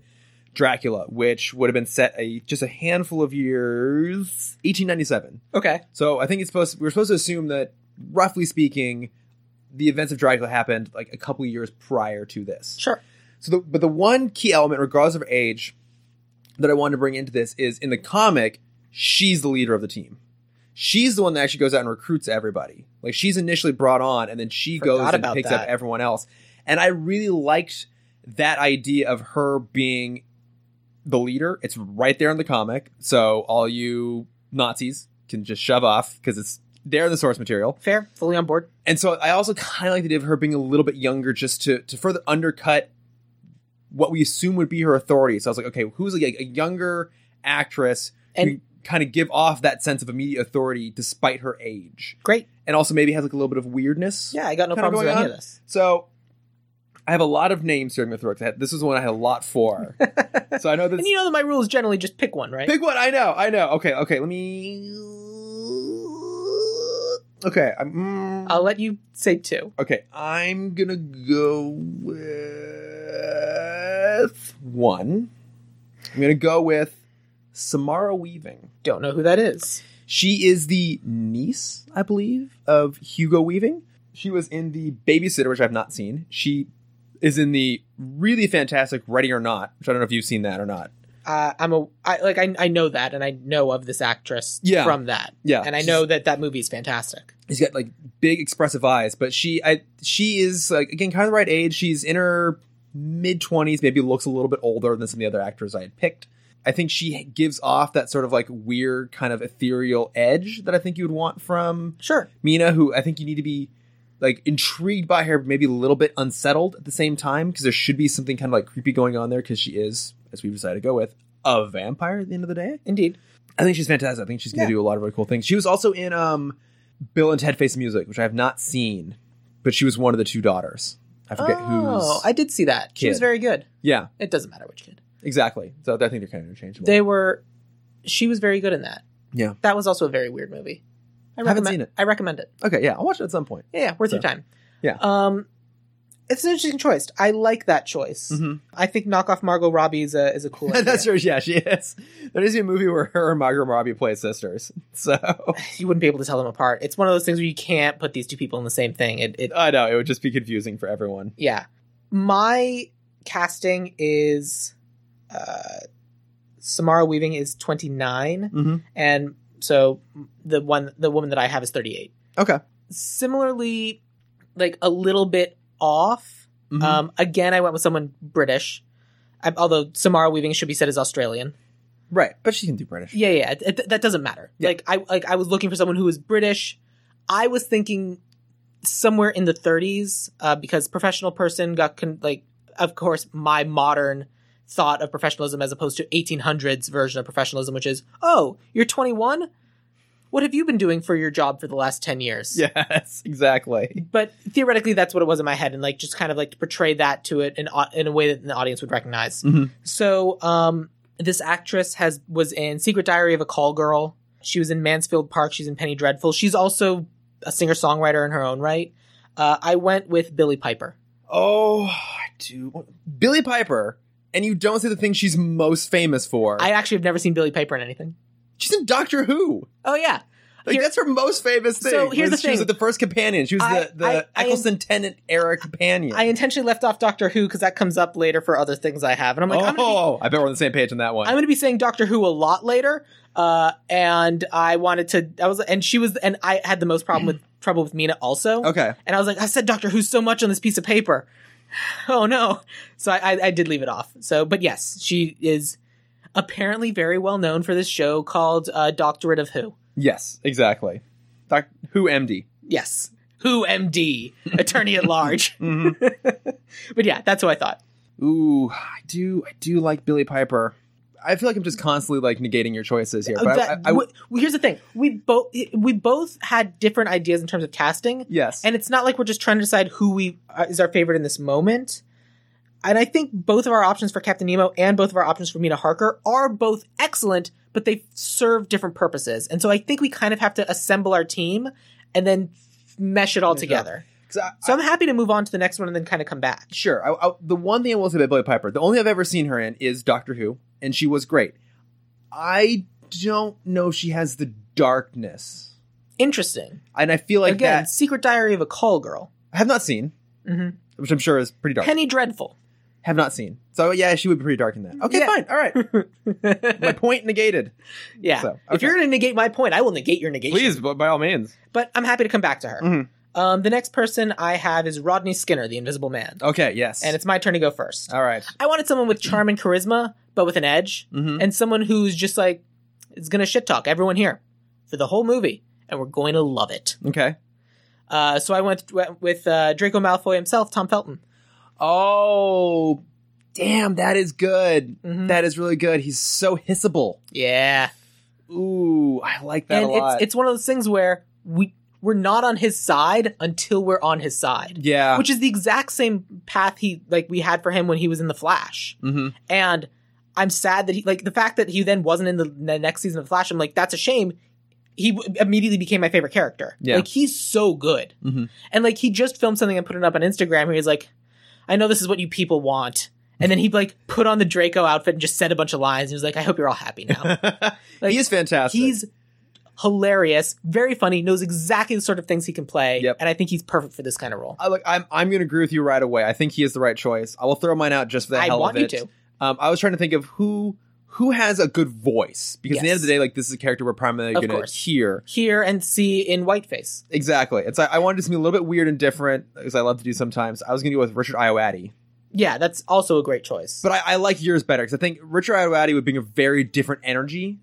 S3: Dracula, which would have been set a just a handful of years, 1897.
S2: okay,
S3: So I think it's supposed we're supposed to assume that roughly speaking, the events of Dracula happened like a couple of years prior to this.
S2: sure.
S3: So, the, but the one key element, regardless of age, that I wanted to bring into this is in the comic, she's the leader of the team. She's the one that actually goes out and recruits everybody. Like she's initially brought on, and then she
S2: Forgot
S3: goes and
S2: about
S3: picks up
S2: that.
S3: everyone else. And I really liked that idea of her being the leader. It's right there in the comic, so all you Nazis can just shove off because it's there in the source material.
S2: Fair, fully on board.
S3: And so I also kind of like the idea of her being a little bit younger just to to further undercut what we assume would be her authority. So I was like, okay, who's like a younger actress
S2: And-
S3: who kind of give off that sense of immediate authority despite her age,
S2: Great.
S3: and also maybe has like a little bit of weirdness.
S2: Yeah, I got no
S3: Kinda
S2: problems with
S3: going
S2: any
S3: on.
S2: of this.
S3: So I have a lot of names here I'm gonna throw. at that. This is one I had a lot for. so I know this
S2: And you know that my rule is generally just pick one, right?
S3: Big one. I know. I know. Okay. Okay. Let me. Okay. I'm. mm.
S2: I'll let you say two.
S3: Okay, I'm gonna go with one. I'm gonna go with Samara Weaving.
S2: Don't know who that is.
S3: She is the niece, I believe, of Hugo Weaving. She was in the Babysitter, which I've not seen. She is in the really fantastic Ready or Not, which I don't know if you've seen that or not.
S2: Uh, I'm a I like I, I know that, and I know of this actress
S3: Yeah.
S2: from that,
S3: Yeah,
S2: and I know that that movie is fantastic.
S3: she's got like big expressive eyes, but she, I, she is like again kind of the right age. She's in her mid twenties, maybe looks a little bit older than some of the other actors I had picked. I think she gives off that sort of like weird kind of ethereal edge that I think you would want from
S2: Sure.
S3: Mina, who I think you need to be like intrigued by her, maybe a little bit unsettled at the same time because there should be something kind of like creepy going on there because she is, as we've decided to go with, a vampire at the end of the day.
S2: Indeed.
S3: I think she's fantastic. I think she's going to do a lot of really cool things. She was also in um, Bill and Ted Face the Music, which I have not seen, but she was one of the two daughters. I forget
S2: oh,
S3: who's.
S2: I did see that. She was
S3: kid.
S2: very good.
S3: yeah,
S2: It doesn't matter which kid.
S3: exactly. So I think they're kind of interchangeable.
S2: They were. She was very good in that.
S3: Yeah.
S2: That was also a very weird movie. I
S3: Haven't
S2: recommend
S3: seen it.
S2: I recommend it.
S3: okay, yeah, I'll watch it at some point.
S2: Yeah, yeah, worth
S3: So,
S2: your time.
S3: yeah.
S2: Um, it's an interesting choice. I like that choice. I think knock off Margot Robbie is a is a cool.
S3: Mm-hmm. That's
S2: idea.
S3: true. Yeah, she is. There needs to be a movie where her and Margot Robbie play sisters. So
S2: You wouldn't be able to tell them apart. It's one of those things where you can't put these two people in the same thing. It, it
S3: I know it would just be confusing for everyone.
S2: yeah. My casting is, uh, Samara Weaving is twenty nine.
S3: Mm-hmm.
S2: and so the one the woman that I have is 38.
S3: Okay.
S2: Similarly, like a little bit off.
S3: Mhm.
S2: Um, again, I went with someone British, I, although Samara Weaving should be said as Australian.
S3: Right, but she can do British.
S2: Yeah, yeah, it- it- that doesn't matter.
S3: Yeah.
S2: Like I like I was looking for someone who was British. I was thinking somewhere in the 30s uh, because professional person got con- like of course my modern thought of professionalism as opposed to 1800s version of professionalism which is oh you're 21 what have you been doing for your job for the last 10 years
S3: Yes, exactly.
S2: but theoretically that's what it was in my head and like just kind of like to portray that to it in, au- in a way that the audience would recognize
S3: Mhm.
S2: so um this actress has was in secret diary of a call girl she was in mansfield park she's in penny dreadful she's also a singer-songwriter in her own right uh, i went with billy piper
S3: Oh, I do. Billy Piper, and you don't say the thing she's most famous for.
S2: i actually have never seen billy piper in anything
S3: she's in Doctor Who.
S2: oh yeah
S3: Like
S2: Here-
S3: that's her most famous thing.
S2: So here's
S3: was
S2: the
S3: She
S2: thing.
S3: was like, the first companion. She was
S2: I-
S3: the, the
S2: I- I am-
S3: Eccleston Tennant era companion.
S2: i intentionally left off doctor who because that comes up later for other things i have and i'm like I'm gonna be-
S3: oh, I bet we're on the same page on that one.
S2: I'm going to be saying Doctor Who a lot later, uh, and I wanted to. I was, and she was, and I had the most problem with trouble with Mina also.
S3: okay.
S2: And I was like, I said Doctor Who so much on this piece of paper. Oh no! So I, I, I did leave it off. So, but yes, she is apparently very well known for this show called uh, Doctorate of Who.
S3: Yes, exactly. Doc- Who MD?
S2: Yes, Who MD, Attorney at Large.
S3: Mm-hmm.
S2: but yeah, that's who I thought.
S3: Ooh, I do. I do like Billy Piper. I feel like I'm just constantly like negating your choices here. But I-
S2: Oh, That-
S3: I, I,
S2: w- here's the thing: we both we both had different ideas in terms of casting.
S3: yes,
S2: and it's not like we're just trying to decide who we uh, is our favorite in this moment. And I think both of our options for Captain Nemo and both of our options for Mina Harker are both excellent, but they serve different purposes. And so I think we kind of have to assemble our team and then mesh it all
S3: Mesh it up.
S2: together.
S3: 'Cause I-
S2: So I'm happy to move on to the next one and then kind of come back.
S3: Sure. I, I, the one thing I will say about Billy Piper, the only I've ever seen her in is Doctor Who, and she was great. I don't know if she has the darkness,
S2: Interesting.
S3: and I feel like
S2: Again,
S3: that
S2: Secret Diary of a Call Girl.
S3: I have not seen,
S2: Mhm.
S3: which I'm sure is pretty dark.
S2: Penny Dreadful.
S3: have not seen, so yeah, she would be pretty dark in that. Okay,
S2: Yeah.
S3: fine, all right. My point negated.
S2: Yeah.
S3: So,
S2: If
S3: okay.
S2: you're going to negate my point, I will negate your negation.
S3: Please, but by all means.
S2: But I'm happy to come back to her.
S3: Mhm.
S2: Um, the next person I have is Rodney Skinner, the Invisible Man.
S3: Okay. Yes.
S2: and it's my turn to go first.
S3: all right.
S2: I wanted someone with charm and charisma, but with an edge,
S3: Mhm.
S2: and someone who's just like is gonna shit talk everyone here for the whole movie, and we're going to love it.
S3: Okay.
S2: Uh, so I went, went with uh, Draco Malfoy himself, Tom Felton.
S3: Oh, damn! That is good.
S2: Mhm.
S3: That is really good. He's so hissable.
S2: Yeah,
S3: Ooh, I like that
S2: and
S3: a lot.
S2: it's it's one of those things where we we're not on his side until we're on his side,
S3: yeah.
S2: which is the exact same path he like we had for him when he was in the Flash.
S3: mm-hmm.
S2: and I'm sad that he like the fact that he then wasn't in the, the next season of Flash. I'm like, that's a shame. He w- immediately became my favorite character.
S3: Yeah.
S2: Like he's so good,
S3: Mhm.
S2: and like he just filmed something and put it up on Instagram. Where he's like, I know this is what you people want, and then he like put on the Draco outfit and just said a bunch of lines. He was like, I hope you're all happy now. Like,
S3: he is fantastic.
S2: he's hilarious, very funny, knows exactly the sort of things he can play,
S3: Yep.
S2: and I think he's perfect for this kind of role.
S3: I, uh, look, I'm I'm going to agree with you right away. I think he is the right choice. I will throw mine out just for the
S2: I
S3: hell
S2: want
S3: of
S2: you
S3: it.
S2: to.
S3: Um, I was trying to think of who who has a good voice because at the end of
S2: Yes.
S3: the day, like this is a character we're primarily
S2: Of
S3: going to
S2: course.
S3: hear
S2: Hear and see in Whiteface.
S3: exactly. It's like, I wanted to be a little bit weird and different because I love to do sometimes. I was going to go with Richard Iowati,
S2: Yeah, that's also a great choice.
S3: but I, I like yours better because I think Richard Iowati would bring a very different energy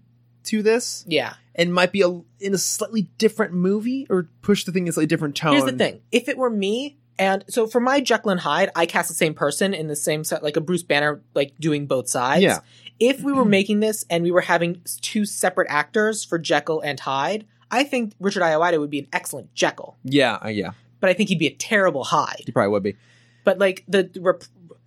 S3: to this
S2: yeah.
S3: and might be a, in a slightly different movie or push the thing in a slightly different tone.
S2: Here's the thing: if it were me, and so for my Jekyll and Hyde, I cast the same person in the same set, like a Bruce Banner, like doing both sides.
S3: Yeah.
S2: If we were making this and we were having s- two separate actors for Jekyll and Hyde, I think Richard Iowati would be an excellent Jekyll,
S3: Yeah, uh, yeah,
S2: but I think he'd be a terrible Hyde.
S3: he probably would be.
S2: But like the rep-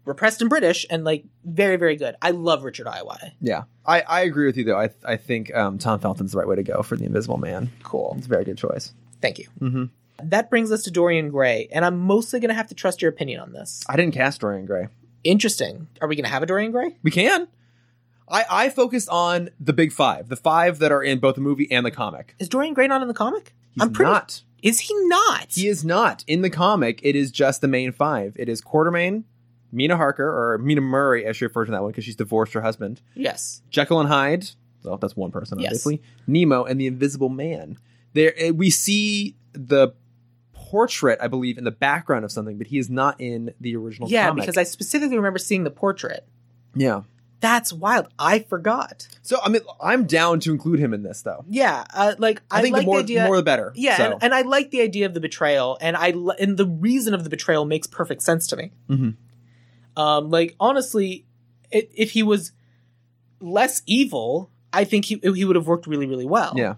S2: repressed and British, and like very very good. I love Richard Iowati.
S3: Yeah, I, I agree with you though. I I think um, Tom Felton's the right way to go for the Invisible Man. Cool, it's a very good choice.
S2: Thank you.
S3: Mm-hmm.
S2: That brings us to Dorian Gray, and I'm mostly going to have to trust your opinion on this.
S3: I didn't cast Dorian Gray.
S2: Interesting. Are we going to have a Dorian Gray?
S3: We can. I I focused on the big five, the five that are in both the movie and the comic.
S2: Is Dorian Gray not in the comic?
S3: He's not.
S2: Is he not?
S3: He is not in the comic. It is just the main five. It is Quartermain, Mina Harker or Mina Murray, as she refers to that one because she's divorced her husband.
S2: Yes.
S3: Jekyll and Hyde. So that's one person,
S2: Yes.
S3: obviously. Nemo and the Invisible Man. There eh, we see the portrait, I believe, in the background of something, but he is not in the original.
S2: Yeah,
S3: comic.
S2: because I specifically remember seeing the portrait
S3: yeah,
S2: That's wild. I forgot.
S3: So I mean, I'm down to include him in this though.
S2: Yeah, uh, like I,
S3: I, think
S2: like
S3: the more
S2: the idea.
S3: more the better.
S2: yeah,
S3: So.
S2: and, and I like the idea of the betrayal, and I li- and the reason of the betrayal makes perfect sense to me.
S3: Mhm.
S2: Um, like honestly, i if he was less evil, I think he he would have worked really really well.
S3: Yeah.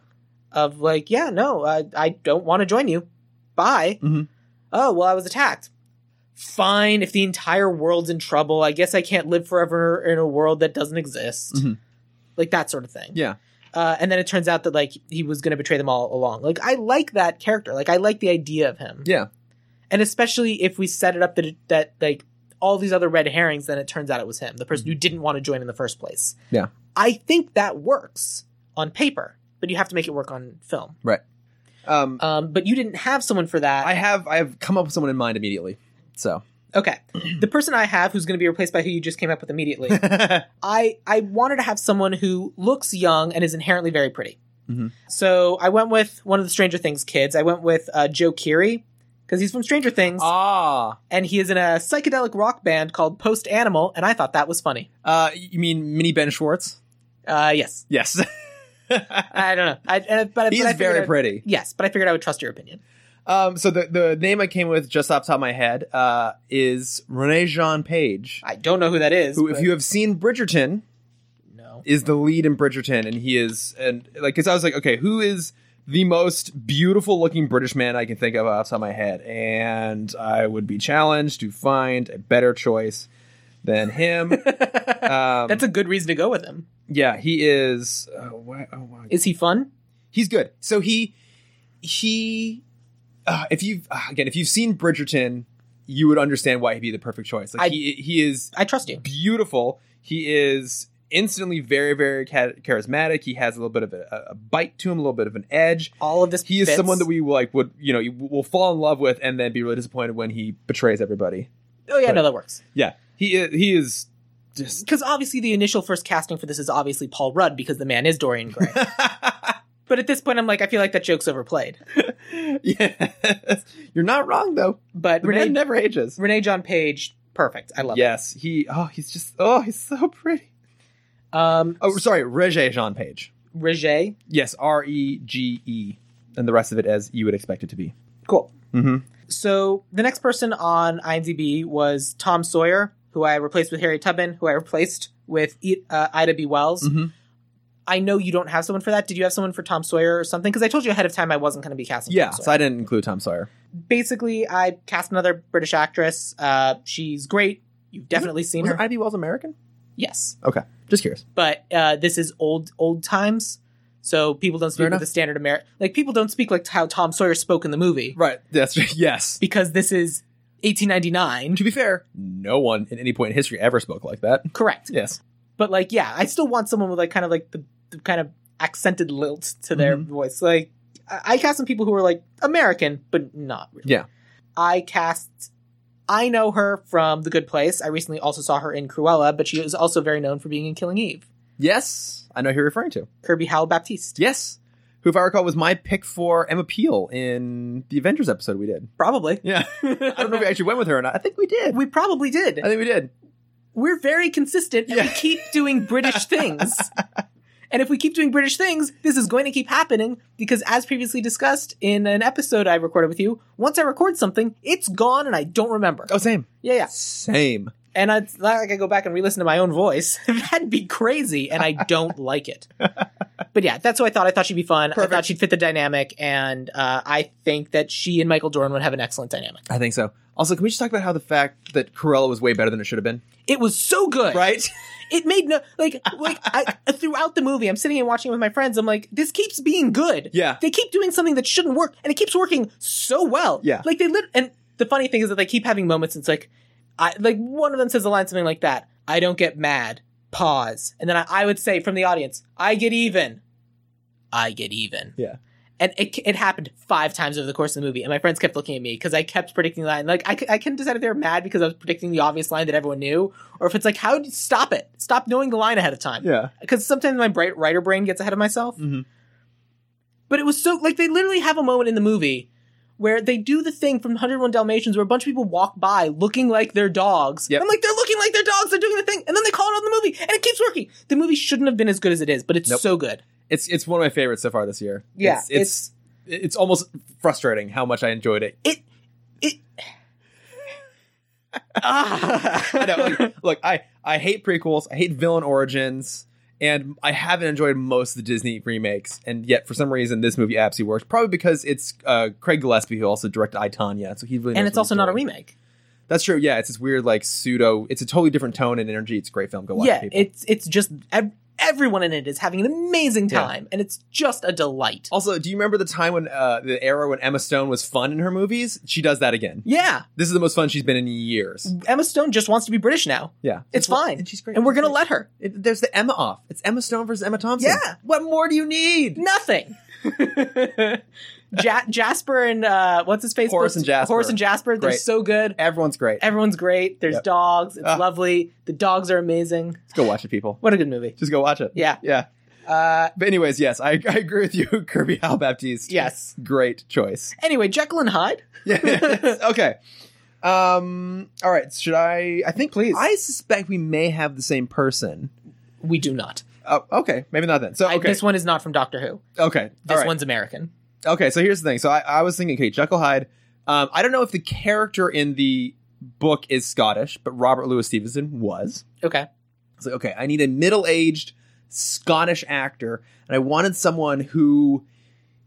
S2: Of like, yeah, no, I I don't want to join you. Bye.
S3: Mhm.
S2: Oh well, I was attacked. Fine. If the entire world's in trouble, I guess I can't live forever in a world that doesn't exist.
S3: Mhm.
S2: Like that sort of thing
S3: yeah.
S2: uh, and then it turns out that like he was going to betray them all along. Like I like that character. Like I like the idea of him.
S3: Yeah.
S2: And especially if we set it up that it, that like all these other red herrings, then it turns out it was him, the person who didn't want to join in the first place.
S3: Mm-hmm. Yeah.
S2: I think that works on paper, but you have to make it work on film.
S3: Um,
S2: Um, but you didn't have someone for that.
S3: I have I have come up with someone in mind immediately. So
S2: okay. the person I have who's going to be replaced by who you just came up with immediately. I I wanted to have someone who looks young and is inherently very pretty.
S3: Mhm.
S2: So I went with one of the Stranger Things kids. I went with uh, Joe Keery because he's from Stranger Things
S3: ah,
S2: and he is in a psychedelic rock band called Post Animal, and I thought that was funny.
S3: uh, you mean mini Ben Schwartz?
S2: Uh, yes,
S3: Yes,
S2: I don't know, I, uh, but
S3: he's
S2: but I figured
S3: very
S2: I-
S3: pretty.
S2: Yes, but I figured I would trust your opinion.
S3: Um, so the the name I came with just off the top of my head uh, is Renee Jean Page,
S2: I don't know who that is.
S3: who, if
S2: but-
S3: you have seen Bridgerton,
S2: no,
S3: is the lead in Bridgerton, and he is and like because I was like, okay, who is the most beautiful looking British man I can think of off the top of my head, and I would be challenged to find a better choice than him. um,
S2: that's a good reason to go with him.
S3: yeah, he is. Uh, why, oh, wow.
S2: Is he fun?
S3: He's good. So he he uh, if you've uh, again if you've seen Bridgerton, you would understand why he'd be the perfect choice. Like
S2: I-
S3: he he is
S2: I trust you.
S3: beautiful. He is instantly very very cha- charismatic. He has a little bit of a, a bite to him, a little bit of an edge.
S2: All of this.
S3: He is
S2: fits.
S3: someone that we like would you know you will fall in love with and then be really disappointed when he betrays everybody.
S2: Oh yeah, no, that works.
S3: Yeah, he i- he is just
S2: Because obviously the initial first casting for this is obviously Paul Rudd because the man is Dorian Gray. But at this point, I'm like, I feel like that joke's overplayed.
S3: yeah. You're not wrong though.
S2: But
S3: The
S2: Renee,
S3: man never ages.
S2: Renee John Page, perfect. I love
S3: yes, he. Oh, he's just. Oh, he's so pretty.
S2: it. Um,
S3: Oh, sorry, Rege Jean Page.
S2: Roger,
S3: Yes, R E G E, and the rest of it as you would expect it to be.
S2: cool.
S3: Mm-hmm.
S2: So the next person on IMDb was Tom Sawyer, who I replaced with Harry Tubman, who I replaced with I- uh, Ida B. Wells.
S3: Mhm.
S2: I know you don't have someone for that. Did you have someone for Tom Sawyer or something? Because I told you ahead of time I wasn't going to be casting.
S3: Yeah,
S2: Tom Sawyer.
S3: so I didn't include Tom Sawyer.
S2: basically, I cast another British actress. Uh, she's great. You've definitely
S3: Mm-hmm.
S2: seen her.
S3: Ivy Wells American?
S2: yes.
S3: Okay, just curious.
S2: but uh, this is old old times. So people don't
S3: Fair
S2: speak
S3: enough.
S2: with the standard American. Like people don't speak like how Tom Sawyer spoke in the movie
S3: Right. That's yes.
S2: because this is 1899.
S3: To be fair, no one at any point in history ever spoke like that.
S2: Correct.
S3: Yes.
S2: But like, yeah, I still want someone with like kind of like the, the kind of accented lilt to their voice. Like I, I cast some people who are like American, but not really.
S3: Yeah.
S2: I cast. I know her from The Good Place. I recently also saw her in Cruella, but she is also very known for being in Killing Eve.
S3: Yes, I know who you're referring to.
S2: Kirby Howell Baptiste.
S3: Yes, who, if I recall, was my pick for Emma Peel in the Avengers episode we did.
S2: Probably.
S3: Yeah. I don't know if we actually went with her or not. I think we did.
S2: We probably did.
S3: I think we did.
S2: we're very consistent and we
S3: Yeah.
S2: keep doing British things. and if we keep doing British things, this is going to keep happening because, as previously discussed in an episode I recorded with you, once I record something, it's gone and I don't remember.
S3: Oh, same.
S2: Yeah, yeah.
S3: Same.
S2: And it's not like I go back and re listen to my own voice. That'd be crazy and I don't like it. But yeah, that's who I thought. I thought she'd be fun. I thought
S3: Perfect.
S2: she'd fit the dynamic. And uh, I think that she and Michael Doran would have an excellent dynamic.
S3: I think so. Also, can we just talk about how the fact that Cruella was way better than it should have been?
S2: It was so good.
S3: Right?
S2: it made no like like I, throughout the movie i'm sitting and watching it with my friends i'm like this keeps being good
S3: Yeah.
S2: they keep doing something that shouldn't work and it keeps working so well
S3: Yeah.
S2: like they lit and the funny thing is that they keep having moments it's like i like one of them says a line something like that i don't get mad pause and then i, I would say from the audience i get even i get even
S3: Yeah.
S2: and it, it happened five times over the course of the movie, and my friends kept looking at me because I kept predicting the line. Like I, c- I couldn't decide if they were mad because I was predicting the obvious line that everyone knew, or if it's like, how do you stop it? Stop knowing the line ahead of time.
S3: Yeah.
S2: Because sometimes my bright writer brain gets ahead of myself.
S3: Mhm.
S2: But it was so like they literally have a moment in the movie where they do the thing from 101 Dalmatians where a bunch of people walk by looking like they're dogs.
S3: Yep.
S2: I'm like, they're looking like they're dogs. They're doing the thing. And then they call it on the movie and it keeps working. The movie shouldn't have been as good as it is, but it's
S3: Nope.
S2: so good.
S3: It's it's one of my favorites so far this year.
S2: Yeah,
S3: it's it's, it's, almost frustrating how much I enjoyed it.
S2: It, it,
S3: I know, like, look, I I hate prequels. I hate villain origins, and I haven't enjoyed most of the Disney remakes. And yet, for some reason, this movie absolutely works. Probably because it's uh, Craig Gillespie who also directed I Tanya, so he really.
S2: and
S3: knows
S2: it's
S3: what
S2: also
S3: he's
S2: not a
S3: doing.
S2: remake.
S3: That's true. Yeah, it's this weird like pseudo. It's a totally different tone and energy. It's a great film. Go watch
S2: Yeah,
S3: it. people.
S2: it's it's just ev- everyone in it is having an amazing
S3: Yeah.
S2: time, and it's just a delight.
S3: Also, do you remember the time when uh, the era when Emma Stone was fun in her movies? She does that again.
S2: Yeah,
S3: This is the most fun she's been in years.
S2: Emma Stone just wants to be British now,
S3: Yeah,
S2: It's fine.
S3: and she's great.
S2: and we're gonna
S3: She's
S2: let her.
S3: great. It- there's the Emma off. It's Emma Stone versus Emma Thompson.
S2: Yeah.
S3: what more do you need?
S2: Nothing. ja- Jasper and uh, what's his face?
S3: Horace and Jasper.
S2: Horace and Jasper. They're
S3: Great.
S2: so good.
S3: Everyone's great.
S2: Everyone's great. There's
S3: Yep.
S2: dogs. It's
S3: Ah.
S2: lovely. The dogs are amazing.
S3: Just go watch it, people.
S2: What a good movie.
S3: Just go watch it.
S2: Yeah.
S3: yeah.
S2: Uh,
S3: But anyways, yes, I, I agree with you, Kirby Al Baptiste.
S2: yes.
S3: great choice.
S2: Anyway, Jekyll and Hyde.
S3: Yeah. okay. Um. All right. Should I? I think.
S2: Please.
S3: I suspect we may have the same person.
S2: We do not.
S3: Oh, okay. Maybe not then. So
S2: I-
S3: okay.
S2: this one is not from Doctor Who.
S3: okay.
S2: This
S3: All right.
S2: one's American.
S3: Okay. So here's the thing. So I, I was thinking, okay, Jekyll Hyde. Um. I don't know if the character in the book is Scottish, but Robert Louis Stevenson was.
S2: Okay.
S3: It's like, okay, I need a middle aged Scottish actor, and I wanted someone who,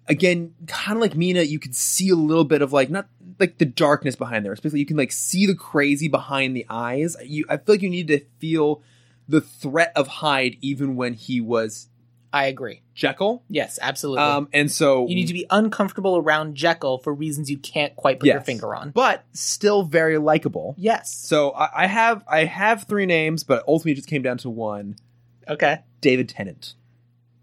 S3: again, kind of like Mina, you could see a little bit of like not like the darkness behind there. Especially you can like see the crazy behind the eyes. You, I feel like you need to feel the threat of Hyde even when he was
S2: I agree.
S3: Jekyll.
S2: Yes, absolutely.
S3: Um, and so
S2: you need to be uncomfortable around Jekyll for reasons you can't quite put your
S3: Yes.
S2: finger on.
S3: but still very likable.
S2: Yes.
S3: So I, I have I have three names, but ultimately it just came down to one:
S2: Okay.
S3: David Tennant,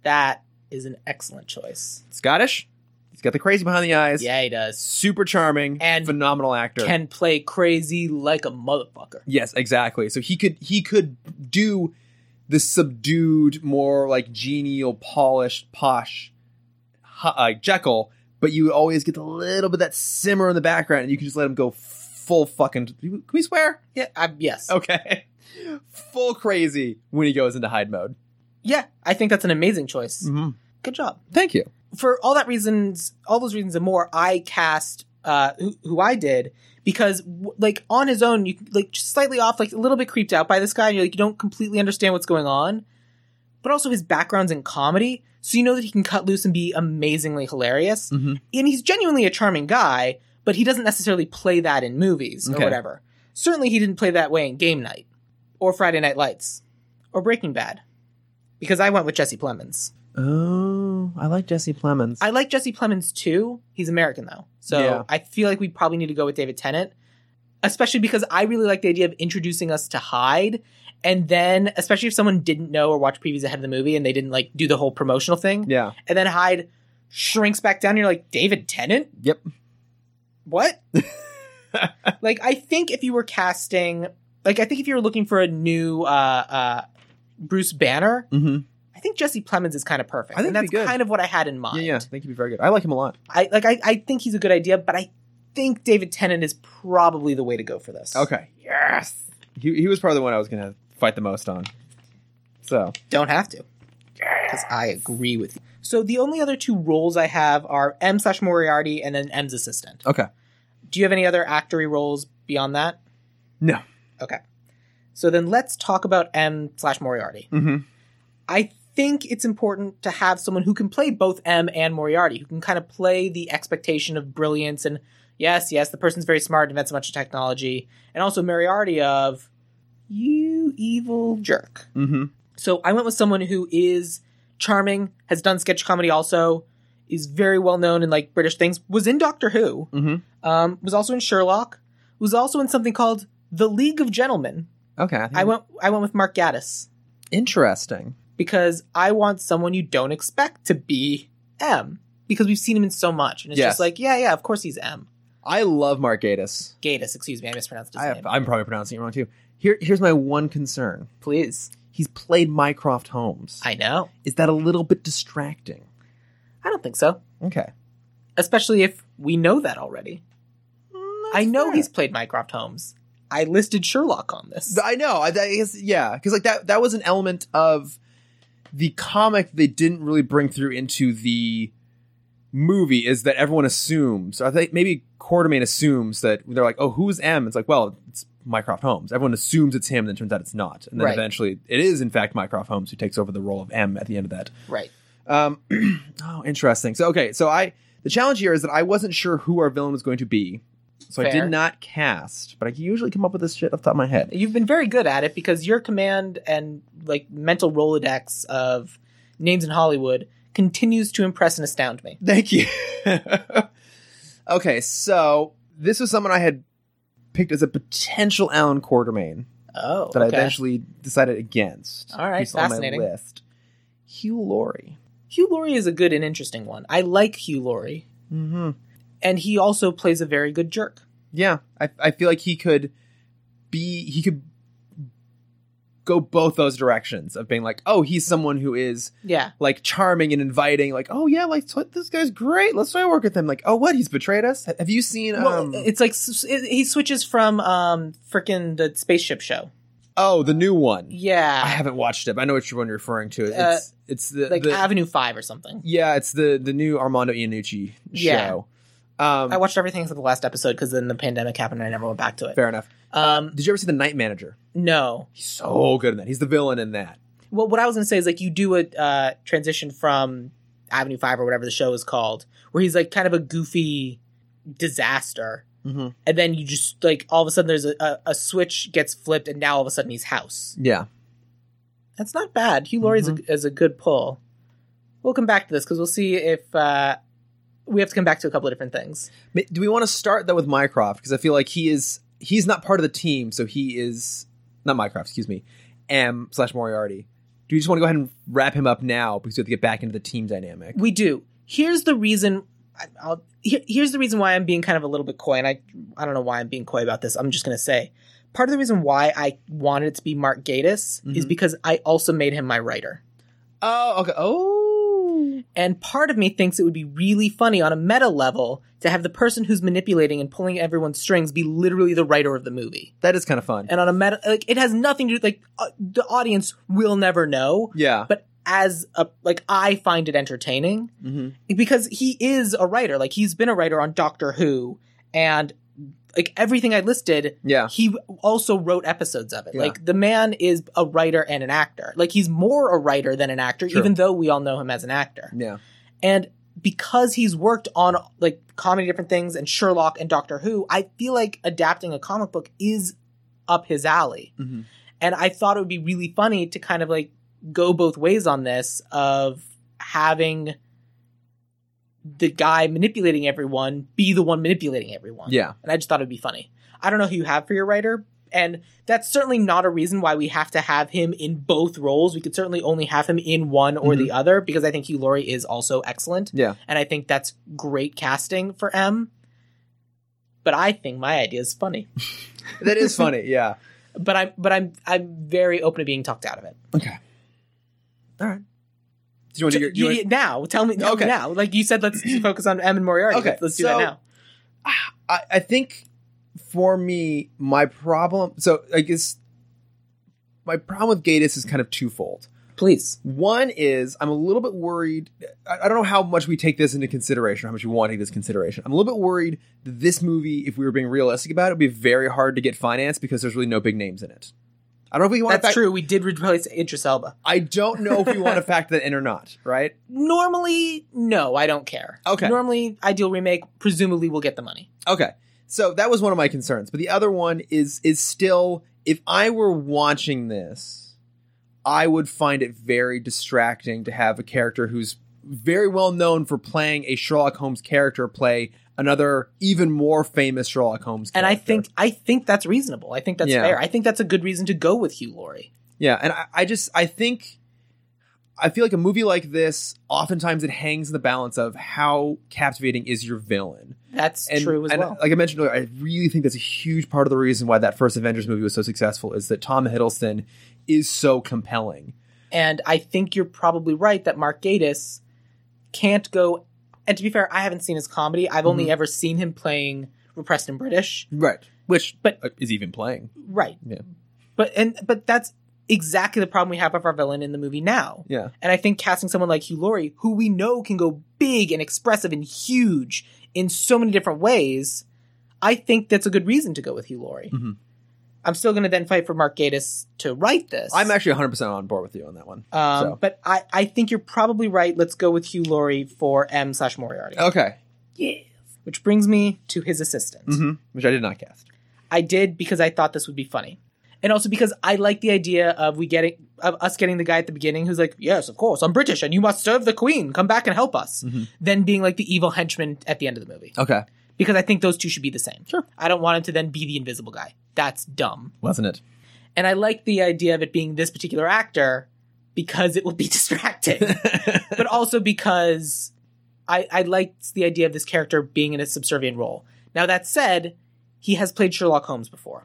S2: That is an excellent choice.
S3: Scottish. He's got the crazy behind the eyes.
S2: Yeah, he does.
S3: super charming
S2: And
S3: phenomenal actor.
S2: Can play crazy like a motherfucker.
S3: yes, exactly. So he could he could do the subdued, more like genial, polished, posh hu- uh, Jekyll, but you always get a little bit of that simmer in the background, and you can just let him go full fucking. Can we swear?
S2: Yeah. I, yes.
S3: Okay, full crazy when he goes into hide mode.
S2: Yeah. I think that's an amazing choice.
S3: Mhm.
S2: Good job.
S3: Thank you.
S2: For all that reasons, all those reasons and more, I cast uh, who, who I did because, w- like, on his own, you like just slightly off, like a little bit creeped out by this guy, and you're like, you don't completely understand what's going on. But also, his background's in comedy, so you know that he can cut loose and be amazingly hilarious. and he's genuinely a charming guy, but he doesn't necessarily play that in movies
S3: Okay.
S2: or whatever. Certainly, he didn't play that way in Game Night or Friday Night Lights or Breaking Bad, because I went with Jesse Plemons.
S3: Oh, I like Jesse Plemons.
S2: I like Jesse Plemons too. He's American though, so
S3: Yeah.
S2: I feel like we probably need to go with David Tennant, especially because I really like the idea of introducing us to Hyde. And then, especially if someone didn't know or watch previews ahead of the movie and they didn't like do the whole promotional thing,
S3: yeah.
S2: and then Hyde shrinks back down, you're like, David Tennant?
S3: Yep.
S2: what? like I think if you were casting like I think if you were looking for a new uh uh Bruce Banner,
S3: Mm-hmm.
S2: I think Jesse Plemons is kind of perfect.
S3: I think
S2: and
S3: it'd
S2: that's
S3: be good.
S2: kind of what I had in mind.
S3: Yeah, yeah. I think he'd be very good. I like him a lot.
S2: I like I, I think he's a good idea, but I think David Tennant is probably the way to go for this.
S3: Okay. Yes. He, he was probably the one I was going to fight the most on. So,
S2: Don't have to. Because I agree with you. So the only other two roles I have are M slash Moriarty and then M's assistant.
S3: Okay.
S2: Do you have any other actory roles beyond that?
S3: No.
S2: Okay. So then let's talk about M slash Moriarty.
S3: Mhm.
S2: I think it's important to have someone who can play both M and Moriarty, who can kind of play the expectation of brilliance and yes, yes, the person's very smart, invents a bunch of technology, and also Moriarty of you evil jerk.
S3: mm-hmm.
S2: So I went with someone who is charming, has done sketch comedy also, is very well known in like British things, was in Doctor Who,
S3: Mhm.
S2: um, was also in Sherlock, was also in something called The League of Gentlemen.
S3: Okay. think-
S2: I went I went with Mark Gaddis
S3: Interesting.
S2: because I want someone you don't expect to be M because we've seen him in so much and it's
S3: Yes.
S2: just like yeah yeah of course he's M
S3: I love Mark Gatiss.
S2: Gaddis excuse me I mispronounced his
S3: I,
S2: name
S3: I'm probably pronouncing it wrong, too. Here, here's my one concern.
S2: please
S3: He's played Mycroft Holmes.
S2: I know
S3: Is that a little bit distracting?
S2: I don't think so
S3: Okay.
S2: especially if we know that already. I know
S3: fair.
S2: he's played Mycroft Holmes. I listed Sherlock on this.
S3: Th- I know. I, I guess yeah, because like that that was an element of the comic they didn't really bring through into the movie is that everyone assumes. I think maybe Quartermain assumes that they're like, oh, who's M? It's like, well, it's Mycroft Holmes. Everyone assumes it's him, and then it turns out it's not. And then
S2: Right.
S3: eventually, it is in fact Mycroft Holmes who takes over the role of M at the end of that.
S2: right.
S3: Um, oh, interesting. So okay, so I the challenge here is that I wasn't sure who our villain was going to be. So I
S2: Fair.
S3: did not cast, but I can usually come up with this shit off the top of my head.
S2: You've been very good at it because your command and like mental Rolodex of names in Hollywood continues to impress and astound me.
S3: Thank you. okay, so this was someone I had picked as a potential Alan Quartermain
S2: Oh,
S3: that I
S2: okay.
S3: eventually decided against.
S2: All right,
S3: He's on my
S2: fascinating.
S3: list. Hugh Laurie.
S2: Hugh Laurie is a good and interesting one. I like Hugh Laurie,
S3: Mm-hmm.
S2: and he also plays a very good jerk.
S3: Yeah, I, I feel like he could be he could go both those directions of being like, oh, he's someone who is
S2: Yeah,
S3: like charming and inviting, like, oh yeah, like what this guy's great. Let's try to work with him. Like, oh, what he's betrayed us. Have you seen? um,
S2: well, it's like s- it, he switches from um freaking the spaceship show.
S3: oh, the new one. I
S2: Yeah,
S3: haven't watched it, but I know which one you're referring to. It's it's the,
S2: Uh, like
S3: the-
S2: Avenue Five or something.
S3: yeah, it's the the new Armando Iannucci
S2: Yeah.
S3: show. Um,
S2: I watched everything except the last episode because then the pandemic happened and I never went back to it.
S3: fair enough.
S2: Um,
S3: Did you ever see the Night Manager?
S2: no.
S3: He's so good in that. He's the villain in that.
S2: Well, what I was gonna say is like you do a uh, transition from Avenue Five or whatever the show is called, where he's like kind of a goofy disaster,
S3: Mhm.
S2: and then you just like all of a sudden there's a, a, a switch gets flipped, and now all of a sudden he's house.
S3: Yeah,
S2: That's not bad. Hugh Laurie is, a, is a good pull. We'll come back to this because we'll see if uh, we have to come back to a couple of different things.
S3: Ma- Do we want to start though with Mycroft? Because I feel like he is he's not part of the team, so he is not Mycroft. Excuse me, M slash Moriarty. Do we just want to go ahead and wrap him up now because we have to get back into the team dynamic?
S2: We do. Here's the reason. I- I'll, here, here's the reason why I'm being kind of a little bit coy, and I I don't know why I'm being coy about this. I'm just gonna say part of the reason why I wanted it to be Mark Gatiss is
S3: Mhm.
S2: because I also made him my writer,
S3: Oh, okay. Oh,
S2: and part of me thinks it would be really funny on a meta level to have the person who's manipulating and pulling everyone's strings be literally the writer of the movie.
S3: that is kind of fun.
S2: And on a meta, like it has nothing to do. Like uh, the audience will never know,
S3: Yeah.
S2: but as a like I find it entertaining
S3: Mm-hmm.
S2: because he is a writer. Like he's been a writer on Doctor Who and like everything I listed,
S3: Yeah.
S2: he also wrote episodes of it.
S3: Yeah.
S2: Like the man is a writer and an actor. Like he's more a writer than an actor,
S3: Sure.
S2: even though we all know him as an actor.
S3: Yeah.
S2: And because he's worked on like comedy different things and Sherlock and Doctor Who, I feel like adapting a comic book is up his alley.
S3: Mhm.
S2: And I thought it would be really funny to kind of like go both ways on this of having the guy manipulating everyone be the one manipulating everyone.
S3: Yeah.
S2: And I just thought it'd be funny. I don't know who you have for your writer, and that's certainly not a reason why we have to have him in both roles. We could certainly only have him in one or the other because I think Hugh Laurie is also excellent.
S3: Yeah.
S2: And I think that's great casting for M. But I think my idea is funny.
S3: That is funny. Yeah.
S2: But I'm but I'm I'm very open to being talked out of it.
S3: Okay. All right. Do you want to do your, do you
S2: You-
S3: wanna-
S2: you- now, tell me tell me
S3: Okay.
S2: now. Like you said, let's focus on M and Moriarty.
S3: Okay,
S2: Let's, let's do
S3: so-
S2: that now.
S3: I, I think for me, my problem. So I guess my problem with Gatus is kind of twofold.
S2: Please.
S3: One is I'm a little bit worried. I, I don't know how much we take this into consideration, how much we want to take this into consideration. I'm a little bit worried that this movie, if we were being realistic about it, would be very hard to get financed because there's really no big names in it. I don't know if we want
S2: That's
S3: to fact-
S2: true. We did replace Idris Elba.
S3: I don't know if we want to factor that in or not, right?
S2: Normally, no, I don't care.
S3: Okay.
S2: Normally, ideal remake presumably will get the money.
S3: Okay. So that was one of my concerns. But the other one is is still if I were watching this, I would find it very distracting to have a character who's very well known for playing a Sherlock Holmes character play another even more famous Sherlock Holmes
S2: And
S3: character.
S2: I think I think that's reasonable. I think that's
S3: Yeah.
S2: fair. I think that's a good reason to go with Hugh Laurie.
S3: Yeah, and I, I just I think I feel like a movie like this, oftentimes it hangs in the balance of how captivating is your villain.
S2: That's true as
S3: and
S2: well.
S3: Like I uh, mentioned earlier, I really think that's a huge part of the reason why that first Avengers movie was so successful is that Tom Hiddleston is so compelling.
S2: and I think you're probably right that Mark Gatiss can't go And to be fair, I haven't seen his comedy. I've only
S3: Mm-hmm.
S2: ever seen him playing repressed and British.
S3: Right. Which
S2: But-
S3: uh, is even playing.
S2: Right.
S3: Yeah.
S2: But and but that's exactly the problem we have with our villain in the movie now.
S3: Yeah.
S2: And I think casting someone like Hugh Laurie, who we know can go big and expressive and huge in so many different ways, I think that's a good reason to go with Hugh Laurie.
S3: Mhm.
S2: I'm still going to then fight for Mark Gatiss to write this.
S3: I'm actually 100% on board with you on that one.
S2: um,
S3: so.
S2: but I, I think you're probably right. Let's go with Hugh Laurie for M slash Moriarty.
S3: Okay.
S2: Yes. Which brings me to his assistant.
S3: hmm Which I did not cast.
S2: I did because I thought this would be funny. And also because I like the idea of we getting of us getting the guy at the beginning who's like, "Yes, of course, I'm British and you must serve the queen. Come back and help us."
S3: Mhm.
S2: Then being like the evil henchman at the end of the movie.
S3: Okay.
S2: Because I think those two should be the same.
S3: Oh. Sure.
S2: I don't want him to then be the invisible guy. That's dumb.
S3: Wasn't it?
S2: And I like the idea of it being this particular actor because it will be distracting. but also because I, I liked the idea of this character being in a subservient role. Now that said, he has played Sherlock Holmes before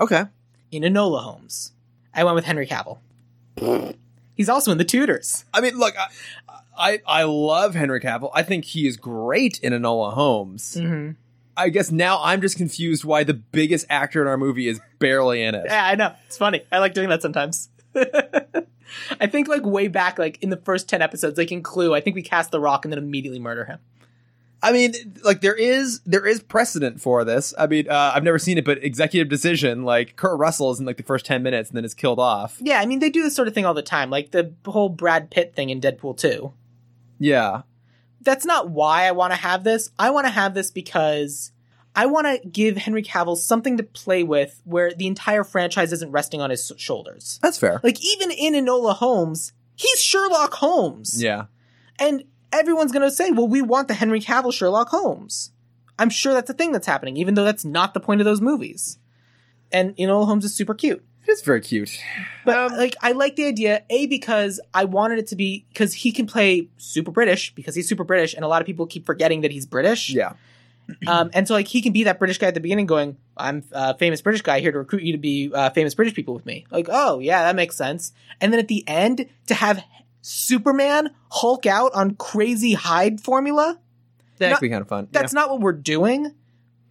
S3: okay.
S2: in Enola Holmes. I went with Henry Cavill. He's also in The Tudors.
S3: I mean, look, I, I I love Henry Cavill. I think he is great in Enola Holmes.
S2: Mm-hmm.
S3: I guess now I'm just confused why the biggest actor in our movie is barely in it.
S2: Yeah, I know. It's funny. I like doing that sometimes. I think like way back, like in the first ten episodes, like in Clue, I think we cast The Rock and then immediately murder him.
S3: I mean, like there is there is precedent for this. I mean, uh, I've never seen it, but Executive Decision, like Kurt Russell is in like the first ten minutes and then is killed off.
S2: Yeah, I mean they do this sort of thing all the time, like the whole Brad Pitt thing in Deadpool Two.
S3: Yeah,
S2: That's not why I want to have this. I want to have this because I want to give Henry Cavill something to play with, where the entire franchise isn't resting on his shoulders.
S3: that's fair.
S2: Like even in Enola Holmes, he's Sherlock Holmes.
S3: Yeah,
S2: And everyone's going to say, "Well, we want the Henry Cavill Sherlock Holmes." I'm sure that's a thing that's happening, even though that's not the point of those movies. And Enola Holmes is super cute.
S3: it is very cute.
S2: But
S3: Um,
S2: like I like the idea A because I wanted it to be cuz he can play super British because he's super British and a lot of people keep forgetting that he's British.
S3: Yeah,
S2: Um, and so like he can be that British guy at the beginning, going, "I'm a famous British guy here to recruit you to be uh, famous British people with me." Like, oh yeah, that makes sense. And then at the end, to have Superman Hulk out on crazy hide formula,
S3: that
S2: Not-
S3: could be kind of fun.
S2: that's not what we're doing.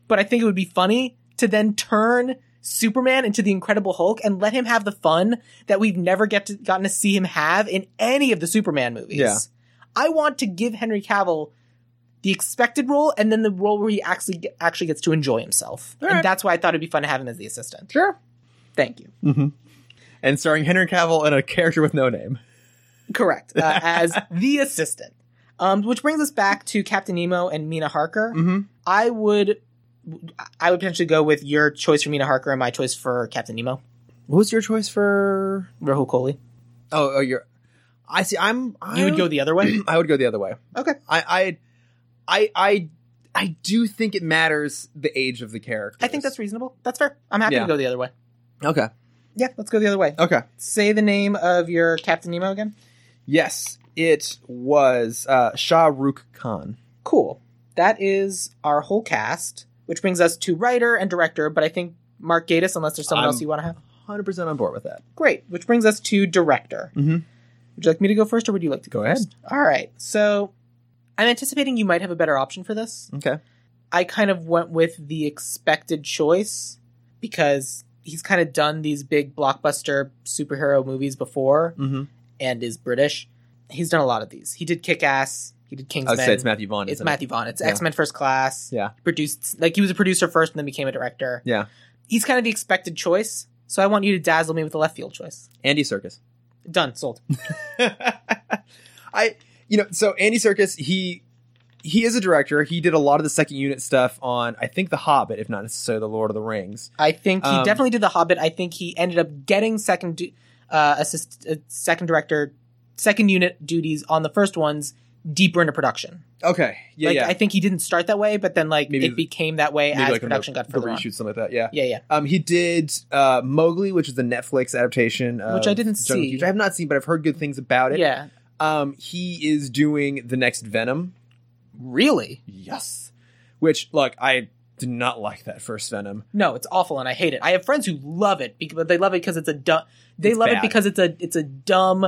S2: But I think it would be funny to then turn Superman into the Incredible Hulk and let him have the fun that we've never get to, gotten to see him have in any of the Superman movies.
S3: Yeah.
S2: I want to give Henry Cavill the expected role and then the role where he actually ge- actually gets to enjoy himself.
S3: All
S2: and
S3: right.
S2: that's why I thought it'd be fun to have him as the assistant.
S3: sure.
S2: Thank you.
S3: hmm And starring Henry Cavill and a character with no name.
S2: Correct. Uh, as the assistant. Um, which brings us back to Captain Nemo and Mina Harker.
S3: Mm-hmm.
S2: I would I would potentially go with your choice for Mina Harker and my choice for Captain Nemo,
S3: What was your choice for?
S2: Rahul Kohli.
S3: Oh, oh, you're. I see. I'm. i
S2: You would go the other way.
S3: I would go the other way.
S2: Okay.
S3: I, I, I, I, I do think it matters the age of the character.
S2: I think that's reasonable. That's fair. I'm happy
S3: Yeah.
S2: to go the other way.
S3: okay.
S2: Yeah, let's go the other way.
S3: Okay.
S2: Say the name of your Captain Nemo again.
S3: Yes, it was uh, Shah Rukh Khan.
S2: Cool. That is our whole cast, which brings us to writer and director, but I think Mark Gatiss, unless there's someone
S3: I'm-
S2: else you want to have.
S3: Hundred percent on board with that.
S2: Great. Which brings us to director.
S3: Mhm.
S2: Would you like me to go first or would you like to go,
S3: Go ahead.
S2: first? All right. So I'm anticipating you might have a better option for this.
S3: Okay.
S2: I kind of went with the expected choice because he's kind of done these big blockbuster superhero movies before
S3: Mm-hmm.
S2: and is British. He's done a lot of these. He did Kick Ass. He did
S3: I
S2: Kingsman.
S3: would say it's Matthew Vaughn.
S2: It's
S3: isn't it?
S2: Matthew Vaughn. It's
S3: Yeah.
S2: X Men First Class.
S3: Yeah.
S2: He produced like he was a producer first and then became a director.
S3: Yeah.
S2: He's kind of the expected choice. So I want you to dazzle me with the left field choice.
S3: Andy Circus.
S2: Done. Sold.
S3: I, you know, so Andy Circus, he. He is a director. He did a lot of the second unit stuff on, I think, The Hobbit, if not necessarily The Lord of the Rings.
S2: I think he
S3: Um,
S2: definitely did The Hobbit. I think he ended up getting second du- uh, assist uh, second director second unit duties on the first ones deeper into production.
S3: Okay, yeah,
S2: like
S3: yeah.
S2: I think he didn't start that way, but then like
S3: Maybe
S2: it
S3: the-
S2: became that way as
S3: in
S2: production
S3: the,
S2: got further
S3: the
S2: on.
S3: reshoot, something like that. Yeah,
S2: Yeah, yeah.
S3: Um, he did uh, Mowgli, which is the Netflix adaptation, of
S2: Which I didn't
S3: Jungle
S2: see.
S3: Cruise. I have not seen, but I've heard good things about it.
S2: Yeah.
S3: Um, he is doing the next Venom.
S2: Really?
S3: Yes. Which look, I did not like that first Venom.
S2: No, it's awful and I hate it. I have friends who love it because but they love it because it's a dumb they
S3: It's
S2: love
S3: bad.
S2: it because it's a it's a dumb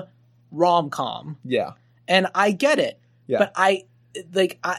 S2: rom-com.
S3: Yeah.
S2: And I get it.
S3: Yeah.
S2: But I like I,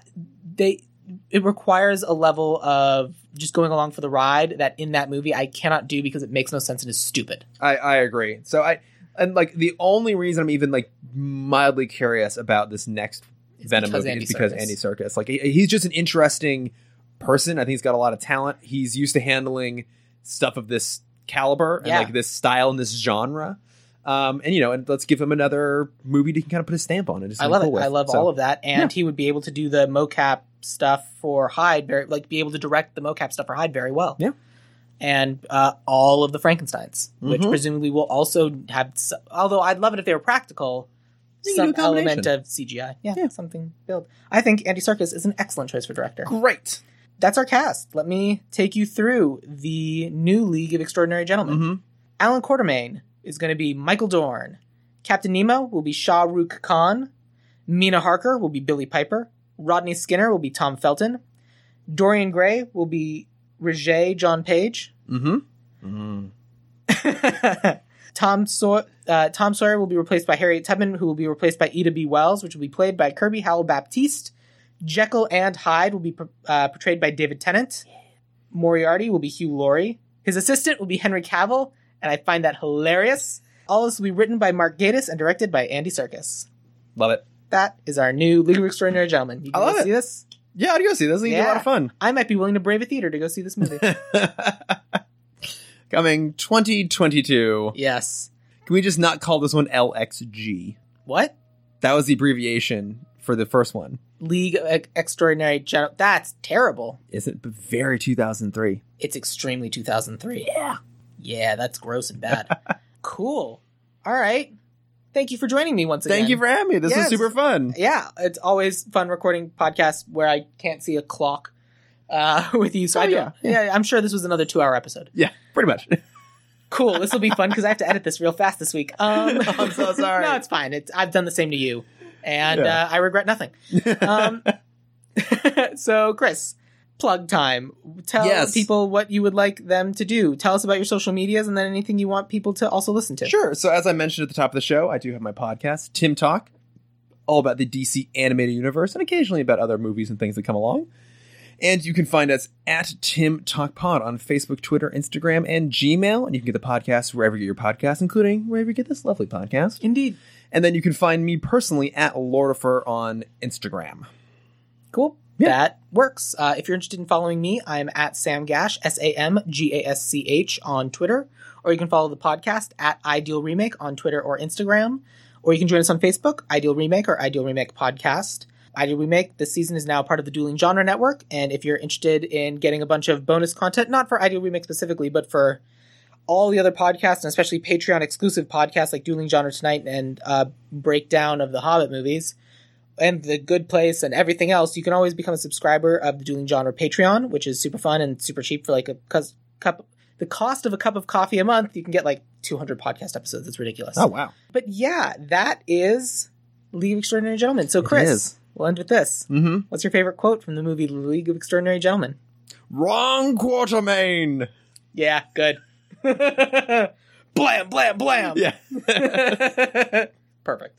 S2: they it requires a level of just going along for the ride that in that movie I cannot do because it makes no sense and is stupid.
S3: I, I agree. So I and like the only reason I'm even like mildly curious about this next
S2: It's
S3: Venom
S2: because
S3: movie
S2: Andy
S3: is because
S2: Serkis.
S3: Andy Circus. Like he- he's just an interesting person. I think he's got a lot of talent. He's used to handling stuff of this caliber
S2: Yeah.
S3: and like this style and this genre. Um, and you know, and let's give him another movie to kind of put his stamp on. And just
S2: I love it. I love all of that, and
S3: Yeah.
S2: he would be able to do the mocap stuff for Hyde, very, like be able to direct the mocap stuff for Hyde very well.
S3: Yeah.
S2: and uh, all of the Frankenstein's, which
S3: Mhm.
S2: presumably will also have. s although I'd love it if they were practical,
S3: You can do
S2: some
S3: a combination.
S2: element of CGI. Yeah,
S3: Yeah.
S2: something build. I think Andy Serkis is an excellent choice for director.
S3: Great.
S2: That's our cast. Let me take you through the new League of Extraordinary Gentlemen.
S3: hmm
S2: Alan Quartermain is going to be Michael Dorn. Captain Nemo will be Shah Rukh Khan. Mina Harker will be Billy Piper. Rodney Skinner will be Tom Felton. Dorian Gray will be Roger John Page.
S3: hmm
S2: Tom, Saw- uh, Tom Sawyer will be replaced by Harriet Tubman, who will be replaced by Ida B. Wells, which will be played by Kirby Howell Baptiste. Jekyll and Hyde will be uh, portrayed by David Tennant. Moriarty will be Hugh Laurie. His assistant will be Henry Cavill, and I find that hilarious. All this will be written by Mark Gatiss and directed by Andy Serkis.
S3: Love it.
S2: That is our new League of Extraordinary Gentlemen. You
S3: I
S2: can
S3: love
S2: go
S3: it.
S2: see this?
S3: Yeah, I'd go see this. I think it'd be a lot of fun.
S2: I might be willing to brave a theater to go see this movie.
S3: Coming 2022.
S2: yes.
S3: Can we just not call this one LXG?
S2: What?
S3: That was the abbreviation for the first one.
S2: League of Ex- Extraordinary Gentlemen. That's terrible.
S3: Isn't but very 2003.
S2: It's extremely 2003.
S3: Yeah.
S2: Yeah, that's gross and bad. cool. All right. Thank you for joining me once again.
S3: Thank you for having me. This
S2: Yes.
S3: was super fun.
S2: Yeah, it's always fun recording podcasts where I can't see a clock uh, with you. So
S3: Oh,
S2: I do,
S3: yeah,
S2: yeah, I'm sure this was another two hour episode.
S3: Yeah, pretty much.
S2: Cool. This will be fun because I have to edit this real fast this week. Um,
S3: Oh, I'm so sorry.
S2: no, it's fine. It's, I've done the same to you, and
S3: Yeah.
S2: uh, I regret nothing. Um, so, Chris, plug time. Tell
S3: Yes.
S2: people what you would like them to do. Tell us about your social medias and then anything you want people to also listen to.
S3: Sure. So as I mentioned at the top of the show, I do have my podcast, Tim Talk, all about the DC animated universe and occasionally about other movies and things that come along. And you can find us at Tim Talk Pod on Facebook, Twitter, Instagram, and Gmail. And you can get the podcast wherever you get your podcast, including wherever you get this lovely podcast.
S2: Indeed.
S3: And then you can find me personally at Lordifer on Instagram.
S2: Cool.
S3: Yeah.
S2: That works. Uh, if you're interested in following me, I'm at Sam Gash, S A M G A S C H, on Twitter. Or you can follow the podcast at Ideal Remake on Twitter or Instagram. Or you can join us on Facebook, Ideal Remake or Ideal Remake Podcast. Ideal Remake this season is now part of the Dueling Genre Network. And if you're interested in getting a bunch of bonus content, not for Ideal Remake specifically, but for all the other podcasts and especially Patreon exclusive podcasts like Dueling Genre Tonight and uh, Breakdown of the Hobbit movies, and the good place and everything else, you can always become a subscriber of the Dueling Genre Patreon, which is super fun and super cheap for like a cus- cup. The cost of a cup of coffee a month, you can get like 200 podcast episodes. It's ridiculous.
S3: Oh, wow.
S2: But yeah, that is League of Extraordinary Gentlemen. So, Chris,
S3: is.
S2: we'll end with this.
S3: Mm-hmm.
S2: What's your favorite quote from the movie League of Extraordinary Gentlemen?
S3: Wrong Quartermain.
S2: Yeah, good. blam, blam, blam.
S3: Yeah.
S2: Perfect.